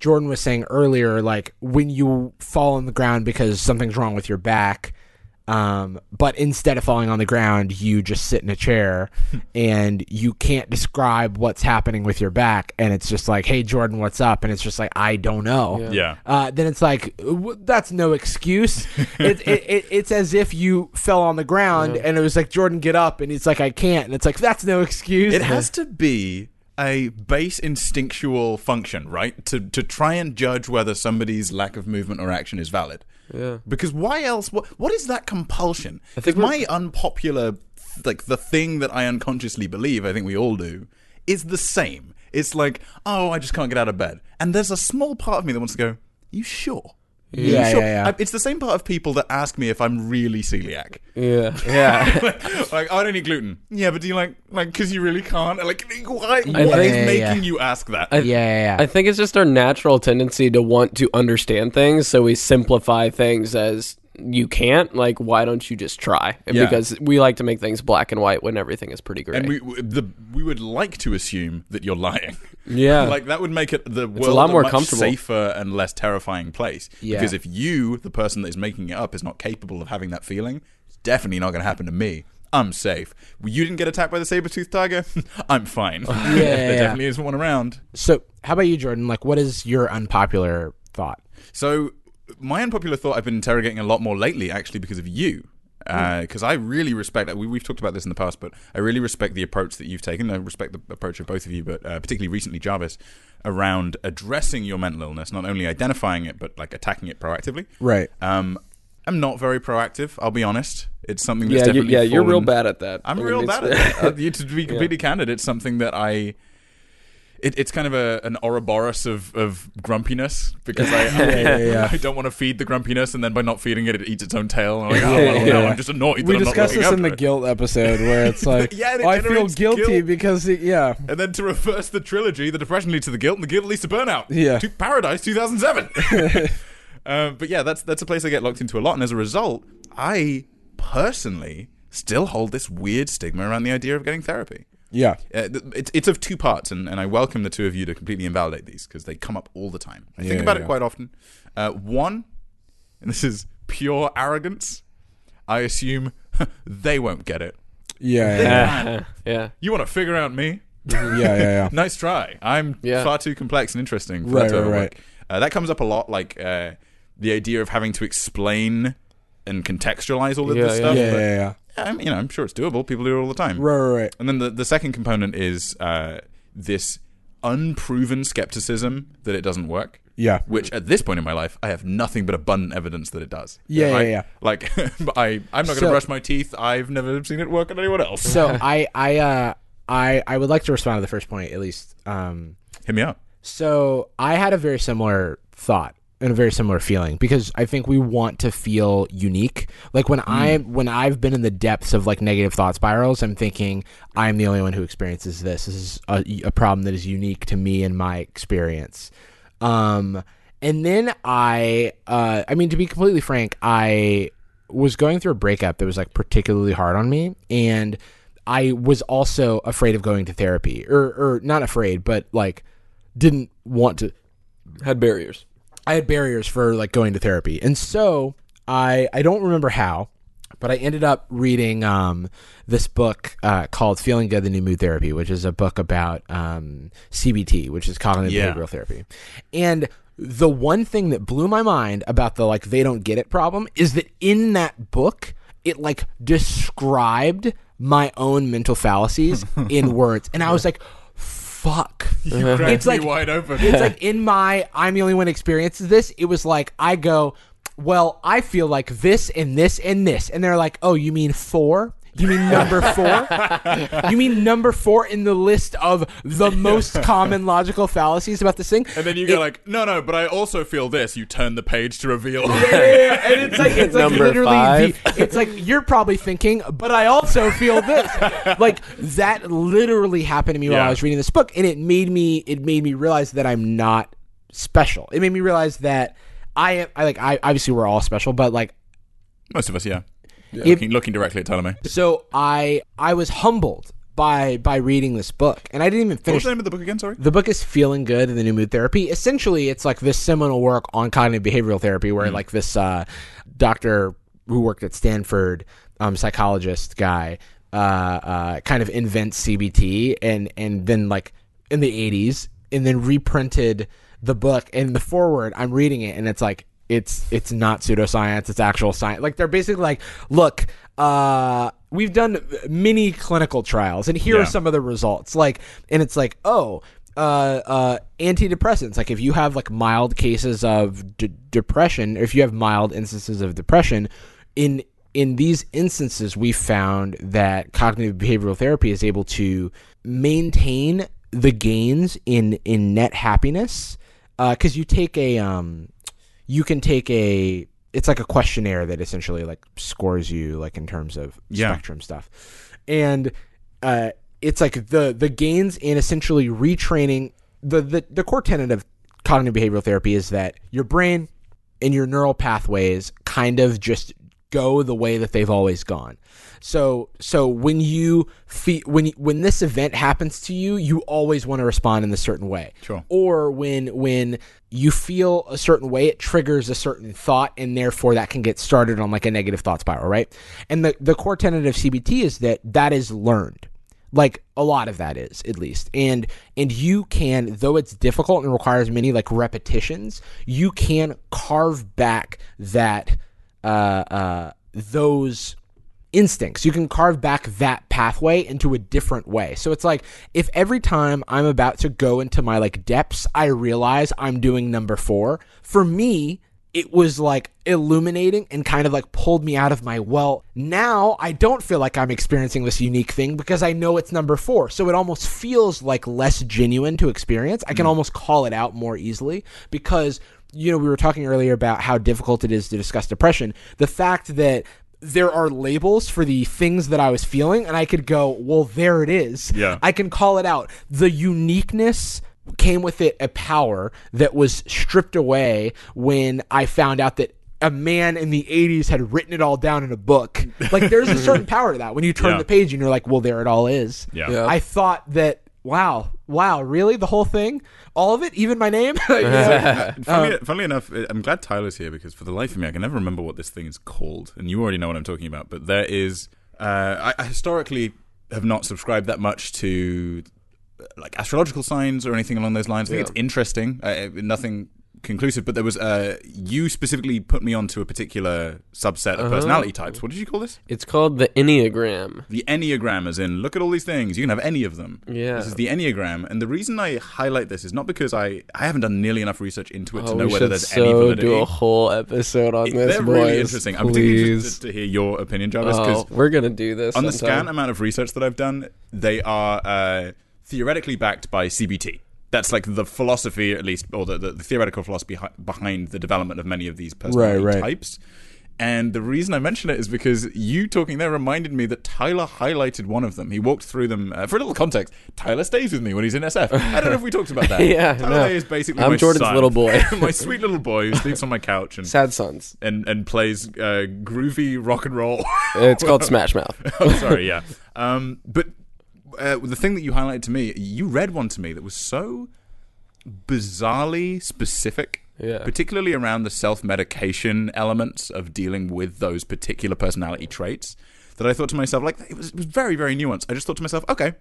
[SPEAKER 2] jordan was saying earlier like when you fall on the ground because something's wrong with your back um but instead of falling on the ground you just sit in a chair and you can't describe what's happening with your back and it's just like hey jordan what's up and it's just like i don't know
[SPEAKER 3] Yeah.
[SPEAKER 1] Yeah.
[SPEAKER 2] uh, then it's like w- that's no excuse. it, it, it, it's as if you fell on the ground and it was like Jordan, get up, and he's like, I can't, and it's like that's no excuse.
[SPEAKER 1] It has to be a base instinctual function, right? To to try and judge whether somebody's lack of movement or action is valid. Yeah. Because why else what what is that compulsion? I
[SPEAKER 3] think
[SPEAKER 1] my unpopular like the thing that I unconsciously believe, I think we all do, is the same. It's like, oh, I just can't get out of bed. And there's a small part of me that wants to go, you sure? You
[SPEAKER 2] Yeah,
[SPEAKER 1] sure?
[SPEAKER 2] yeah, yeah.
[SPEAKER 1] I- it's the same part of people that ask me if I'm really celiac
[SPEAKER 3] Yeah. Yeah.
[SPEAKER 1] like, like, I don't eat gluten. Yeah, but do you like like because you really can't? Like, why? What is
[SPEAKER 2] think- Yeah,
[SPEAKER 1] making
[SPEAKER 2] yeah,
[SPEAKER 1] you ask that?
[SPEAKER 2] yeah, yeah,
[SPEAKER 3] I
[SPEAKER 2] yeah.
[SPEAKER 3] think it's just our natural tendency to want to understand things, so we simplify things as you can't. Like, why don't you just try?
[SPEAKER 1] Yeah.
[SPEAKER 3] Because we like to make things black and white when everything is pretty gray.
[SPEAKER 1] and we we- the we would like to assume that you're lying.
[SPEAKER 3] Yeah.
[SPEAKER 1] like that would make it the world
[SPEAKER 3] lot more
[SPEAKER 1] much
[SPEAKER 3] comfortable.
[SPEAKER 1] safer and less terrifying place.
[SPEAKER 2] Yeah.
[SPEAKER 1] Because if you, the person that is making it up, is not capable of having that feeling, it's definitely not going to happen to me. I'm safe. You didn't get attacked by the saber-toothed tiger. I'm fine. Yeah, there
[SPEAKER 2] yeah.
[SPEAKER 1] definitely isn't one around.
[SPEAKER 2] So, how about you, Jordan? Like, what is your unpopular thought?
[SPEAKER 1] So, my unpopular thought I've been interrogating a lot more lately, actually, because of you.
[SPEAKER 3] Hmm.
[SPEAKER 1] Because I really respect, we, we've talked about this in the past, but I really respect the approach that you've taken. I respect the approach of both of you, but uh, particularly recently, Jarvis, around addressing your mental illness, not only identifying it, but like attacking it proactively.
[SPEAKER 2] Right.
[SPEAKER 1] Um, I'm not very proactive, I'll be honest. It's something that's
[SPEAKER 3] yeah, you,
[SPEAKER 1] definitely.
[SPEAKER 3] yeah, you're real
[SPEAKER 1] fallen-
[SPEAKER 3] bad at that.
[SPEAKER 1] I'm
[SPEAKER 3] I mean,
[SPEAKER 1] real
[SPEAKER 3] it's-
[SPEAKER 1] bad at that. Uh, you- to be completely candid, it's something that I. It, it's kind of a, an Ouroboros of, of grumpiness because I, I, I don't want to feed the grumpiness, and then by not feeding it, it eats its own tail. And I'm like, oh, well, now
[SPEAKER 2] Yeah.
[SPEAKER 1] I'm just annoyed. that I'm not looking after it.
[SPEAKER 2] guilt episode where it's like,
[SPEAKER 1] Yeah, and it "I feel generates guilty guilt.
[SPEAKER 2] because, yeah,
[SPEAKER 1] And then to reverse the trilogy, the depression leads to the guilt, and the guilt leads to burnout.
[SPEAKER 2] Yeah.
[SPEAKER 1] To Paradise 2007. um, but yeah, that's that's a place I get locked into a lot. And as a result, I personally still hold this weird stigma around the idea of getting therapy.
[SPEAKER 2] yeah,
[SPEAKER 1] Uh, th- it's, it's of two parts, and, and I welcome the two of you to completely invalidate these because they come up all the time. I think
[SPEAKER 2] Yeah,
[SPEAKER 1] about
[SPEAKER 2] yeah.
[SPEAKER 1] it quite often. Uh, one, and this is pure arrogance. I assume they won't get it.
[SPEAKER 2] yeah,
[SPEAKER 1] Man,
[SPEAKER 3] Yeah.
[SPEAKER 1] you want to figure out me?
[SPEAKER 2] yeah, yeah,
[SPEAKER 1] Nice try. I'm
[SPEAKER 3] Yeah.
[SPEAKER 1] far too complex and interesting for
[SPEAKER 2] Right,
[SPEAKER 1] that to
[SPEAKER 2] right,
[SPEAKER 1] ever
[SPEAKER 2] right.
[SPEAKER 1] work. Uh, that comes up a lot, like uh, the idea of having to explain and contextualize all of
[SPEAKER 3] Yeah,
[SPEAKER 1] this
[SPEAKER 3] yeah.
[SPEAKER 1] stuff. but,
[SPEAKER 2] yeah.
[SPEAKER 1] I'm, you know, I'm sure it's doable. People do it all the time.
[SPEAKER 2] right, right.
[SPEAKER 1] And then the, the second component is uh, this unproven skepticism that it doesn't work.
[SPEAKER 2] Yeah.
[SPEAKER 1] Which at this point in my life, I have nothing but abundant evidence that it does.
[SPEAKER 2] Yeah, yeah,
[SPEAKER 1] Right?
[SPEAKER 2] yeah.
[SPEAKER 1] Like, but I, I'm not going to
[SPEAKER 2] So-
[SPEAKER 1] brush my teeth. I've never seen it work on anyone else.
[SPEAKER 2] So, I, I, uh, I, I would like to respond to the first point at least. Um,
[SPEAKER 1] Hit me up.
[SPEAKER 2] So I had a very similar thought and a very similar feeling because I think we want to feel unique. Like when I when I've been in the depths of like negative thought spirals, I'm thinking I'm the only one who experiences this. This is a, a problem that is unique to me and my experience. Um, And then I, uh, I mean, to be completely frank, I was going through a breakup that was like particularly hard on me, and I was also afraid of going to therapy, or or not afraid, but like didn't want to.
[SPEAKER 3] Had barriers.
[SPEAKER 2] I had barriers for like going to therapy, and so I I don't remember how, but I ended up reading um, this book uh, called "Feeling Good: The New Mood Therapy," which is a book about um, CBT, which is cognitive
[SPEAKER 1] Yeah.
[SPEAKER 2] behavioral therapy, and the one thing that blew my mind about the like they don't get it problem is that in that book it like described my own mental fallacies in words and i was like fuck
[SPEAKER 1] It's
[SPEAKER 2] it's like
[SPEAKER 1] wide open.
[SPEAKER 2] it's like in my I'm the only one experiences this, it was like I go, Well, I feel like this and this and this and they're like, Oh, you mean four? You mean number four? you mean number four in the list of the most common logical fallacies about this thing?
[SPEAKER 1] and then you go like, no, no, but I also feel this. You turn the page to reveal.
[SPEAKER 2] Yeah, and it's like it's like
[SPEAKER 3] Number
[SPEAKER 2] literally
[SPEAKER 3] five.
[SPEAKER 2] The, it's like you're probably thinking, but I also feel this. like that literally happened to me while
[SPEAKER 1] Yeah.
[SPEAKER 2] I was reading this book, and it made me it made me realize that I'm not special. It made me realize that I am I like I obviously we're all special, but like
[SPEAKER 1] Most of us, yeah.
[SPEAKER 2] If-
[SPEAKER 1] Looking, looking directly at Ptolemy.
[SPEAKER 2] so I I was humbled by by reading this book, and I didn't even
[SPEAKER 1] What was
[SPEAKER 2] finish
[SPEAKER 1] the name of the book again? Sorry.
[SPEAKER 2] The book is Feeling Good in the New Mood Therapy. Essentially, it's like this seminal work on cognitive behavioral therapy where like this uh, doctor who worked at Stanford, um, psychologist guy, uh, uh, kind of invents CBT and and then like in the 80s and then reprinted the book and the forward I'm reading it and it's like it's it's not pseudoscience it's actual science like they're basically like look uh we've done many clinical trials and here
[SPEAKER 1] Yeah.
[SPEAKER 2] are some of the results like and it's like oh uh, uh, antidepressants. Like if you have like mild cases of d- depression, if you have mild instances of depression, in in these instances, we found that cognitive behavioral therapy is able to maintain the gains in in net happiness because you take a um, you can take a it's like a questionnaire that essentially like scores you like in terms of
[SPEAKER 1] Yeah.
[SPEAKER 2] spectrum stuff and uh it's like the the gains in essentially retraining the the, the core tenet of cognitive behavioral therapy is that your brain and your neural pathways kind of just go the way that they've always gone. So so when you fe- when when this event happens to you, you always want to respond in a certain way.
[SPEAKER 1] Sure.
[SPEAKER 2] Or when when you feel a certain way, it triggers a certain thought and therefore that can get started on like a negative thought spiral, right? And the the core tenet of CBT is that that is learned like a lot of that is at least and and you can though it's difficult and requires many like repetitions you can carve back that uh uh those instincts you can carve back that pathway into a different way so it's like if every time i'm about to go into my like depths i realize i'm doing number 4 for me it was like illuminating and kind of like pulled me out of my well. Now I don't feel like I'm experiencing this unique thing because I know it's number four. So it almost feels like less genuine to experience. I can almost call it out more easily because, you know, we were talking earlier about how difficult it is to discuss depression. The fact that there are labels for the things that I was feeling, and I could go, well, there it is.
[SPEAKER 1] Yeah.
[SPEAKER 2] I can call it out. The uniqueness came with it a power that was stripped away when I found out that a man in the 80s had written it all down in a book. Like there's a certain power to that when you turn
[SPEAKER 1] Yeah.
[SPEAKER 2] the page and you're like, well, there it all is.
[SPEAKER 1] Yeah.
[SPEAKER 3] Yeah.
[SPEAKER 2] I thought that, wow, wow, really? The whole thing? All of it? Even my name? You know?
[SPEAKER 1] Funnily, funnily enough, uh, I'm glad Tyler's here because for the life of me, I can never remember what this thing is called, and you already know what I'm talking about. But there is, uh, I, I historically have not subscribed that much to uh, like astrological signs or anything along those lines. I think
[SPEAKER 3] Yeah.
[SPEAKER 1] it's interesting, uh, uh, nothing conclusive. But there was, uh, you specifically put me onto a particular subset of personality types. What did you call this?
[SPEAKER 3] It's called the Enneagram.
[SPEAKER 1] the Enneagram, as in, look at all these things. You can have any of them.
[SPEAKER 3] Yeah.
[SPEAKER 1] This is the Enneagram. And the reason I highlight this is not because I, I haven't done nearly enough research into it to
[SPEAKER 3] Oh,
[SPEAKER 1] know
[SPEAKER 3] we
[SPEAKER 1] whether
[SPEAKER 3] should
[SPEAKER 1] there's any
[SPEAKER 3] so
[SPEAKER 1] validity.
[SPEAKER 3] do a whole episode on this,
[SPEAKER 1] They're
[SPEAKER 3] boys.
[SPEAKER 1] really interesting. I'm particularly
[SPEAKER 3] Please.
[SPEAKER 1] interested to hear your opinion, Jarvis, because
[SPEAKER 3] Oh, we're gonna do this
[SPEAKER 1] Uh, on the
[SPEAKER 3] sometime.
[SPEAKER 1] scant amount of research that I've done, they are uh, theoretically backed by CBT. That's like the philosophy, at least, or the, the, the theoretical philosophy hi- behind the development of many of these personality
[SPEAKER 2] right.
[SPEAKER 1] types. And the reason I mention it is because you talking there reminded me that Tyler highlighted one of them. He walked through them. Uh, for a little context, Tyler stays with me when he's in SF. I don't know if we talked about that.
[SPEAKER 3] Yeah,
[SPEAKER 1] Tyler
[SPEAKER 3] no.
[SPEAKER 1] is basically
[SPEAKER 3] I'm
[SPEAKER 1] my
[SPEAKER 3] Jordan's
[SPEAKER 1] son.
[SPEAKER 3] little boy.
[SPEAKER 1] my sweet little boy who sleeps on my couch and
[SPEAKER 3] Sad Sons.
[SPEAKER 1] and, and plays uh, groovy rock and roll.
[SPEAKER 3] It's called Smash Mouth.
[SPEAKER 1] oh, sorry, yeah. Um, but uh, the thing that you highlighted to me, you read one to me that was so bizarrely specific,
[SPEAKER 3] Yeah.
[SPEAKER 1] particularly around the self medication elements of dealing with those particular personality traits, that I thought to myself, like, it was, it was very, very nuanced. I just thought to myself, okay,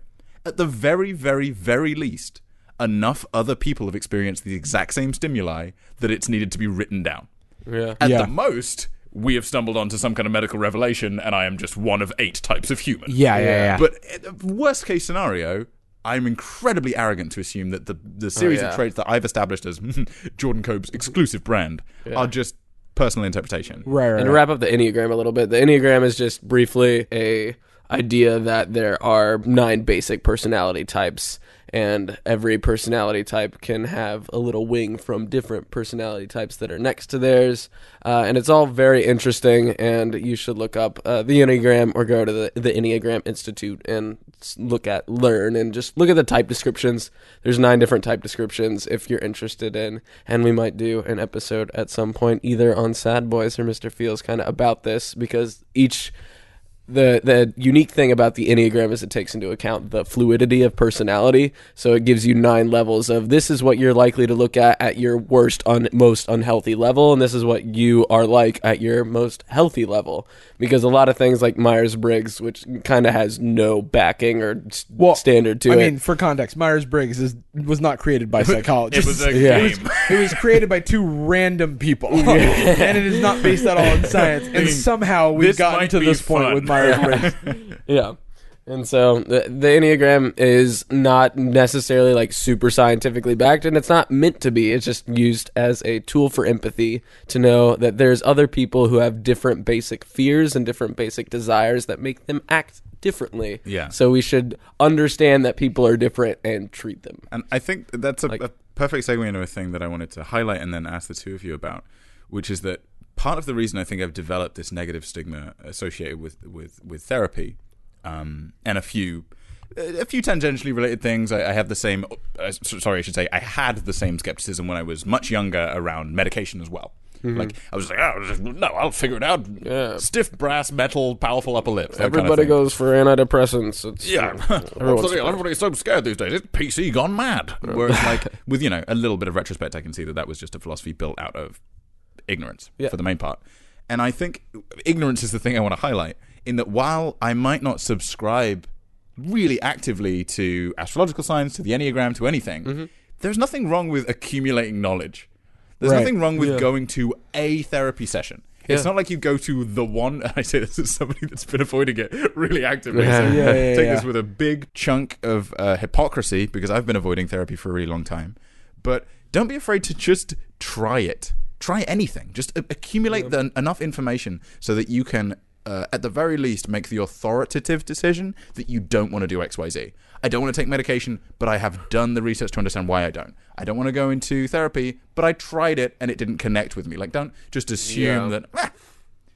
[SPEAKER 1] at the very, very, very least, enough other people have experienced the exact same stimuli that it's needed to be written down.
[SPEAKER 3] Yeah.
[SPEAKER 1] At
[SPEAKER 2] Yeah.
[SPEAKER 1] the most, we have stumbled onto some kind of medical revelation, and I am just one of eight types of human.
[SPEAKER 2] Yeah, yeah, yeah.
[SPEAKER 1] But uh, worst case scenario, I'm incredibly arrogant to assume that the, the series
[SPEAKER 3] yeah.
[SPEAKER 1] of traits that I've established as Jordan Cope's exclusive brand are just personal interpretation.
[SPEAKER 2] right, right,
[SPEAKER 3] And to
[SPEAKER 2] right.
[SPEAKER 3] wrap up the Enneagram a little bit, the Enneagram is just briefly a idea that there are nine basic personality types and every personality type can have a little wing from different personality types that are next to theirs uh, and it's all very interesting and you should look up uh, the enneagram or go to the, the enneagram institute and s- look at learn and just look at the type descriptions there's nine different type descriptions if you're interested in and we might do an episode at some point either on sad boys or mr feels kind of about this because each the the unique thing about the enneagram is it takes into account the fluidity of personality so it gives you nine levels of this is what you're likely to look at at your worst un, most unhealthy level and this is what you are like at your most healthy level because a lot of things like Myers-Briggs which kind of has no backing or s-
[SPEAKER 2] Well,
[SPEAKER 3] standard to
[SPEAKER 2] I
[SPEAKER 3] it
[SPEAKER 2] mean, for context, Myers Briggs is was not created by
[SPEAKER 1] It
[SPEAKER 2] psychologists.
[SPEAKER 1] was a
[SPEAKER 3] Yeah.
[SPEAKER 1] game.
[SPEAKER 2] It was created by two random people, and it is not based at all in science. And somehow we've
[SPEAKER 1] This
[SPEAKER 2] gotten
[SPEAKER 1] might
[SPEAKER 2] to
[SPEAKER 1] be
[SPEAKER 2] this point
[SPEAKER 1] fun.
[SPEAKER 2] with Myers Briggs.
[SPEAKER 3] Yeah. And so the, the Enneagram is not necessarily like super scientifically backed, and it's not meant to be. It's just used as a tool for empathy to know that there's other people who have different basic fears and different basic desires that make them act differently.
[SPEAKER 1] Yeah.
[SPEAKER 3] So we should understand that people are different and treat them.
[SPEAKER 1] And I think that that's a, a perfect segue into a thing that I wanted to highlight and then ask the two of you about, which is that part of the reason I think I've developed this negative stigma associated with with with therapy, um, and a few. A few tangentially related things. I, I have the same. Uh, s- sorry, I should say I had the same skepticism when I was much younger around medication as well. Like I was like, oh, just- no, I'll figure it out.
[SPEAKER 3] Mm-hmm. Yeah.
[SPEAKER 1] Stiff brass, metal, powerful upper lip. that kind of
[SPEAKER 3] Everybody
[SPEAKER 1] thing.
[SPEAKER 3] goes for antidepressants. It's,
[SPEAKER 1] Yeah,
[SPEAKER 3] everyone's
[SPEAKER 1] absolutely. Everybody's so scared these days. It's PC gone mad. Whereas, like, with you know, a little bit of retrospect, I can see that that was just a philosophy built out of ignorance
[SPEAKER 3] Yeah.
[SPEAKER 1] for the main part. And I think ignorance is the thing I want to highlight. In that, while I might not subscribe really actively to astrological signs, to the enneagram, to anything,
[SPEAKER 3] Mm-hmm.
[SPEAKER 1] there's nothing wrong with accumulating knowledge. There's
[SPEAKER 2] Right.
[SPEAKER 1] nothing wrong with
[SPEAKER 3] Yeah.
[SPEAKER 1] going to a therapy session. It's
[SPEAKER 3] Yeah.
[SPEAKER 1] not like you go to the one. I say this as somebody that's been avoiding it really actively. So
[SPEAKER 2] Yeah, yeah,
[SPEAKER 1] take
[SPEAKER 2] yeah.
[SPEAKER 1] this with a big chunk of uh, hypocrisy because I've been avoiding therapy for a really long time. But don't be afraid to just try it. Try anything. Just a- accumulate the, enough information so that you can, uh, at the very least, make the authoritative decision that you don't want to do X, Y, Z. I don't want to take medication, but I have done the research to understand why I don't. I don't want to go into therapy, but I tried it and it didn't connect with me. Like, don't just assume
[SPEAKER 3] Yeah.
[SPEAKER 1] that. "Ah,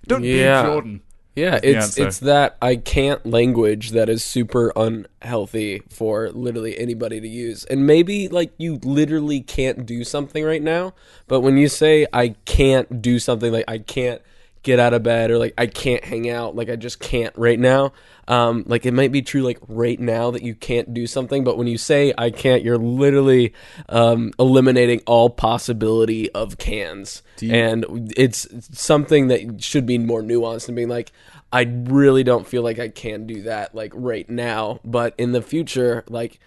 [SPEAKER 1] don't
[SPEAKER 3] Yeah.
[SPEAKER 1] be Jordan.
[SPEAKER 3] Yeah, it's
[SPEAKER 1] answer.
[SPEAKER 3] it's that I can't language that is super unhealthy for literally anybody to use. And maybe like you literally can't do something right now, but when you say I can't do something like I can't get out of bed or like I can't hang out, like I just can't right now, um like it might be true like right now that you can't do something, but when you say I can't, you're literally um eliminating all possibility of cans. and it's something that should be more nuanced and being like I really don't feel like I can do that like right now, but in the future like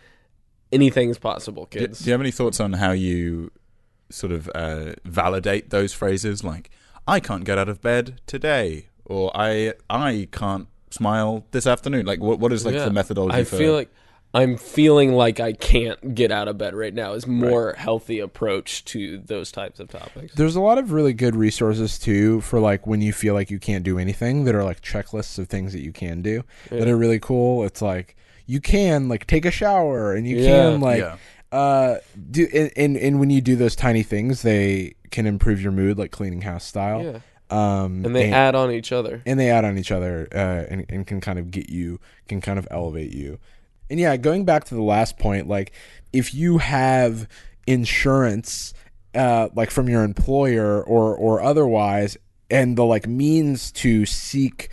[SPEAKER 3] anything's possible,
[SPEAKER 1] Do,
[SPEAKER 3] kids.
[SPEAKER 1] do you have any thoughts on how you sort of uh, validate those phrases like I can't get out of bed today or I I can't smile this afternoon? Like what what is like
[SPEAKER 3] Yeah.
[SPEAKER 1] the methodology
[SPEAKER 3] I
[SPEAKER 1] for
[SPEAKER 3] feel like I'm feeling like I can't get out of bed right now is more healthy approach to those types of topics.
[SPEAKER 2] There's a lot of really good resources too for like when you feel like you can't do anything that are like checklists of things that you can do that are really cool. It's like you can like take a shower and you
[SPEAKER 3] Yeah.
[SPEAKER 2] can like
[SPEAKER 1] Yeah.
[SPEAKER 2] uh do and, and and when you do those tiny things, they can improve your mood like cleaning house style.
[SPEAKER 3] Yeah.
[SPEAKER 5] um,
[SPEAKER 3] and they add on each other.
[SPEAKER 5] and they add on each other uh, and, and can kind of get you can kind of elevate you and yeah going back to the last point like if you have insurance uh, like from your employer or or otherwise and the like means to seek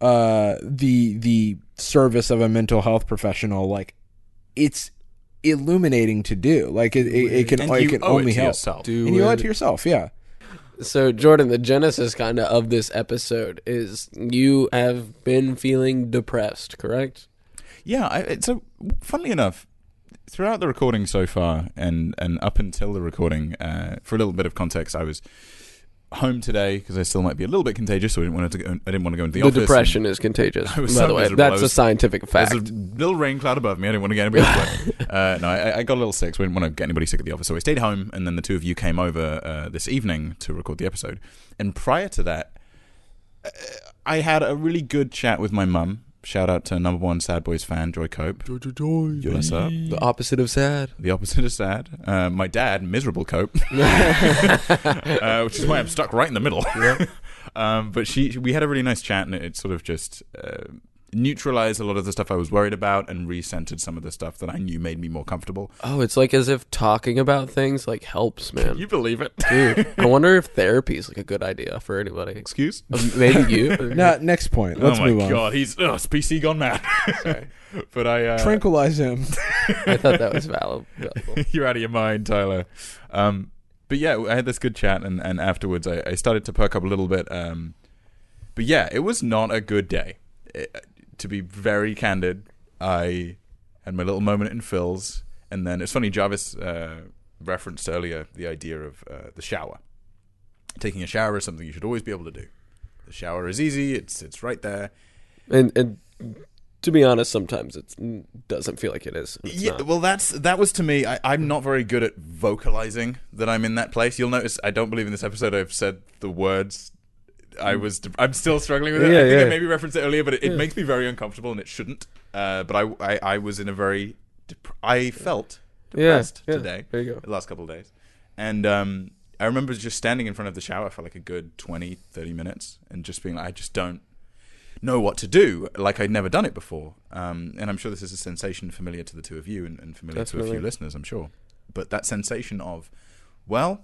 [SPEAKER 5] uh, the the service of a mental health professional like it's illuminating to do like it, it, it can,
[SPEAKER 1] And
[SPEAKER 5] it
[SPEAKER 1] you
[SPEAKER 5] can
[SPEAKER 1] owe
[SPEAKER 5] only
[SPEAKER 1] it to
[SPEAKER 5] help
[SPEAKER 1] yourself.
[SPEAKER 5] and you owe it to yourself yeah
[SPEAKER 3] So Jordan, the genesis kind of of this episode is you have been feeling depressed, correct?
[SPEAKER 1] Yeah, I, it's a funnily enough, throughout the recording so far, and and up until the recording, uh, for a little bit of context, I was home today because I still might be a little bit contagious, so I didn't want to go. I didn't want to go into the,
[SPEAKER 3] The,
[SPEAKER 1] office.
[SPEAKER 3] depression is contagious.
[SPEAKER 1] I was
[SPEAKER 3] By
[SPEAKER 1] so
[SPEAKER 3] the way,
[SPEAKER 1] miserable. I
[SPEAKER 3] that's a
[SPEAKER 1] was-
[SPEAKER 3] scientific
[SPEAKER 1] There's
[SPEAKER 3] fact.
[SPEAKER 1] a little rain cloud above me. I didn't want to get anybody sick. Uh, no, I, I got a little sick, so I didn't want to get anybody sick at the office. So I stayed home, and then the two of you came over uh, this evening to record the episode. And prior to that, uh, I had a really good chat with my mum. Shout out to number one Sad Boys fan, Joy Cope. Bless up.
[SPEAKER 3] the opposite of sad.
[SPEAKER 1] The opposite of sad. Uh, my dad, miserable cope, uh, which is why I'm stuck right in the middle. um, but she, we had a really nice chat, and it, it sort of just uh, neutralized a lot of the stuff I was worried about, and recentered some of the stuff that I knew made me more comfortable.
[SPEAKER 3] Oh, it's like as if talking about things like helps, man.
[SPEAKER 1] You believe it?
[SPEAKER 3] Dude, I wonder if therapy is like a good idea for anybody. Um,
[SPEAKER 1] Excuse?
[SPEAKER 3] Maybe you.
[SPEAKER 5] now next point let's
[SPEAKER 1] oh my
[SPEAKER 5] move on
[SPEAKER 1] god, he's oh, it's PC gone mad.
[SPEAKER 3] Sorry.
[SPEAKER 1] but I uh,
[SPEAKER 5] tranquilize him
[SPEAKER 3] I thought that was valid. valuable.
[SPEAKER 1] You're out of your mind, Tyler. Um, but yeah, I had this good chat, and, and afterwards I, I started to perk up a little bit. Um, but yeah, it was not a good day. It- uh, to be very candid, I had my little moment in Phil's, and then it's funny, Jarvis uh, referenced earlier the idea of uh, the shower. Taking a shower is something you should always be able to do. The shower is easy, it's, it's right there.
[SPEAKER 3] And and to be honest, sometimes it doesn't feel like it is. It's
[SPEAKER 1] yeah,
[SPEAKER 3] not.
[SPEAKER 1] well, that's that was to me. I, I'm not very good at vocalizing that I'm in that place. You'll notice I don't believe in this episode. I've said the words. I was. I'm still struggling with it.
[SPEAKER 3] Yeah,
[SPEAKER 1] I think
[SPEAKER 3] yeah.
[SPEAKER 1] I maybe referenced it earlier, but it, it makes me very uncomfortable, and it shouldn't. Uh, but I, I, I was in a very. Dep- I felt depressed
[SPEAKER 3] yeah.
[SPEAKER 1] today.
[SPEAKER 3] There you go.
[SPEAKER 1] The last couple of days, and um, I remember just standing in front of the shower for like a good 20, 30 minutes, and just being like, I just don't know what to do like I'd never done it before. Um, and I'm sure this is a sensation familiar to the two of you and, and familiar to a
[SPEAKER 3] Definitely.
[SPEAKER 1] few listeners, I'm sure. But that sensation of, well,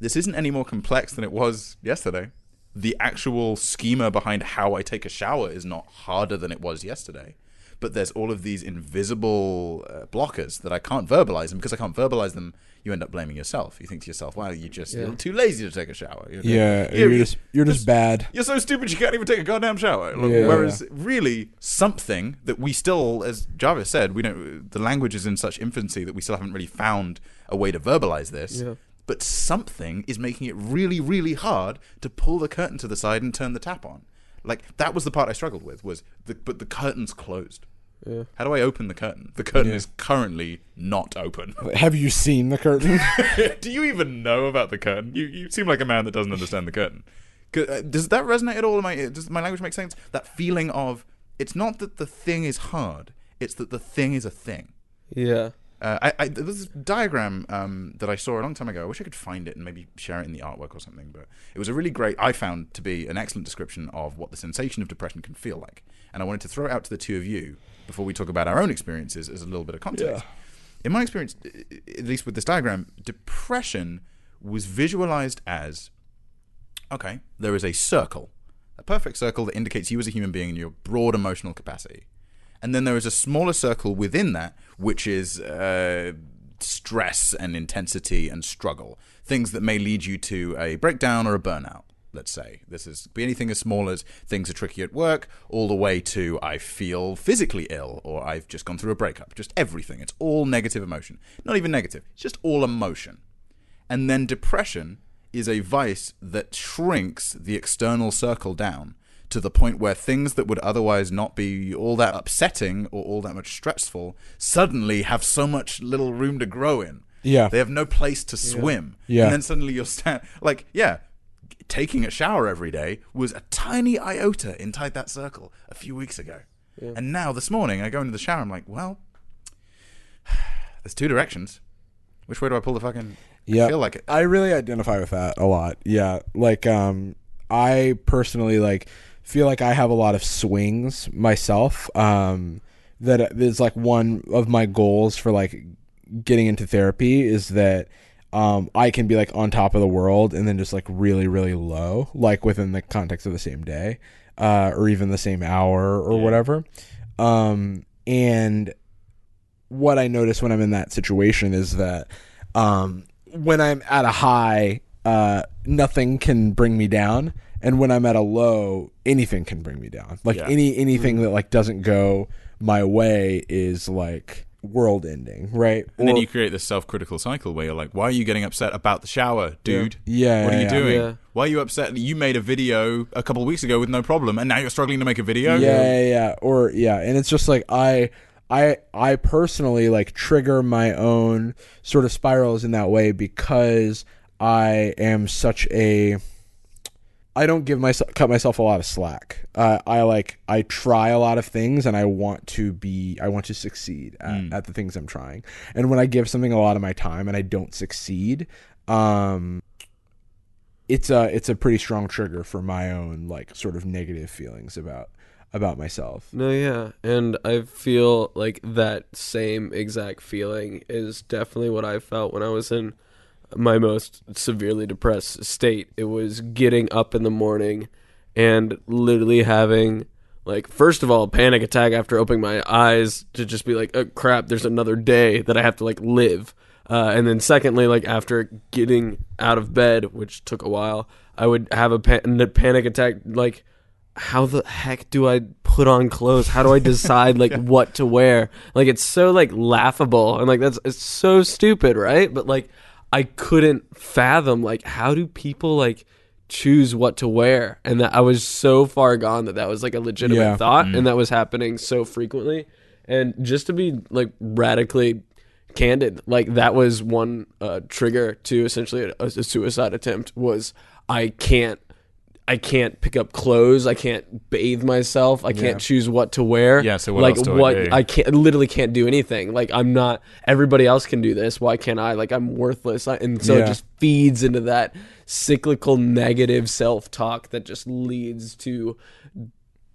[SPEAKER 1] this isn't any more complex than it was yesterday. The actual schema behind how I take a shower is not harder than it was yesterday. But there's all of these invisible uh, blockers that I can't verbalize. And because I can't verbalize them, you end up blaming yourself. You think to yourself, wow, you just, you're too lazy to take a shower. You're-
[SPEAKER 5] Yeah,
[SPEAKER 1] you're-
[SPEAKER 5] you're just you're just bad.
[SPEAKER 1] you're so stupid you can't even take a goddamn shower. Like,
[SPEAKER 5] Yeah.
[SPEAKER 1] Whereas really something that we still, as Jarvis said, we don't. The language is in such infancy that we still haven't really found a way to verbalize this.
[SPEAKER 3] Yeah.
[SPEAKER 1] But something is making it really, really hard to pull the curtain to the side and turn the tap on. Like that was the part I struggled with. Was the but the curtain's closed.
[SPEAKER 3] Yeah.
[SPEAKER 1] How do I open the curtain? The curtain
[SPEAKER 5] Yeah.
[SPEAKER 1] is currently not open.
[SPEAKER 5] Have you seen the curtain?
[SPEAKER 1] do you even know about the curtain? You you seem like a man that doesn't understand the curtain. 'Cause, uh, Does that resonate at all? Am I, uh, does my language make sense? That feeling of it's not that the thing is hard; it's that the thing is a thing.
[SPEAKER 3] Yeah.
[SPEAKER 1] Uh, I, I there was this diagram um, that I saw a long time ago. I wish I could find it and maybe share it in the artwork or something. But it was a really great, I found to be an excellent description of what the sensation of depression can feel like. And I wanted to throw it out to the two of you before we talk about our own experiences as a little bit of context. In my experience, i- i- at least with this diagram, depression was visualized as okay, there is a circle, a perfect circle that indicates you as a human being and your broad emotional capacity. And then there is a smaller circle within that, which is uh, stress and intensity and struggle, things that may lead you to a breakdown or a burnout. Let's say this is be anything as small as things are tricky at work, all the way to I feel physically ill or I've just gone through a breakup. Just everything. It's all negative emotion. Not even negative. It's just all emotion. And then depression is a vice that shrinks the external circle down to the point where things that would otherwise not be all that upsetting or all that much stressful suddenly have so much little room to grow in.
[SPEAKER 5] Yeah.
[SPEAKER 1] They have no place to swim.
[SPEAKER 5] Yeah.
[SPEAKER 1] And then suddenly you're stand like, yeah, taking a shower every day was a tiny iota inside that circle a few weeks ago. And now this morning I go into the shower, I'm like, well, there's two directions. Which way do I pull the fucking I
[SPEAKER 5] Yeah.
[SPEAKER 1] feel like it.
[SPEAKER 5] I really identify with that a lot. Yeah, like um,
[SPEAKER 2] I personally like feel like I have a lot of swings myself. Um, that is like one of my goals for like getting into therapy is that um, I can be like on top of the world and then just like really really low, like within the context of the same day, uh, or even the same hour or whatever. Um, and what I notice when I'm in that situation is that um, when I'm at a high, uh, nothing can bring me down, and when I'm at a low, anything can bring me down. Like
[SPEAKER 1] Yeah. Mm-hmm.
[SPEAKER 2] any anything that like doesn't go my way is like world ending, right?
[SPEAKER 1] And
[SPEAKER 2] Or-
[SPEAKER 1] then you create this self-critical cycle where you're like, "Why are you getting upset about the shower, dude?
[SPEAKER 2] Yeah,
[SPEAKER 1] what are
[SPEAKER 2] yeah,
[SPEAKER 1] you
[SPEAKER 2] yeah.
[SPEAKER 1] doing?
[SPEAKER 3] Yeah.
[SPEAKER 1] Why are you upset? that You made a video a couple of weeks ago with no problem, and now you're struggling to make a video.
[SPEAKER 2] Yeah, yeah, yeah. Or yeah, and it's just like I I I personally like trigger my own sort of spirals in that way because I am such a I don't give myself cut myself a lot of slack. Uh, I like I try a lot of things and I want to be I want to succeed at, at the things I'm trying. And when I give something a lot of my time and I don't succeed, um it's a it's a pretty strong trigger for my own like sort of negative feelings about about myself.
[SPEAKER 3] No, yeah. And I feel like that same exact feeling is definitely what I felt when I was in my most severely depressed state. It was getting up in the morning and literally having like first of all a panic attack after opening my eyes to just be like oh, crap there's another day that i have to like live uh, and then secondly like after getting out of bed which took a while i would have a pan- panic attack like how the heck do I put on clothes? How do I decide like what to wear? Like it's so like laughable and like that's it's so stupid, right? But like I couldn't fathom like how do people like choose what to wear? And that I was so far gone that that was like a legitimate
[SPEAKER 2] Yeah.
[SPEAKER 3] thought
[SPEAKER 1] Mm-hmm.
[SPEAKER 3] and that was happening so frequently. And just to be like radically candid, like that was one uh, trigger to essentially a, a suicide attempt was I can't I can't pick up clothes. I can't bathe myself. I can't choose what to wear.
[SPEAKER 1] Yeah, so what
[SPEAKER 3] like
[SPEAKER 1] else do I
[SPEAKER 3] what
[SPEAKER 1] do?
[SPEAKER 3] I can't literally can't do anything. Like I'm not. Everybody else can do this. Why can't I? Like I'm worthless. I, and so
[SPEAKER 2] Yeah.
[SPEAKER 3] it just feeds into that cyclical negative self talk that just leads to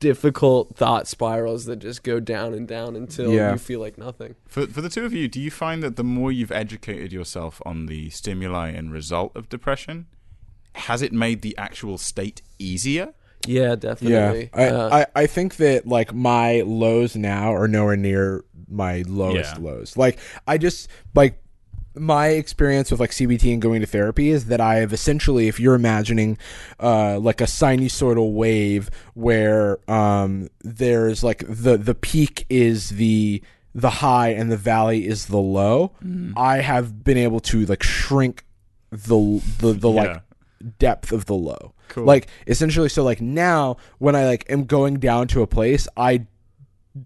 [SPEAKER 3] difficult thought spirals that just go down and down until
[SPEAKER 2] Yeah.
[SPEAKER 3] you feel like nothing.
[SPEAKER 1] For, for the two of you, do you find that the more you've educated yourself on the stimuli and result of depression, has it made the actual state easier?
[SPEAKER 3] Yeah,
[SPEAKER 2] Yeah,
[SPEAKER 3] definitely.
[SPEAKER 2] I,
[SPEAKER 3] Uh,
[SPEAKER 2] I, I think that like my lows now are nowhere near my lowest
[SPEAKER 1] Yeah.
[SPEAKER 2] lows. Like I just like my experience with like CBT and going to therapy is that I have essentially, if you're imagining uh, like a sinusoidal wave where um, there's like the the peak is the the high and the valley is the low. I have been able to like shrink the the the
[SPEAKER 1] Yeah.
[SPEAKER 2] like depth of the low. Like essentially so like now when I like am going down to a place, I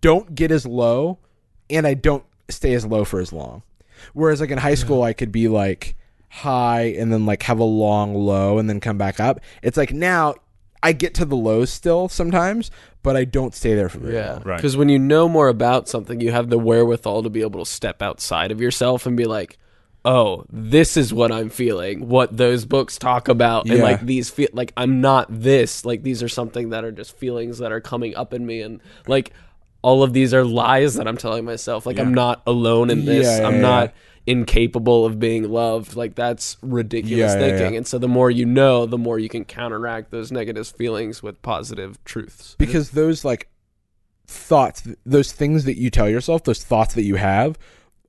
[SPEAKER 2] don't get as low and I don't stay as low for as long. Whereas like in high school I could be like high and then like have a long low and then come back up. It's like now I get to the lows still sometimes, but I don't stay there for very
[SPEAKER 3] Yeah.
[SPEAKER 2] long.
[SPEAKER 1] Right.
[SPEAKER 3] Because when you know more about something, you have the wherewithal to be able to step outside of yourself and be like, oh, this is what I'm feeling, what those books talk about. And
[SPEAKER 2] Yeah.
[SPEAKER 3] like these feel like I'm not this. Like these are something that are just feelings that are coming up in me. And like all of these are lies that I'm telling myself. Like I'm not alone in this.
[SPEAKER 2] Yeah, yeah,
[SPEAKER 3] I'm
[SPEAKER 2] yeah.
[SPEAKER 3] not incapable of being loved. Like that's ridiculous
[SPEAKER 2] Yeah, yeah,
[SPEAKER 3] thinking.
[SPEAKER 2] yeah.
[SPEAKER 3] And so the more you know, the more you can counteract those negative feelings with positive truths.
[SPEAKER 2] because those like thoughts th- those things that you tell yourself those thoughts that you have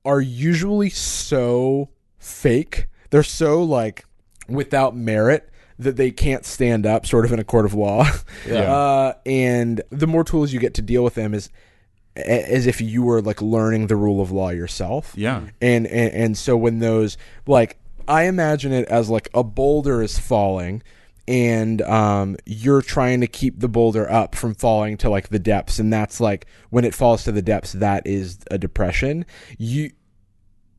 [SPEAKER 2] are usually so fake they're so like without merit that they can't stand up sort of in a court of law
[SPEAKER 1] Yeah.
[SPEAKER 2] uh, and the more tools you get to deal with them is a- as if you were like learning the rule of law yourself
[SPEAKER 1] Yeah.
[SPEAKER 2] and and, and so when those like i imagine it as like a boulder is falling and um, you're trying to keep the boulder up from falling to like the depths and that's like when it falls to the depths that is a depression you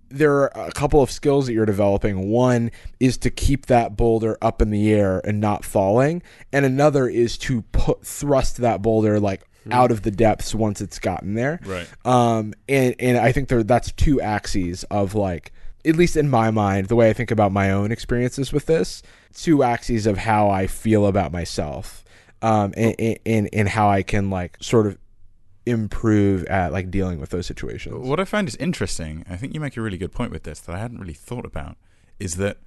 [SPEAKER 2] there are a couple of skills that you're developing. One is to keep that boulder up in the air and not falling, and another is to put thrust that boulder like out of the depths once it's gotten there.
[SPEAKER 1] Right.
[SPEAKER 2] Um. And and I think there that's two axes of like at least in my mind, the way I think about my own experiences with this, two axes of how I feel about myself, um, and, and and how I can like sort of improve at like dealing with those situations.
[SPEAKER 1] What I find is interesting, I think you make a really good point with this that I hadn't really thought about, is that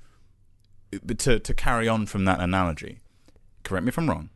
[SPEAKER 1] but to, to carry on from that analogy, correct me if I'm wrong,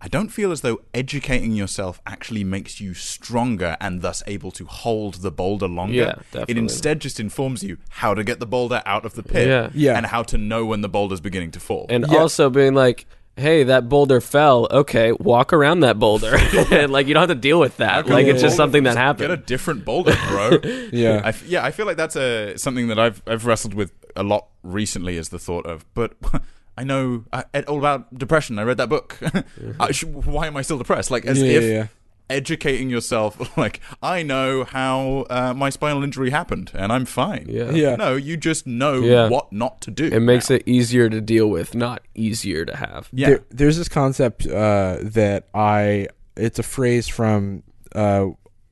[SPEAKER 1] I don't feel as though educating yourself actually makes you stronger and thus able to hold the boulder longer.
[SPEAKER 3] Yeah, definitely.
[SPEAKER 1] It instead just informs you how to get the boulder out of the pit
[SPEAKER 3] Yeah.
[SPEAKER 2] Yeah.
[SPEAKER 1] and how to know when the boulder's beginning to fall.
[SPEAKER 3] and
[SPEAKER 2] Yeah.
[SPEAKER 3] also being like, "Hey, that boulder fell. Okay, walk around that boulder. and like you don't have to deal with that. Like it's just something that
[SPEAKER 1] Get a
[SPEAKER 3] happened."
[SPEAKER 1] different boulder, bro.
[SPEAKER 2] Yeah.
[SPEAKER 1] I f- yeah, I feel like that's a something that I've I've wrestled with a lot recently is the thought of, but I know I, it- all about depression. I read that book. I
[SPEAKER 3] Mm-hmm.
[SPEAKER 1] sh- why am I still depressed? Like as
[SPEAKER 2] Yeah,
[SPEAKER 1] if
[SPEAKER 2] yeah, yeah.
[SPEAKER 1] educating yourself, like I know how uh, my spinal injury happened and I'm fine.
[SPEAKER 3] Yeah.
[SPEAKER 2] Yeah.
[SPEAKER 1] No, you just know
[SPEAKER 3] Yeah.
[SPEAKER 1] what not to do.
[SPEAKER 3] It makes it easier to deal with, not easier to have.
[SPEAKER 1] yeah.
[SPEAKER 2] There, there's this concept uh, that I. It's a phrase from, uh,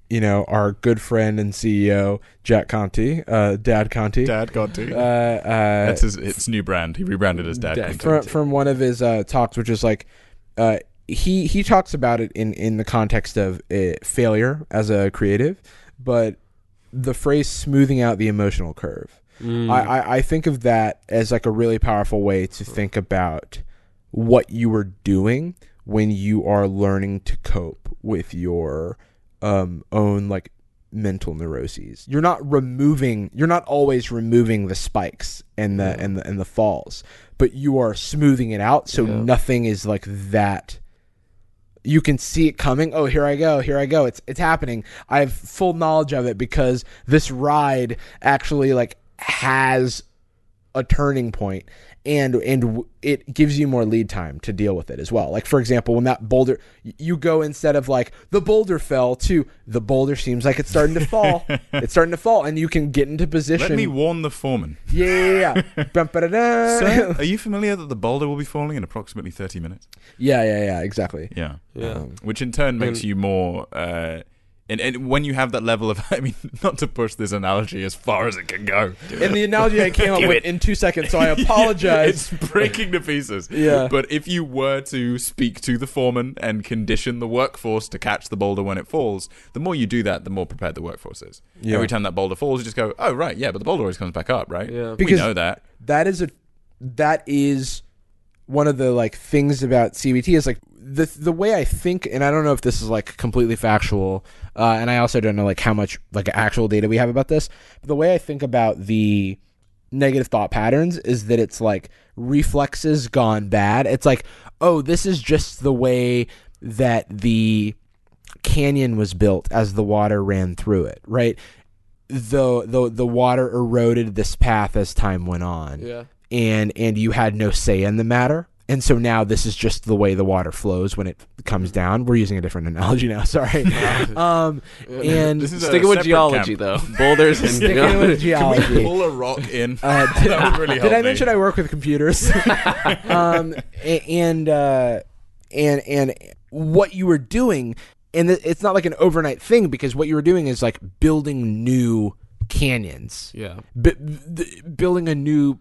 [SPEAKER 2] you know, our good friend and CEO Jack Conti, uh, Dad Conti.
[SPEAKER 1] Dad got to.
[SPEAKER 2] Uh, uh,
[SPEAKER 1] that's his its new brand. He rebranded as Dad.
[SPEAKER 3] Dad
[SPEAKER 1] Conti.
[SPEAKER 2] from from one of his uh, talks, which is like, uh, he he talks about it in in the context of uh, failure as a creative, but the phrase smoothing out the emotional curve.
[SPEAKER 3] Mm.
[SPEAKER 2] I, I I think of that as like a really powerful way to think about what you are doing when you are learning to cope with your um, own like mental neuroses. You're not removing. You're not always removing the spikes and the and the and the falls, but you are smoothing it out so
[SPEAKER 3] Yeah.
[SPEAKER 2] nothing is like that. You can see it coming. Oh, here I go. Here I go. It's it's happening. I have full knowledge of it because this ride actually like has a turning point and and w- it gives you more lead time to deal with it as well like for example when that boulder y- you go instead of like the boulder fell to the boulder seems like it's starting to fall it's starting to fall and you can get into position
[SPEAKER 1] Let me warn the foreman.
[SPEAKER 2] yeah yeah yeah Bum, ba-da-da.
[SPEAKER 1] Sir, are you familiar that the boulder will be falling in approximately 30 minutes?
[SPEAKER 2] yeah yeah yeah exactly
[SPEAKER 1] Yeah.
[SPEAKER 3] Yeah.
[SPEAKER 1] Which in turn makes you more. Uh, and, and when you have that level of. I mean, not to push this analogy as far as it can go.
[SPEAKER 2] and the analogy i came up
[SPEAKER 1] Do
[SPEAKER 2] with
[SPEAKER 1] it.
[SPEAKER 2] in two seconds so i apologize
[SPEAKER 1] it's breaking to pieces.
[SPEAKER 2] Yeah.
[SPEAKER 1] But if you were to speak to the foreman and condition the workforce to catch the boulder when it falls, the more you do that, the more prepared the workforce is.
[SPEAKER 2] Yeah.
[SPEAKER 1] Every time that boulder falls, you just go, oh, right, yeah, but the boulder always comes back up, right?
[SPEAKER 3] Yeah.
[SPEAKER 1] we
[SPEAKER 2] Because-
[SPEAKER 1] know that.
[SPEAKER 2] that is a that is one of the like things about CBT is like the the way I think, and I don't know if this is like completely factual, uh, and I also don't know like how much like actual data we have about this. But the way I think about the negative thought patterns is that it's like reflexes gone bad. It's like oh, this is just the way that the canyon was built as the water ran through it, right? The the the water eroded this path as time went on
[SPEAKER 3] Yeah.
[SPEAKER 2] and and you had no say in the matter and so now this is just the way the water flows when it comes down we're using a different analogy now sorry um and
[SPEAKER 1] This is
[SPEAKER 3] Sticking with
[SPEAKER 1] separate
[SPEAKER 3] geology
[SPEAKER 1] camp.
[SPEAKER 3] though, boulders and
[SPEAKER 2] sticking with
[SPEAKER 3] geology.
[SPEAKER 1] Can we
[SPEAKER 2] geology
[SPEAKER 1] pull a rock in?
[SPEAKER 2] Uh,
[SPEAKER 1] that would really help
[SPEAKER 2] did
[SPEAKER 1] me.
[SPEAKER 2] i mention i work with computers um a- and uh and and what you were doing and th- it's not like an overnight thing because what you were doing is like building new canyons
[SPEAKER 3] Yeah.
[SPEAKER 2] b- b- building a new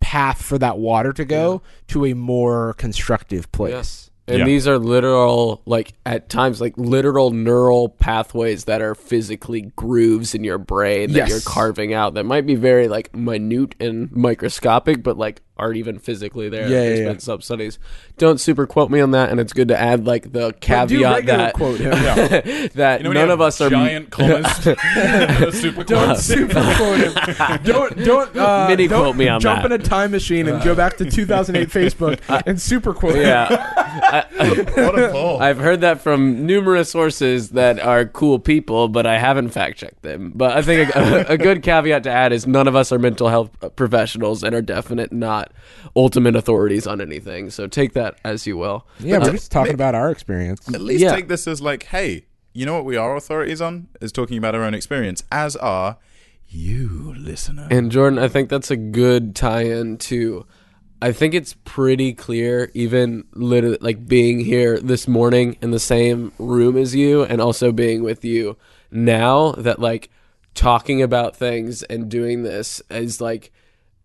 [SPEAKER 2] path for that water to go to a more constructive place.
[SPEAKER 3] And
[SPEAKER 1] Yeah.
[SPEAKER 3] these are literal, like at times, like literal neural pathways that are physically grooves in your brain
[SPEAKER 2] Yes.
[SPEAKER 3] that you're carving out that might be very like minute and microscopic, but like aren't even physically there.
[SPEAKER 2] Yeah, yeah,
[SPEAKER 3] There's
[SPEAKER 2] yeah.
[SPEAKER 3] been some studies. Don't super quote me on that, and it's good to add like the caveat
[SPEAKER 2] regular
[SPEAKER 3] that
[SPEAKER 2] quote him.
[SPEAKER 3] that
[SPEAKER 1] You know when you
[SPEAKER 3] none
[SPEAKER 1] have
[SPEAKER 3] of us are
[SPEAKER 1] giant commas. Super
[SPEAKER 2] Don't
[SPEAKER 1] commas.
[SPEAKER 2] super quote him. Don't don't uh,
[SPEAKER 3] Mini
[SPEAKER 2] don't
[SPEAKER 3] quote me on
[SPEAKER 2] jump
[SPEAKER 3] that.
[SPEAKER 2] in a time machine and go back to 2008 Facebook and super quote. him.
[SPEAKER 3] yeah.
[SPEAKER 1] What a ball.
[SPEAKER 3] I've heard that from numerous sources that are cool people, but I haven't fact checked them. But I think a, a good caveat to add is none of us are mental health professionals and are definite not ultimate authorities on anything. So take that as you will.
[SPEAKER 2] yeah. We're just talking about our experience.
[SPEAKER 1] At least
[SPEAKER 3] Yeah.
[SPEAKER 1] take this as like, hey, you know what we are authorities on is talking about our own experience, as are you, listener.
[SPEAKER 3] And Jordan, I think that's a good tie-in to. I think it's pretty clear, even literally like being here this morning in the same room as you, and also being with you now, that like talking about things and doing this is like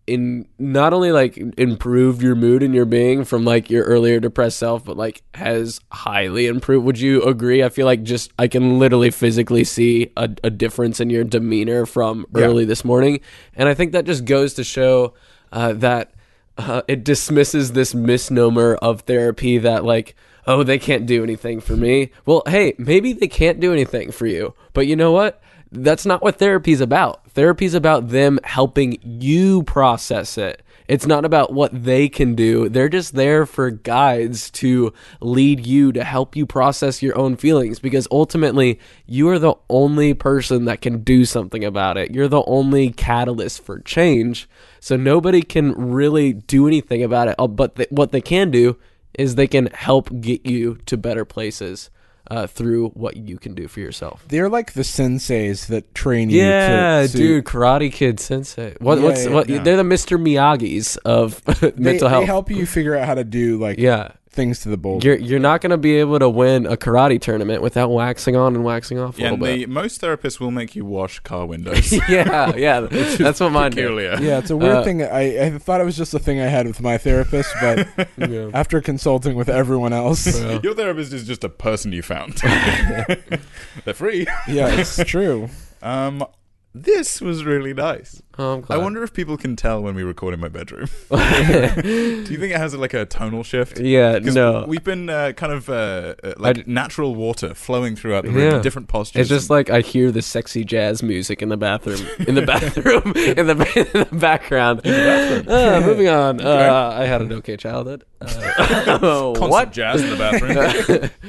[SPEAKER 3] in not only like improved your mood and your being from like your earlier depressed self but like has highly improved would you agree i feel like just i can literally physically see a, a difference in your demeanor from early this morning and i think that just goes to show uh, that uh, it dismisses this misnomer of therapy that like oh they can't do anything for me well hey maybe they can't do anything for you but you know what that's not what therapy's about therapy's about them helping you process it it's not about what they can do they're just there for guides to lead you to help you process your own feelings because ultimately you are the only person that can do something about it you're the only catalyst for change so nobody can really do anything about it. Uh, But th- what they can do is they can help get you to better places uh, through what you can do for yourself.
[SPEAKER 5] They're like the senseis that train
[SPEAKER 3] Yeah,
[SPEAKER 5] you to, to
[SPEAKER 3] dude, Karate Kid Sensei. What,
[SPEAKER 5] Yeah,
[SPEAKER 3] what's
[SPEAKER 5] yeah,
[SPEAKER 3] what?
[SPEAKER 1] yeah.
[SPEAKER 3] They're the Mr. Miyagi's of
[SPEAKER 5] They,
[SPEAKER 3] mental
[SPEAKER 5] they
[SPEAKER 3] health.
[SPEAKER 5] help you figure out how to do like
[SPEAKER 3] Yeah,
[SPEAKER 5] things to the bowl.
[SPEAKER 3] you're you're not gonna be able to win a karate tournament without waxing on and waxing off a
[SPEAKER 1] Yeah, and
[SPEAKER 3] little
[SPEAKER 1] the, most therapists will make you wash car windows.
[SPEAKER 3] bit. yeah, yeah, that's what mine do.
[SPEAKER 1] Peculiar.
[SPEAKER 5] Yeah, it's a weird
[SPEAKER 3] Uh,
[SPEAKER 5] thing. I, I thought it was just a thing I had with my therapist, but
[SPEAKER 3] Yeah.
[SPEAKER 5] after consulting with everyone else,
[SPEAKER 1] Your therapist is just a person you found. They're free.
[SPEAKER 5] yeah, it's true.
[SPEAKER 1] Um, this was really nice.
[SPEAKER 3] Oh, I'm glad.
[SPEAKER 1] I wonder if people can tell when we record in my bedroom. Do you think it has like a tonal shift?
[SPEAKER 3] yeah,
[SPEAKER 1] 'Cause
[SPEAKER 3] no.
[SPEAKER 1] we've been uh, kind of uh, uh, like
[SPEAKER 3] I d-
[SPEAKER 1] natural water flowing throughout the room,
[SPEAKER 3] Yeah.
[SPEAKER 1] in different postures.
[SPEAKER 3] It's just like I hear the sexy jazz music in the bathroom, in the bathroom, in the, in the background. Uh, moving on. Uh, I had an okay childhood. Uh,
[SPEAKER 1] constant
[SPEAKER 3] what?
[SPEAKER 1] jazz in the bathroom.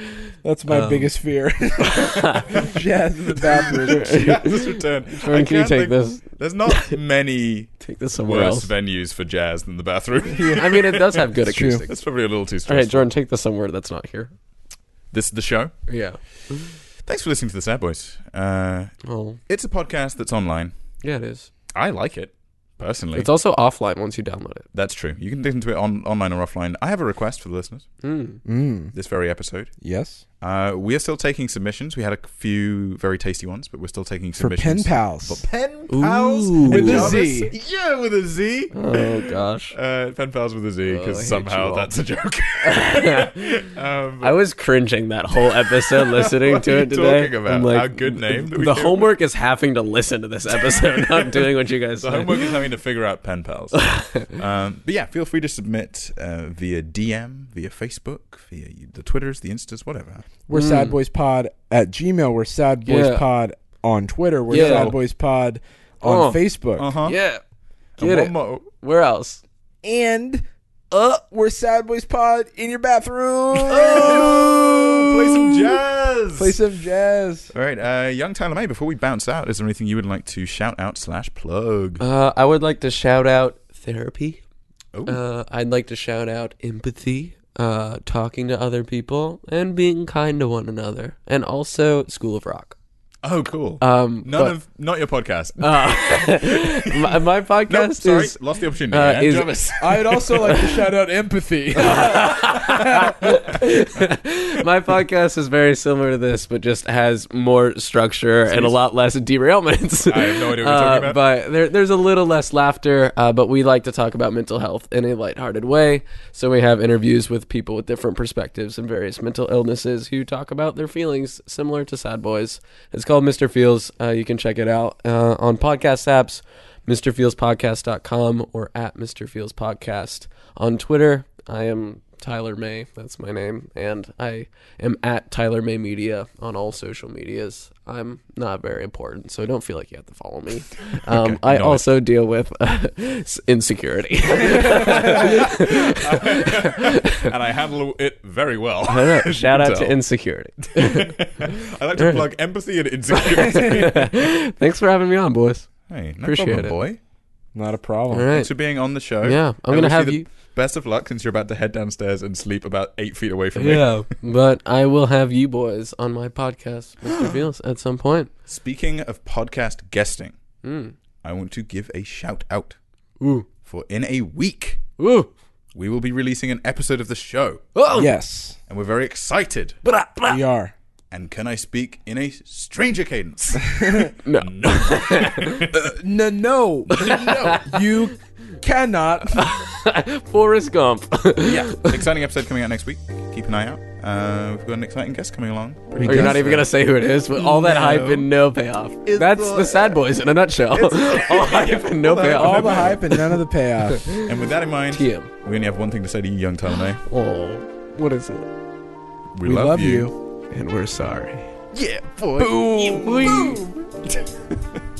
[SPEAKER 5] That's
[SPEAKER 3] Um,
[SPEAKER 5] my biggest fear. Jazz in the bathroom.
[SPEAKER 1] Jazz's return.
[SPEAKER 3] Jordan,
[SPEAKER 1] I
[SPEAKER 3] can you
[SPEAKER 1] can't
[SPEAKER 3] take
[SPEAKER 1] think-
[SPEAKER 3] this?
[SPEAKER 1] There's not many
[SPEAKER 3] Take this somewhere
[SPEAKER 1] worse
[SPEAKER 3] else.
[SPEAKER 1] venues for jazz than the bathroom.
[SPEAKER 3] I mean, it does have good
[SPEAKER 5] It's true.
[SPEAKER 3] acoustics.
[SPEAKER 1] That's probably a little too
[SPEAKER 3] All
[SPEAKER 1] stressful.
[SPEAKER 3] right, Jordan, take this somewhere that's not here.
[SPEAKER 1] This is the show.
[SPEAKER 3] Yeah.
[SPEAKER 1] Thanks for listening to the Sad Boys. Uh,
[SPEAKER 3] Well,
[SPEAKER 1] it's a podcast that's online.
[SPEAKER 3] yeah, it is.
[SPEAKER 1] I like it personally.
[SPEAKER 3] It's also offline once you download it.
[SPEAKER 1] that's true. You can listen to it on online or offline. I have a request for the listeners.
[SPEAKER 3] Mm.
[SPEAKER 5] Mm,
[SPEAKER 1] This very episode,
[SPEAKER 5] yes.
[SPEAKER 1] uh, we are still taking submissions. We had a few very tasty ones, but we're still taking
[SPEAKER 5] For pen
[SPEAKER 1] submissions
[SPEAKER 5] pals.
[SPEAKER 1] For pen pals with
[SPEAKER 5] Ooh.
[SPEAKER 1] a Z.
[SPEAKER 5] Jarvis.
[SPEAKER 1] Yeah, with a Z.
[SPEAKER 3] Oh gosh.
[SPEAKER 1] Uh, pen pals with a Z
[SPEAKER 3] Oh, I
[SPEAKER 1] because
[SPEAKER 3] hate you
[SPEAKER 1] somehow
[SPEAKER 3] all.
[SPEAKER 1] that's a joke. um,
[SPEAKER 3] I was cringing that whole episode listening
[SPEAKER 1] What
[SPEAKER 3] to
[SPEAKER 1] are
[SPEAKER 3] it
[SPEAKER 1] you
[SPEAKER 3] today.
[SPEAKER 1] talking about?
[SPEAKER 3] I'm like,
[SPEAKER 1] Our good name that we
[SPEAKER 3] The
[SPEAKER 1] came
[SPEAKER 3] homework is having to listen to this episode, not doing what you guys.
[SPEAKER 1] the
[SPEAKER 3] say.
[SPEAKER 1] homework is having to figure out pen pals. um, but yeah, feel free to submit uh, via DM, via Facebook, via the Twitters, the Instas, whatever.
[SPEAKER 5] We're
[SPEAKER 3] Mm.
[SPEAKER 5] Sad Boys Pod at Gmail. We're Sad Boys
[SPEAKER 3] Yeah.
[SPEAKER 5] Pod on Twitter. We're
[SPEAKER 3] Yeah.
[SPEAKER 5] Sad Boys Pod on
[SPEAKER 3] Oh.
[SPEAKER 5] Facebook.
[SPEAKER 1] Uh huh.
[SPEAKER 3] Yeah.
[SPEAKER 1] And
[SPEAKER 3] Get
[SPEAKER 1] one
[SPEAKER 3] it.
[SPEAKER 1] more-
[SPEAKER 3] Where else?
[SPEAKER 5] And uh, we're Sad Boys Pod in your bathroom.
[SPEAKER 1] Play some jazz.
[SPEAKER 5] Play some jazz.
[SPEAKER 1] All right, uh, young Tyler May. Before we bounce out, is there anything you would like to shout out slash plug?
[SPEAKER 3] Uh, I would like to shout out therapy.
[SPEAKER 1] Oh,
[SPEAKER 3] Uh, I'd like to shout out empathy, uh, talking to other people, and being kind to one another, and also School of Rock.
[SPEAKER 1] oh, cool.
[SPEAKER 3] Um,
[SPEAKER 1] None
[SPEAKER 3] but-
[SPEAKER 1] of not your podcast.
[SPEAKER 3] uh, my, my
[SPEAKER 1] no,
[SPEAKER 3] podcast
[SPEAKER 1] sorry,
[SPEAKER 3] is
[SPEAKER 1] lost the opportunity.
[SPEAKER 3] uh,
[SPEAKER 1] yeah.
[SPEAKER 3] is-
[SPEAKER 1] Jarvis.
[SPEAKER 5] I would also like to shout out empathy.
[SPEAKER 3] my podcast is very similar to this, but just has more structure and a lot less derailments.
[SPEAKER 1] I have no idea what you're talking
[SPEAKER 3] Uh,
[SPEAKER 1] about.
[SPEAKER 3] But there, there's a little less laughter. Uh, but we like to talk about mental health in a lighthearted way. So we have interviews with people with different perspectives and various mental illnesses who talk about their feelings similar to Sad Boys. It's called Mr. Feels. Uh, you can check it out uh, on podcast apps. MrFeelsPodcast.com or at Mr. Feels Podcast on Twitter. I am Tyler May. That's my name. And I am at Tyler May Media on all social medias. I'm not very important, so don't feel like you have to follow me. Um, I
[SPEAKER 1] got it.
[SPEAKER 3] also deal with uh, s- insecurity.
[SPEAKER 1] and I handle it very well. as you
[SPEAKER 3] Shout
[SPEAKER 1] can
[SPEAKER 3] out to
[SPEAKER 1] tell.
[SPEAKER 3] insecurity.
[SPEAKER 1] I like to plug empathy and insecurity.
[SPEAKER 3] Thanks for having me on, boys.
[SPEAKER 1] hey, no
[SPEAKER 3] Appreciate
[SPEAKER 1] problem,
[SPEAKER 3] it.
[SPEAKER 1] boy.
[SPEAKER 5] Not a
[SPEAKER 3] All
[SPEAKER 5] problem.
[SPEAKER 1] Thanks
[SPEAKER 3] right.
[SPEAKER 1] for being on the show.
[SPEAKER 3] Yeah, I'm
[SPEAKER 1] I
[SPEAKER 3] going to
[SPEAKER 1] wish
[SPEAKER 3] have
[SPEAKER 1] the
[SPEAKER 3] you.
[SPEAKER 1] Best of luck since you're about to head downstairs and sleep about eight feet away from me.
[SPEAKER 3] Yeah, but I will have you boys on my podcast, Mr. Feels, at some point.
[SPEAKER 1] Speaking of podcast guesting,
[SPEAKER 3] Mm.
[SPEAKER 1] I want to give a shout out
[SPEAKER 3] Ooh.
[SPEAKER 1] for in a week
[SPEAKER 3] Ooh.
[SPEAKER 1] we will be releasing an episode of the show,
[SPEAKER 3] Oh.
[SPEAKER 5] Yes,
[SPEAKER 1] and we're very excited.
[SPEAKER 5] we are.
[SPEAKER 1] And can I speak in a stranger cadence?
[SPEAKER 3] No.
[SPEAKER 2] No, no, no, you cannot.
[SPEAKER 3] Forrest Gump.
[SPEAKER 1] yeah. Exciting episode coming out next week. Keep an eye out. Uh, we've got an exciting guest coming along. Pretty
[SPEAKER 3] Or you're not
[SPEAKER 2] Yes.
[SPEAKER 3] even gonna say who it is, but all that
[SPEAKER 1] No.
[SPEAKER 3] hype and no payoff. That's the Sad Boys in a nutshell. all hype and no
[SPEAKER 2] All
[SPEAKER 3] payoff.
[SPEAKER 2] the hype and none of the payoff.
[SPEAKER 1] And with that in mind,
[SPEAKER 3] TM.
[SPEAKER 1] we only have one thing to say to you, young Tyler May.
[SPEAKER 3] Oh, what is it?
[SPEAKER 1] We,
[SPEAKER 2] We love you.
[SPEAKER 3] And we're sorry.
[SPEAKER 1] Yeah, boy.
[SPEAKER 3] Boom. Boom.